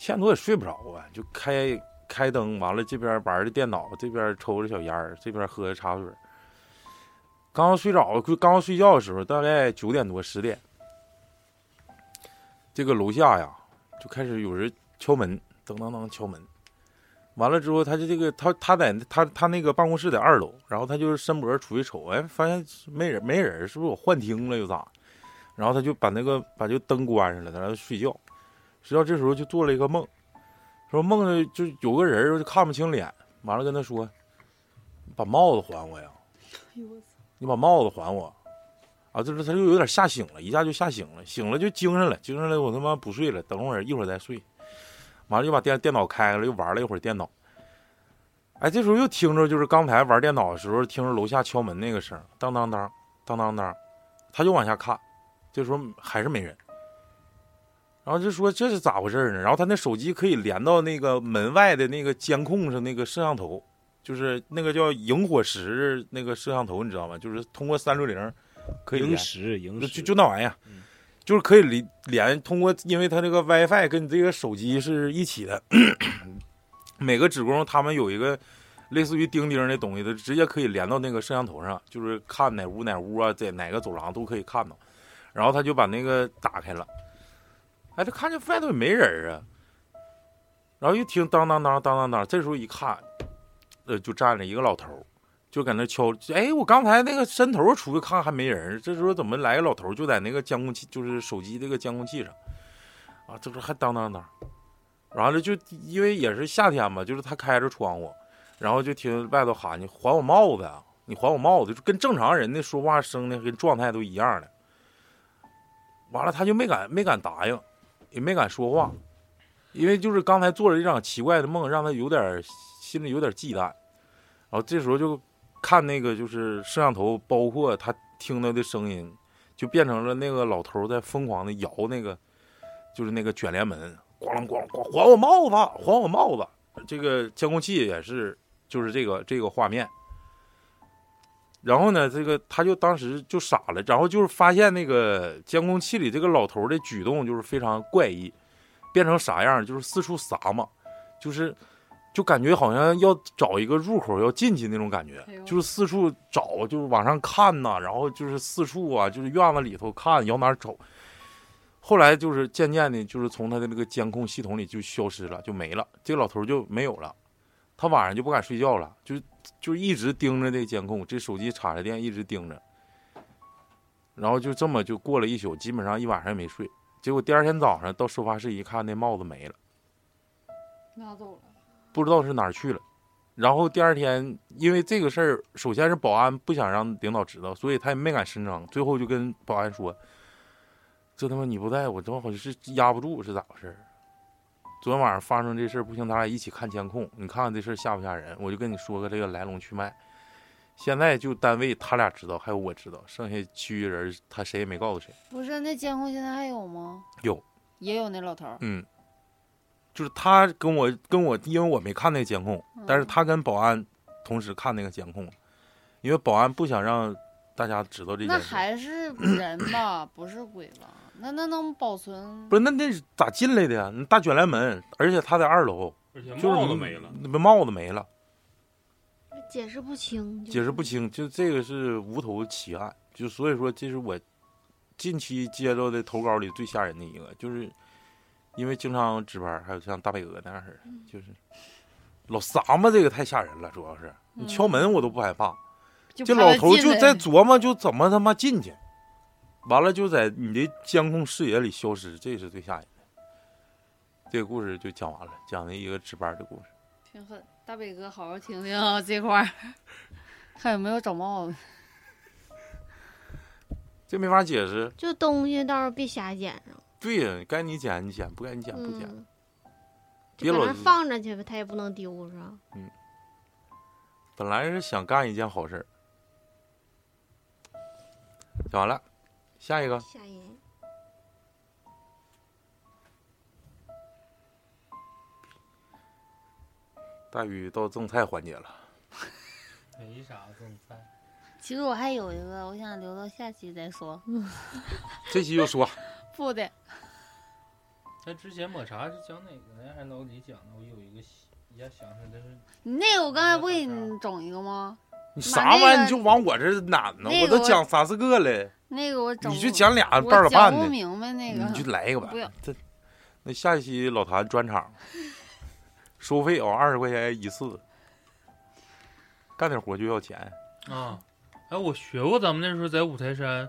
[SPEAKER 1] 欠多也睡不着啊，就开开灯，完了这边玩着电脑，这边抽着小烟儿，这边喝着茶水儿。刚睡着，就刚睡觉的时候，大概九点多十点，这个楼下呀就开始有人敲门，噔噔噔敲门。完了之后，他就这个他他在他他那个办公室在二楼，然后他就伸脖出去瞅，哎，发现是没人没人，是不是我幻听了又咋？然后他就把那个把这个灯关上了，在那睡觉。睡觉这时候就做了一个梦，说梦着就有个人儿就看不清脸，完了跟他说：“你把帽子还我呀！”你把帽子还我。啊，就是他就有点吓醒了，一下就吓醒了，醒了就精神了，精神了我他妈不睡了，等会儿一会儿再睡。完了就把电电脑开了，又玩了一会儿电脑。哎，这时候又听着就是刚才玩电脑的时候，听着楼下敲门那个声儿，当当当，当当当，他就往下看，这时候还是没人。然后就说这是咋回事儿呢？然后他那手机可以连到那个门外的那个监控上那个摄像头，就是那个叫萤火石那个摄像头，你知道吗？就是通过三六零可以连
[SPEAKER 6] 萤石，萤
[SPEAKER 1] 就
[SPEAKER 6] 石，
[SPEAKER 1] 就就那玩意儿，就是可以连连通过，因为它这个 WiFi 跟你这个手机是一起的。 每个职工他们有一个类似于钉钉的东西，它直接可以连到那个摄像头上，就是看哪屋哪屋啊，在哪个走廊都可以看到。然后他就把那个打开了，哎，他看见外头也没人儿啊。然后一听当当当当当当，这时候一看，呃，就站着一个老头儿就搁那敲，哎，我刚才那个伸头出去看还没人儿，这时候怎么来个老头儿就在那个监控器，就是手机这个监控器上，啊，这时候还当当当，完了就因为也是夏天嘛，就是他开着窗户，然后就听外头喊你还我帽子啊，你还我帽子，就跟正常人的说话声的跟状态都一样的。完了他就没敢没敢答应，也没敢说话，因为就是刚才做了一场奇怪的梦，让他有点儿心里有点儿忌惮。然后这时候就看那个就是摄像头，包括他听到的声音，就变成了那个老头儿在疯狂的摇那个，就是那个卷帘门，咣啷咣啷咣，还我帽子，还我帽子。这个监控器也是，就是这个这个画面。然后呢，这个他就当时就傻了，然后就是发现那个监控器里这个老头儿的举动就是非常怪异，变成啥样就是四处撒嘛，就是就感觉好像要找一个入口要进去那种感觉
[SPEAKER 4] 哎呦，
[SPEAKER 1] 就是四处找，就是往上看呐、然后就是四处啊，就是院子里头看往哪儿瞅。后来就是渐渐的，就是从他的那个监控系统里就消失了，就没了，这个老头儿就没有了。他晚上就不敢睡觉了，就就一直盯着这监控，这手机插着电一直盯着，然后就这么就过了一宿，基本上一晚上也没睡。结果第二天早上到收发室一看，那帽子没了，
[SPEAKER 4] 拿走了，
[SPEAKER 1] 不知道是哪儿去了。然后第二天，因为这个事儿，首先是保安不想让领导知道，所以他也没敢声张。最后就跟保安说：“这他妈你不在哎我，这好像是压不住，是咋回事儿？昨天晚上发生这事儿，不行，咱俩一起看监控，你看看这事儿吓不吓人？我就跟你说个这个来龙去脉。现在就单位他俩知道，还有我知道，剩下其余人他谁也没告诉谁。
[SPEAKER 4] 不是那监控现在还有吗？
[SPEAKER 1] 有，
[SPEAKER 4] 也有那老头儿。
[SPEAKER 1] 嗯，就是他跟我跟我，因为我没看那个监控，
[SPEAKER 4] 嗯
[SPEAKER 1] 但是他跟保安同时看那个监控，因为保安不想让大家知道这
[SPEAKER 4] 那
[SPEAKER 1] 件事。
[SPEAKER 4] 还是人吧，不是鬼吧？那那能保存？
[SPEAKER 1] 不是，那那是咋进来的呀？那大卷帘门，而且他在二楼，
[SPEAKER 5] 而且
[SPEAKER 1] 就是
[SPEAKER 5] 帽子没了，，
[SPEAKER 1] 帽子没了，
[SPEAKER 3] 解释不清，
[SPEAKER 4] 嗯
[SPEAKER 1] 解释不。清。就这个是无头奇案，就所以说这是我近期接到的投稿里最吓人的一个，就是因为经常值班，还有像大白鹅那样似的，
[SPEAKER 4] 嗯
[SPEAKER 1] 就是老撒嘛，这个太吓人了，主要是
[SPEAKER 4] 嗯
[SPEAKER 1] 你敲门我都不害怕。
[SPEAKER 4] 就
[SPEAKER 1] 这
[SPEAKER 4] 怕
[SPEAKER 1] 老
[SPEAKER 4] 他
[SPEAKER 1] 头
[SPEAKER 4] 进
[SPEAKER 1] 就
[SPEAKER 4] 来
[SPEAKER 1] 在琢磨，就怎么他妈进去，完了就在你的监控视野里消失，这是最吓人的。这个故事就讲完了，讲的一个值班的故事。
[SPEAKER 4] 挺狠。大北哥，好好听听啊，这块儿，看有没有找啊帽子。
[SPEAKER 1] 这没法解释。
[SPEAKER 3] 就东西倒是别瞎捡上，
[SPEAKER 1] 对呀，该你捡你捡，不该你捡不捡。
[SPEAKER 3] 嗯，
[SPEAKER 1] 别
[SPEAKER 3] 就搁
[SPEAKER 1] 老
[SPEAKER 3] 那儿放着去吧，他也不能丢是吧？
[SPEAKER 1] 本来是想干一件好事儿，讲完了，下一个
[SPEAKER 3] 吓人。
[SPEAKER 1] 大宇到赠菜环节了。
[SPEAKER 2] 没啥赠菜，
[SPEAKER 4] 其实我还有一个，我想留到下期再说。
[SPEAKER 1] 这期就 说，
[SPEAKER 4] 不的，
[SPEAKER 2] 他之前抹茶是讲哪个呢？还是老李讲的？我有一个一下想起来，但是
[SPEAKER 4] 你那个我刚才不给
[SPEAKER 2] 嗯
[SPEAKER 4] 你整一个吗？
[SPEAKER 1] 你
[SPEAKER 4] 妈
[SPEAKER 1] 啥
[SPEAKER 4] 那
[SPEAKER 1] 玩
[SPEAKER 4] 个
[SPEAKER 1] 意儿你就往我这儿揽呢？
[SPEAKER 4] 那
[SPEAKER 1] 我
[SPEAKER 4] 个
[SPEAKER 1] 都
[SPEAKER 4] 我
[SPEAKER 1] 讲三四个了，
[SPEAKER 4] 那个我整不，
[SPEAKER 1] 你就讲俩
[SPEAKER 4] 我
[SPEAKER 1] 半了
[SPEAKER 4] 讲
[SPEAKER 1] 半
[SPEAKER 4] 不
[SPEAKER 1] 的。嗯
[SPEAKER 4] 明白那个。
[SPEAKER 1] 你就来一个吧
[SPEAKER 4] 不要。
[SPEAKER 1] 这那下一期老谭专场，收费哦，二十块钱一次，干点活就要钱。
[SPEAKER 2] 啊，哎，我学过，咱们那时候在五台山，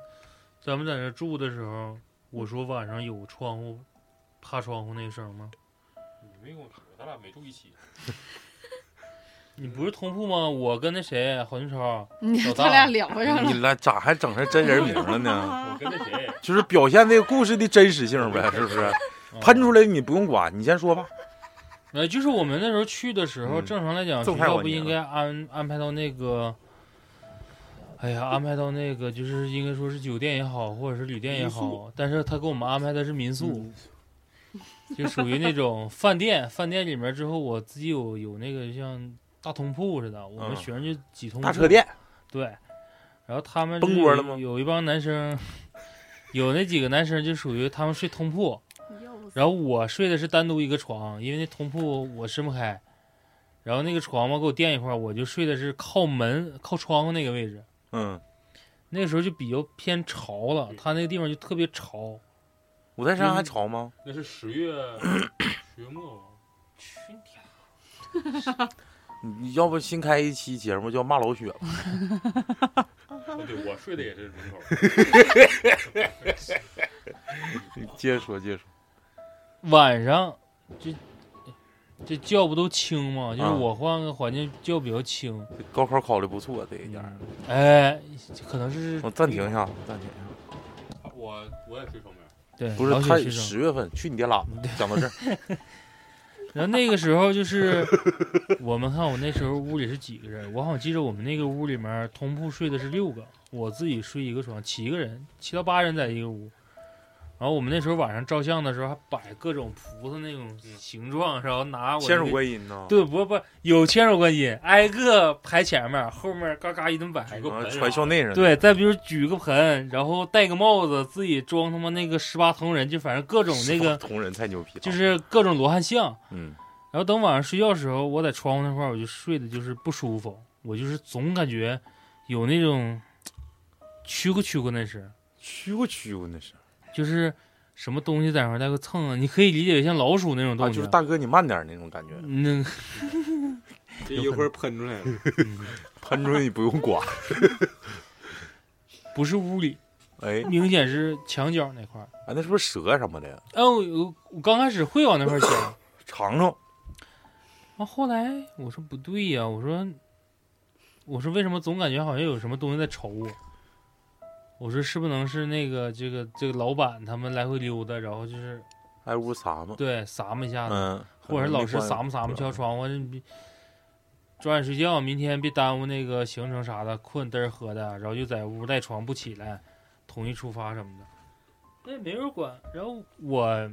[SPEAKER 2] 咱们在那住的时候，我说晚上有窗户趴窗户那声吗？
[SPEAKER 5] 你没跟我说，咱俩没住一起。
[SPEAKER 2] 你不是同铺吗？我跟那谁郝俊超，
[SPEAKER 4] 你
[SPEAKER 2] 老
[SPEAKER 4] 他
[SPEAKER 2] 大嗯
[SPEAKER 4] 俩聊上了
[SPEAKER 1] 你，来咋还整成真人名了呢？
[SPEAKER 5] 我跟那谁，
[SPEAKER 1] 就是表现这个故事的真实性呗，是不是？喷
[SPEAKER 2] 啊
[SPEAKER 1] 出来你不用管，你先说吧。
[SPEAKER 2] 呃，就是我们那时候去的时候，
[SPEAKER 1] 嗯
[SPEAKER 2] 正常来讲，
[SPEAKER 1] 这
[SPEAKER 2] 学
[SPEAKER 1] 么快
[SPEAKER 2] 校
[SPEAKER 1] 我
[SPEAKER 2] 不应
[SPEAKER 1] 赢了
[SPEAKER 2] 该安安排到那个，哎呀，安排到那个就是应该说是酒店也好，或者是旅店也好，但是他给我们安排的是民
[SPEAKER 1] 嗯
[SPEAKER 2] 宿， 就属于那种饭店。饭店里面之后，我自己有有那个像大通铺似的，我们
[SPEAKER 1] 嗯
[SPEAKER 2] 学生就几通铺
[SPEAKER 1] 大车店，
[SPEAKER 2] 对，然后他们
[SPEAKER 1] 崩
[SPEAKER 2] 就是
[SPEAKER 1] 锅了
[SPEAKER 2] 有
[SPEAKER 1] 吗
[SPEAKER 2] 有一帮男生， 有那几个男生就属于他们睡通铺，然后我睡的是单独一个床，因为那通铺我伸不开，然后那个床嘛给我垫一块儿，我就睡的是靠门靠窗户那个位置。
[SPEAKER 1] 嗯，
[SPEAKER 2] 那个时候就比较偏潮了，他那个地方就特别潮。
[SPEAKER 1] 五台山还潮吗？
[SPEAKER 5] 那是 十月十月末吧？
[SPEAKER 2] 去你天！
[SPEAKER 1] 你要不新开一期节目叫骂老雪吧？
[SPEAKER 5] 哦，对，我睡的也是门口。
[SPEAKER 1] 接着说，接着说。
[SPEAKER 2] 晚上这这觉不都轻吗？就是
[SPEAKER 1] 啊
[SPEAKER 2] 我换个环境觉比较轻。
[SPEAKER 1] 高考考的不错，这一点儿。
[SPEAKER 2] 哎，可能是
[SPEAKER 1] 我暂停一下，暂停一下。
[SPEAKER 5] 啊我我也睡窗边，
[SPEAKER 2] 对，
[SPEAKER 1] 不
[SPEAKER 2] 老
[SPEAKER 1] 是
[SPEAKER 2] 雪
[SPEAKER 1] 他
[SPEAKER 2] 是生
[SPEAKER 1] 十月份去你爹喇叭，讲到这儿，
[SPEAKER 2] 然后那个时候就是我们看我那时候屋里是几个人，我好像记着我们那个屋里面同铺睡的是六个，我自己睡一个床，七个人，七到八人在一个屋。然后我们那时候晚上照相的时候还摆各种菩萨那种形状，然后拿我那
[SPEAKER 1] 嗯千手
[SPEAKER 2] 个
[SPEAKER 1] 观音呢，
[SPEAKER 2] 对不不有千手观音，挨个排前面，后面嘎嘎一顿摆，
[SPEAKER 1] 啊
[SPEAKER 5] 盆
[SPEAKER 1] 传校内人，
[SPEAKER 2] 对，再比如举个盆，然后戴个帽子，自己装他妈那个十八铜人，就反正各种那个
[SPEAKER 1] 同人太牛逼了，
[SPEAKER 2] 就是各种罗汉像。
[SPEAKER 1] 嗯，
[SPEAKER 2] 然后等晚上睡觉的时候，我在窗户那块儿，我就睡的就是不舒服，我就是总感觉有那种屈过屈过那是，
[SPEAKER 1] 屈过屈过那是
[SPEAKER 2] 就是什么东西在那块儿在那蹭啊，你可以理解为像老鼠那种
[SPEAKER 1] 啊，
[SPEAKER 2] 动
[SPEAKER 1] 就
[SPEAKER 2] 静。嗯
[SPEAKER 1] 是大哥你慢点儿那种感觉，
[SPEAKER 2] 那
[SPEAKER 5] 这一会儿喷出来了，
[SPEAKER 1] 喷出来你不用 管，
[SPEAKER 2] 不是屋 里，
[SPEAKER 1] 哎，
[SPEAKER 2] 明显是墙角那块儿。
[SPEAKER 1] 啊那是不是蛇什么的呀？
[SPEAKER 2] 哎，我我我刚开始会往那块儿 想，
[SPEAKER 1] 尝尝，
[SPEAKER 2] 啊，后来我说不对呀、我说，我说为什么总感觉好像有什么东西在瞅我？我说是不能是那个这个这个老板他们来回溜达，然后就是
[SPEAKER 1] 挨屋撒嘛，
[SPEAKER 2] 对撒么一下子，
[SPEAKER 1] 嗯，
[SPEAKER 2] 或者是老师撒
[SPEAKER 1] 么
[SPEAKER 2] 么撒么
[SPEAKER 1] 对
[SPEAKER 2] 敲窗户，你别抓紧睡觉，明天别耽误那个行程啥的，困嘚儿喝的，然后就在屋赖床不起来，统一出发什么的，那也没人管。然后我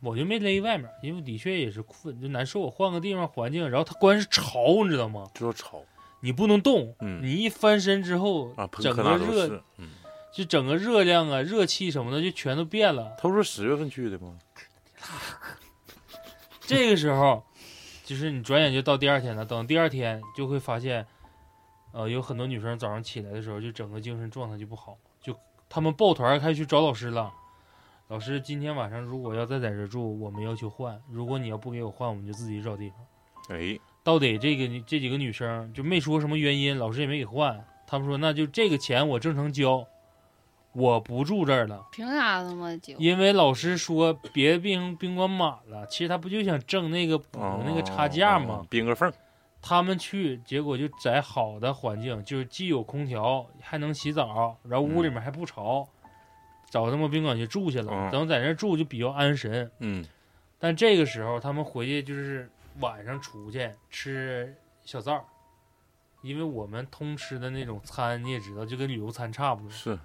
[SPEAKER 2] 我就没勒外面，因为的确也是困，就难受。我换个地方环境，然后它关键是潮，你知道吗？
[SPEAKER 1] 就吵，
[SPEAKER 2] 你不能动，
[SPEAKER 1] 嗯
[SPEAKER 2] 你一翻身之后，
[SPEAKER 1] 啊，喷
[SPEAKER 2] 整
[SPEAKER 1] 科
[SPEAKER 2] 个
[SPEAKER 1] 纳都
[SPEAKER 2] 热
[SPEAKER 1] 是，嗯，
[SPEAKER 2] 就整个热量啊、热气什么的就全都变了。
[SPEAKER 1] 他不是十月份去的吗？
[SPEAKER 2] 这个时候，就是你转眼就到第二天了。等第二天就会发现，呃，有很多女生早上起来的时候，就整个精神状态就不好，就她们抱团儿开始去找老师了。老师，今天晚上如果要再在这儿住，我们要求换；如果你要不给我换，我们就自己找地方。
[SPEAKER 1] 哎，
[SPEAKER 2] 到底这个这几个女生就没说什么原因，老师也没给换。他们说那就这个钱我正常交，我不住这儿了。
[SPEAKER 4] 凭啥他妈就
[SPEAKER 2] 因为老师说别的宾宾馆满了，其实他不就想挣那个补嗯那个差价
[SPEAKER 1] 哦
[SPEAKER 2] 吗？？
[SPEAKER 1] 冰个缝儿，
[SPEAKER 2] 他们去，结果就在好的环境，就是既有空调，还能洗澡，然后屋里面还不潮，找他们宾馆去住去了。
[SPEAKER 1] 嗯
[SPEAKER 2] 等在那儿住就比较安神。
[SPEAKER 1] 嗯，
[SPEAKER 2] 但这个时候他们回去就是晚上出去吃小灶儿，因为我们通吃的那种餐你也知道，就跟旅游餐差不多。
[SPEAKER 1] 是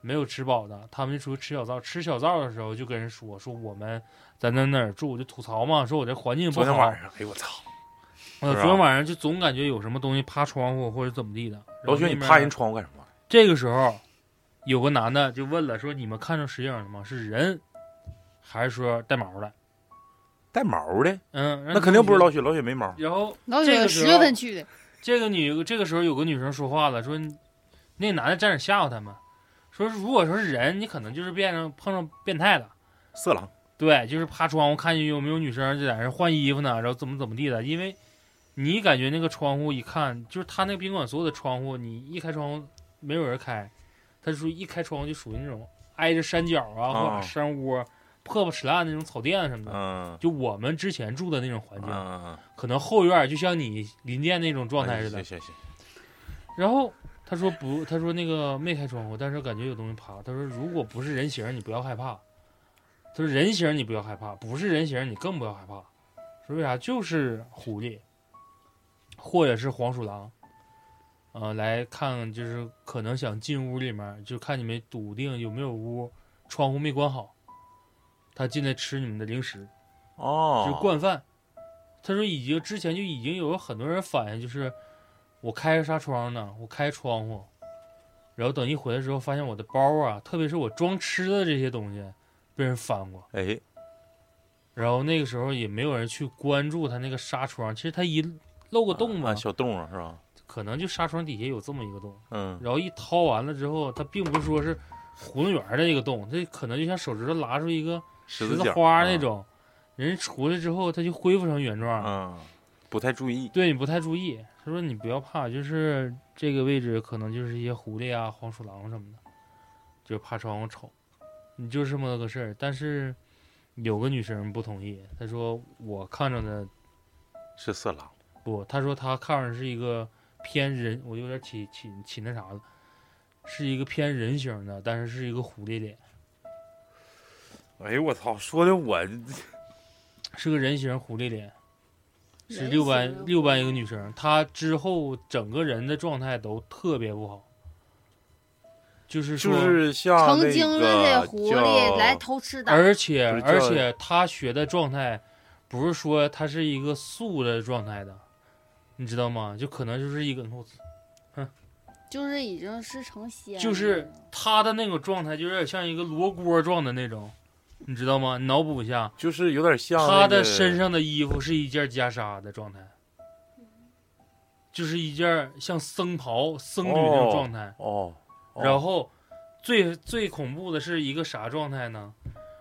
[SPEAKER 2] 没有吃饱的，他们就出去吃小灶。吃小灶的时候就跟人说说我们在那哪儿住，我就吐槽嘛，说我这环境不
[SPEAKER 1] 昨
[SPEAKER 2] 好。
[SPEAKER 1] 天晚上，哎呦我操，
[SPEAKER 2] 呃，
[SPEAKER 1] 是吧
[SPEAKER 2] 昨天晚上就总感觉有什么东西趴窗户或者怎么地的。
[SPEAKER 1] 老
[SPEAKER 2] 然
[SPEAKER 1] 雪
[SPEAKER 2] 后
[SPEAKER 1] 你
[SPEAKER 2] 那边
[SPEAKER 1] 趴人窗户干什么？
[SPEAKER 2] 这个时候，有个男的就问了，说你们看着石影了吗？是人还是说带毛的？
[SPEAKER 1] 带毛的，
[SPEAKER 2] 嗯，
[SPEAKER 1] 那肯定不是
[SPEAKER 2] 老。
[SPEAKER 1] 老雪，老雪没毛，
[SPEAKER 2] 然后
[SPEAKER 4] 老
[SPEAKER 2] 这
[SPEAKER 4] 雪
[SPEAKER 2] 个时
[SPEAKER 4] 十
[SPEAKER 2] 候
[SPEAKER 4] 月份去的，
[SPEAKER 2] 这个女这个时候有个女生说话了，说你那男的站着吓唬他们，说如果说是人，你可能就是变成碰上变态了。
[SPEAKER 1] 色狼，
[SPEAKER 2] 对，就是趴窗户看有没有女生就在那儿换衣服呢，然后怎么怎么地的。因为你感觉那个窗户一看，就是他那个宾馆所有的窗户，你一开窗户没有人开，他就属于一开窗户就属于那种挨着山脚啊或
[SPEAKER 1] 啊
[SPEAKER 2] 者山窝、破破烂烂那种草甸啊什么的。
[SPEAKER 1] 嗯
[SPEAKER 2] 就我们之前住的那种环
[SPEAKER 1] 嗯
[SPEAKER 2] 境，
[SPEAKER 1] 嗯，
[SPEAKER 2] 可能后院就像你临店那种状态似的
[SPEAKER 1] 哎。行行行，
[SPEAKER 2] 然后他说不，他说那个没开窗户，但是感觉有东西爬。他说如果不是人形，你不要害怕。他说人形你不要害怕，不是人形你更不要害怕。说为啥？就是狐狸，或者是黄鼠狼，呃，来看就是可能想进屋里面，就看你们笃定有没有屋窗户没关好，他进来吃你们的零食。
[SPEAKER 1] 哦，
[SPEAKER 2] 就是惯犯。他说已经之前就已经有很多人反映，就是我开着纱窗呢，我开窗户，然后等一回来之后，发现我的包啊，特别是我装吃的这些东西，被人翻过。
[SPEAKER 1] 哎，
[SPEAKER 2] 然后那个时候也没有人去关注他那个纱窗，其实他一漏个洞嘛
[SPEAKER 1] 啊，小洞啊，是吧？
[SPEAKER 2] 可能就纱窗底下有这么一个洞。
[SPEAKER 1] 嗯，
[SPEAKER 2] 然后一掏完了之后，它并不是说是葫芦圆儿的一个洞，它可能就像手指头拉出一个
[SPEAKER 1] 十
[SPEAKER 2] 十
[SPEAKER 1] 字
[SPEAKER 2] 字
[SPEAKER 1] 角啊
[SPEAKER 2] 花那，种。人出来之后，它就恢复成原状了。
[SPEAKER 1] 嗯，嗯不太注意，
[SPEAKER 2] 对你不太注意。他说你不要怕，就是这个位置可能就是一些狐狸啊、黄鼠狼什么的，就是怕窗户瞅，你就是这么个事儿。但是有个女生不同意，她说我看着的
[SPEAKER 1] 是色狼，
[SPEAKER 2] 不，她说她看着是一个偏人，我有点起起起那啥了，是一个偏人形的，但是是一个狐狸脸。
[SPEAKER 1] 哎呦我操，说的我
[SPEAKER 2] 是个人形狐狸脸，是
[SPEAKER 3] 人
[SPEAKER 2] 六
[SPEAKER 3] 形
[SPEAKER 2] 班六班一个女生，她之后整个人的状态都特别不好，就是
[SPEAKER 1] 就
[SPEAKER 2] 说，
[SPEAKER 1] 是像
[SPEAKER 4] 成
[SPEAKER 1] 那
[SPEAKER 4] 精了
[SPEAKER 1] 个
[SPEAKER 4] 的狐
[SPEAKER 1] 叫
[SPEAKER 4] 狸来偷吃的，
[SPEAKER 2] 而且
[SPEAKER 1] 不是叫
[SPEAKER 2] 而且她学的状态，不是说她是一个素的状态的，你知道吗？就可能就是一个
[SPEAKER 4] 就是已经是成仙了，
[SPEAKER 2] 就是她的那个状态，就有点像一个罗锅状的那种，你知道吗？你脑补一下，
[SPEAKER 1] 就是有点像
[SPEAKER 2] 她
[SPEAKER 1] 那
[SPEAKER 2] 的
[SPEAKER 1] 个
[SPEAKER 2] 身上的衣服是一件袈裟的状态，就是一件像僧袍、僧侣那种状态。
[SPEAKER 1] 哦，哦
[SPEAKER 2] 然后最最恐怖的是一个啥状态呢？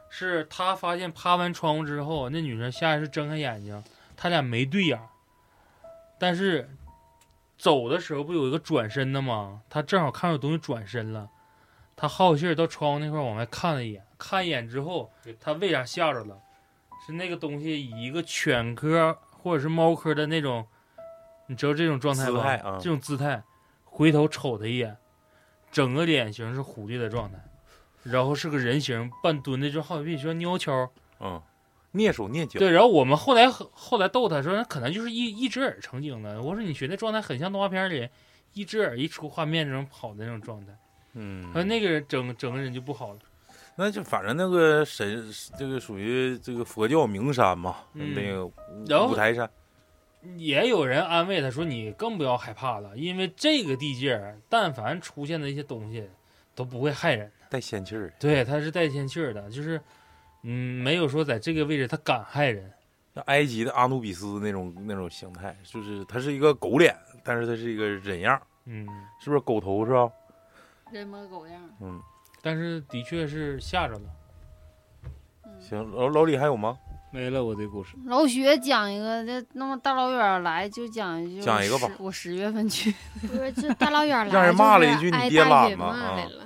[SPEAKER 2] 是他发现趴完窗户之后，那女生下意识睁开眼睛，他俩没对眼儿，但是走的时候不有一个转身的吗？他正好看到有东西转身了，他好奇儿到窗户那块儿往外看了一眼，看一眼之后，他为啥吓着了？是那个东西以一个犬科或者是猫科的那种，你知道这种状态
[SPEAKER 1] 姿
[SPEAKER 2] 吧？
[SPEAKER 1] 态啊
[SPEAKER 2] 这种姿态，回头瞅他一眼，整个脸型是狐狸的状态，然后是个人形半蹲的，就好比说鸟悄。
[SPEAKER 1] 嗯，蹑手蹑脚，
[SPEAKER 2] 对，然后我们后来后来逗他说，那可能就是一一只耳成精了。我说你学那状态很像动画片里一只耳一出画面那种跑的那种状态。
[SPEAKER 1] 嗯
[SPEAKER 2] 他，说呃那个人整整个人就不好了。
[SPEAKER 1] 那就反正那个神，这个属于这个佛教名山嘛，
[SPEAKER 2] 嗯
[SPEAKER 1] 那个
[SPEAKER 2] 然后
[SPEAKER 1] 五五台山，
[SPEAKER 2] 也有人安慰他说：“你更不要害怕了，因为这个地界儿，但凡出现的一些东西都不会害人。
[SPEAKER 1] 带仙气儿。
[SPEAKER 2] 对，他是带仙气儿的，就是嗯，没有说在这个位置他敢害人。
[SPEAKER 1] 像埃及的阿努比斯那种那种形态，就是它是一个狗脸，但是它是一个人样，
[SPEAKER 2] 嗯，
[SPEAKER 1] 是不是狗头是吧？
[SPEAKER 4] 人模狗样。
[SPEAKER 1] 嗯，
[SPEAKER 2] 但是的确是吓着了。
[SPEAKER 4] 嗯
[SPEAKER 1] 行，老老李还有吗？
[SPEAKER 6] 没了我的故事。
[SPEAKER 4] 老雪讲一个，这那么大老远儿来就讲一句，
[SPEAKER 1] 讲
[SPEAKER 4] 我
[SPEAKER 1] 一个吧
[SPEAKER 4] 十我十月份 去，
[SPEAKER 3] 不是这大老远儿来，
[SPEAKER 1] 让人骂了一句
[SPEAKER 3] 就是
[SPEAKER 1] 你
[SPEAKER 3] 挨
[SPEAKER 1] 爹
[SPEAKER 3] 大
[SPEAKER 1] 懒
[SPEAKER 3] 雨
[SPEAKER 1] 吗
[SPEAKER 3] 骂
[SPEAKER 1] 啊
[SPEAKER 3] 来了，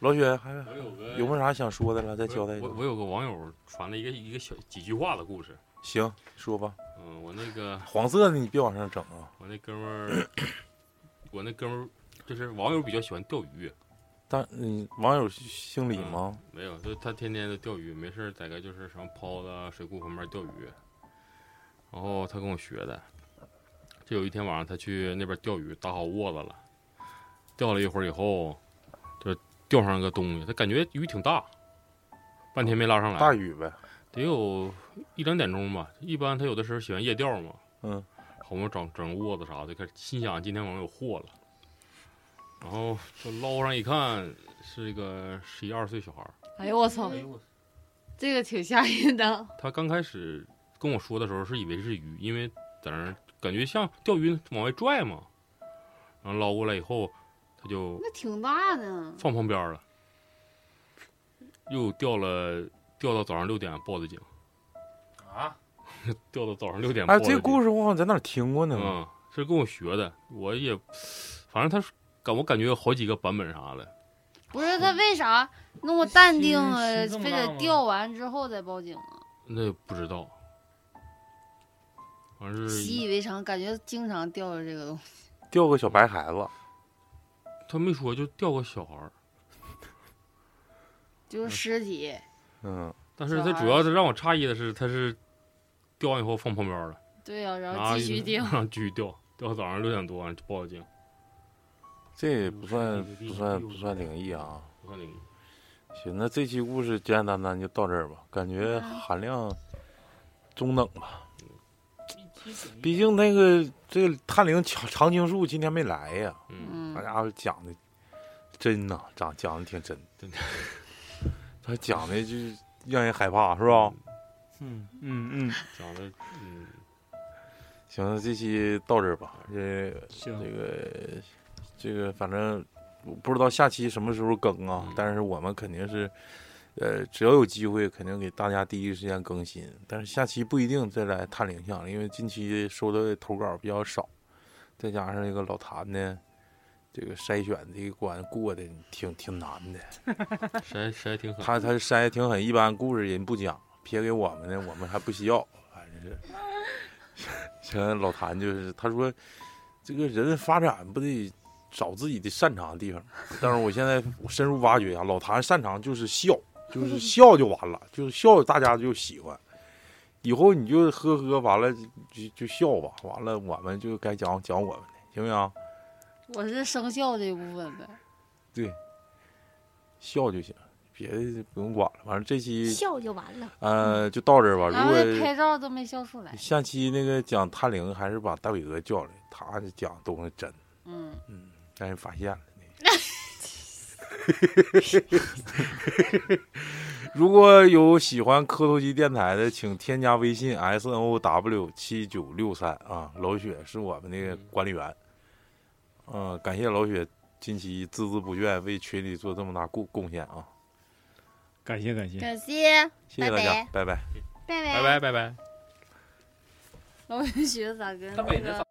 [SPEAKER 1] 老雪还有
[SPEAKER 5] 我有个
[SPEAKER 1] 有没有啥想说的了？再交代一下
[SPEAKER 5] 我。我有个网友传了一个一个小几句话的故事。
[SPEAKER 1] 行，说吧。
[SPEAKER 5] 嗯，我那个
[SPEAKER 1] 黄色的你别往上整啊，
[SPEAKER 5] 我那哥们儿，我那哥们儿就是网友比较喜欢钓鱼，
[SPEAKER 1] 但你网友姓李吗？
[SPEAKER 5] 没有，就他天天都钓鱼，没事儿在个就是什么泡子啊水库旁边钓鱼。然后他跟我学的，就有一天晚上他去那边钓鱼，打好窝子了，钓了一会儿以后，就钓上个东西，他感觉鱼挺大，半天没拉上来，
[SPEAKER 1] 大宇呗。
[SPEAKER 5] 得有一两点钟吧。一般他有的时候喜欢夜钓嘛，
[SPEAKER 1] 嗯，
[SPEAKER 5] 好不容易整整个窝子啥的，就开始心想今天晚上有货了。然后就捞上一看，是一个十一二岁小孩儿。
[SPEAKER 4] 哎呦我操，
[SPEAKER 2] 我
[SPEAKER 4] 这个挺吓人的。
[SPEAKER 5] 他刚开始跟我说的时候是以为是鱼，因为在那儿感觉像钓鱼往外拽嘛，然后捞过来以后，他就
[SPEAKER 4] 那挺大的，
[SPEAKER 5] 放旁边儿了，又钓了，钓到早上六点报的警，
[SPEAKER 2] 啊，
[SPEAKER 5] 钓到早上六点报
[SPEAKER 1] 哎，
[SPEAKER 5] 的警。
[SPEAKER 1] 这故事我好像在哪儿听过呢。
[SPEAKER 5] 嗯，是跟我学的，我也，反正他是感我感觉有好几个版本啥的，
[SPEAKER 4] 不是他为啥那么淡定啊
[SPEAKER 2] 心心？这么
[SPEAKER 4] 非
[SPEAKER 2] 大吗
[SPEAKER 4] 得钓完之后再报警啊？
[SPEAKER 5] 那不知道，反正是
[SPEAKER 4] 习以为常，感觉经常钓着这个东西。
[SPEAKER 1] 钓个小白孩子，
[SPEAKER 5] 他没说就钓个小孩儿，
[SPEAKER 4] 就是尸体，
[SPEAKER 1] 嗯，
[SPEAKER 5] 但是
[SPEAKER 4] 小
[SPEAKER 5] 他
[SPEAKER 4] 孩
[SPEAKER 5] 主
[SPEAKER 4] 儿
[SPEAKER 5] 要是让我诧异的是，他是钓完以后放旁边儿了，
[SPEAKER 4] 对呀、然
[SPEAKER 5] 拿
[SPEAKER 4] 后继续钓，
[SPEAKER 5] 然后 继续钓，钓到早上六点多完就报的警，
[SPEAKER 1] 这也不算不算不算灵异啊。
[SPEAKER 5] 我看你
[SPEAKER 1] 行，那这期故事简简单单就到这儿吧，感觉含量中等吧。毕竟那个这个探灵长常青树今天没来呀，
[SPEAKER 5] 嗯，
[SPEAKER 1] 那
[SPEAKER 4] 嗯，
[SPEAKER 1] 家伙讲的真呐、讲讲的挺真，
[SPEAKER 5] 真的，
[SPEAKER 1] 他讲的就是让人害怕，是吧？
[SPEAKER 2] 嗯嗯嗯，
[SPEAKER 5] 讲的 嗯，
[SPEAKER 1] 行，那这期到这儿吧，这
[SPEAKER 6] 行，
[SPEAKER 1] 这个这个反正我不知道下期什么时候更啊
[SPEAKER 5] 嗯，
[SPEAKER 1] 但是我们肯定是，呃，只要有机会，肯定给大家第一时间更新。但是下期不一定再来探灵像，因为近期收到的投稿比较少，再加上这个老谭呢，这个筛选这一关过的挺挺难的，
[SPEAKER 5] 谁谁挺狠，
[SPEAKER 1] 他他筛得挺狠，一般故事人不讲，撇给我们呢，我们还不需要，反正是。 像老谭就是他说，这个人发展不得找自己的擅长的地方。但是我现在我深入挖掘啊，老谭擅长就是笑，就是笑就完了， 就是笑大家就喜欢。以后你就呵呵完了就就笑吧，完了我们就该讲讲我们的，行不行？
[SPEAKER 4] 我是生肖这部分呗。
[SPEAKER 1] 笑就行，别的不用管了。完了这期
[SPEAKER 3] 笑就完了。
[SPEAKER 1] 呃就到这儿吧。
[SPEAKER 4] 咱
[SPEAKER 1] 如
[SPEAKER 4] 们
[SPEAKER 1] 果
[SPEAKER 4] 拍照都没笑出来。
[SPEAKER 1] 下期那个讲探灵，还是把大伟哥叫来，他讲东西真，
[SPEAKER 4] 嗯，
[SPEAKER 1] 嗯，让人发现了。 如果有喜欢磕头机电台的，请添加微信 s n o w 七九六三啊，老雪是我们的管理员。嗯、感谢老雪近期孜孜不倦为群里做这么大贡贡献啊，
[SPEAKER 6] 感谢感谢。
[SPEAKER 3] 感谢，
[SPEAKER 1] 谢谢大家，拜拜
[SPEAKER 4] 哎
[SPEAKER 3] 拜拜
[SPEAKER 5] 拜拜拜拜。
[SPEAKER 4] 老文学咋跟那个？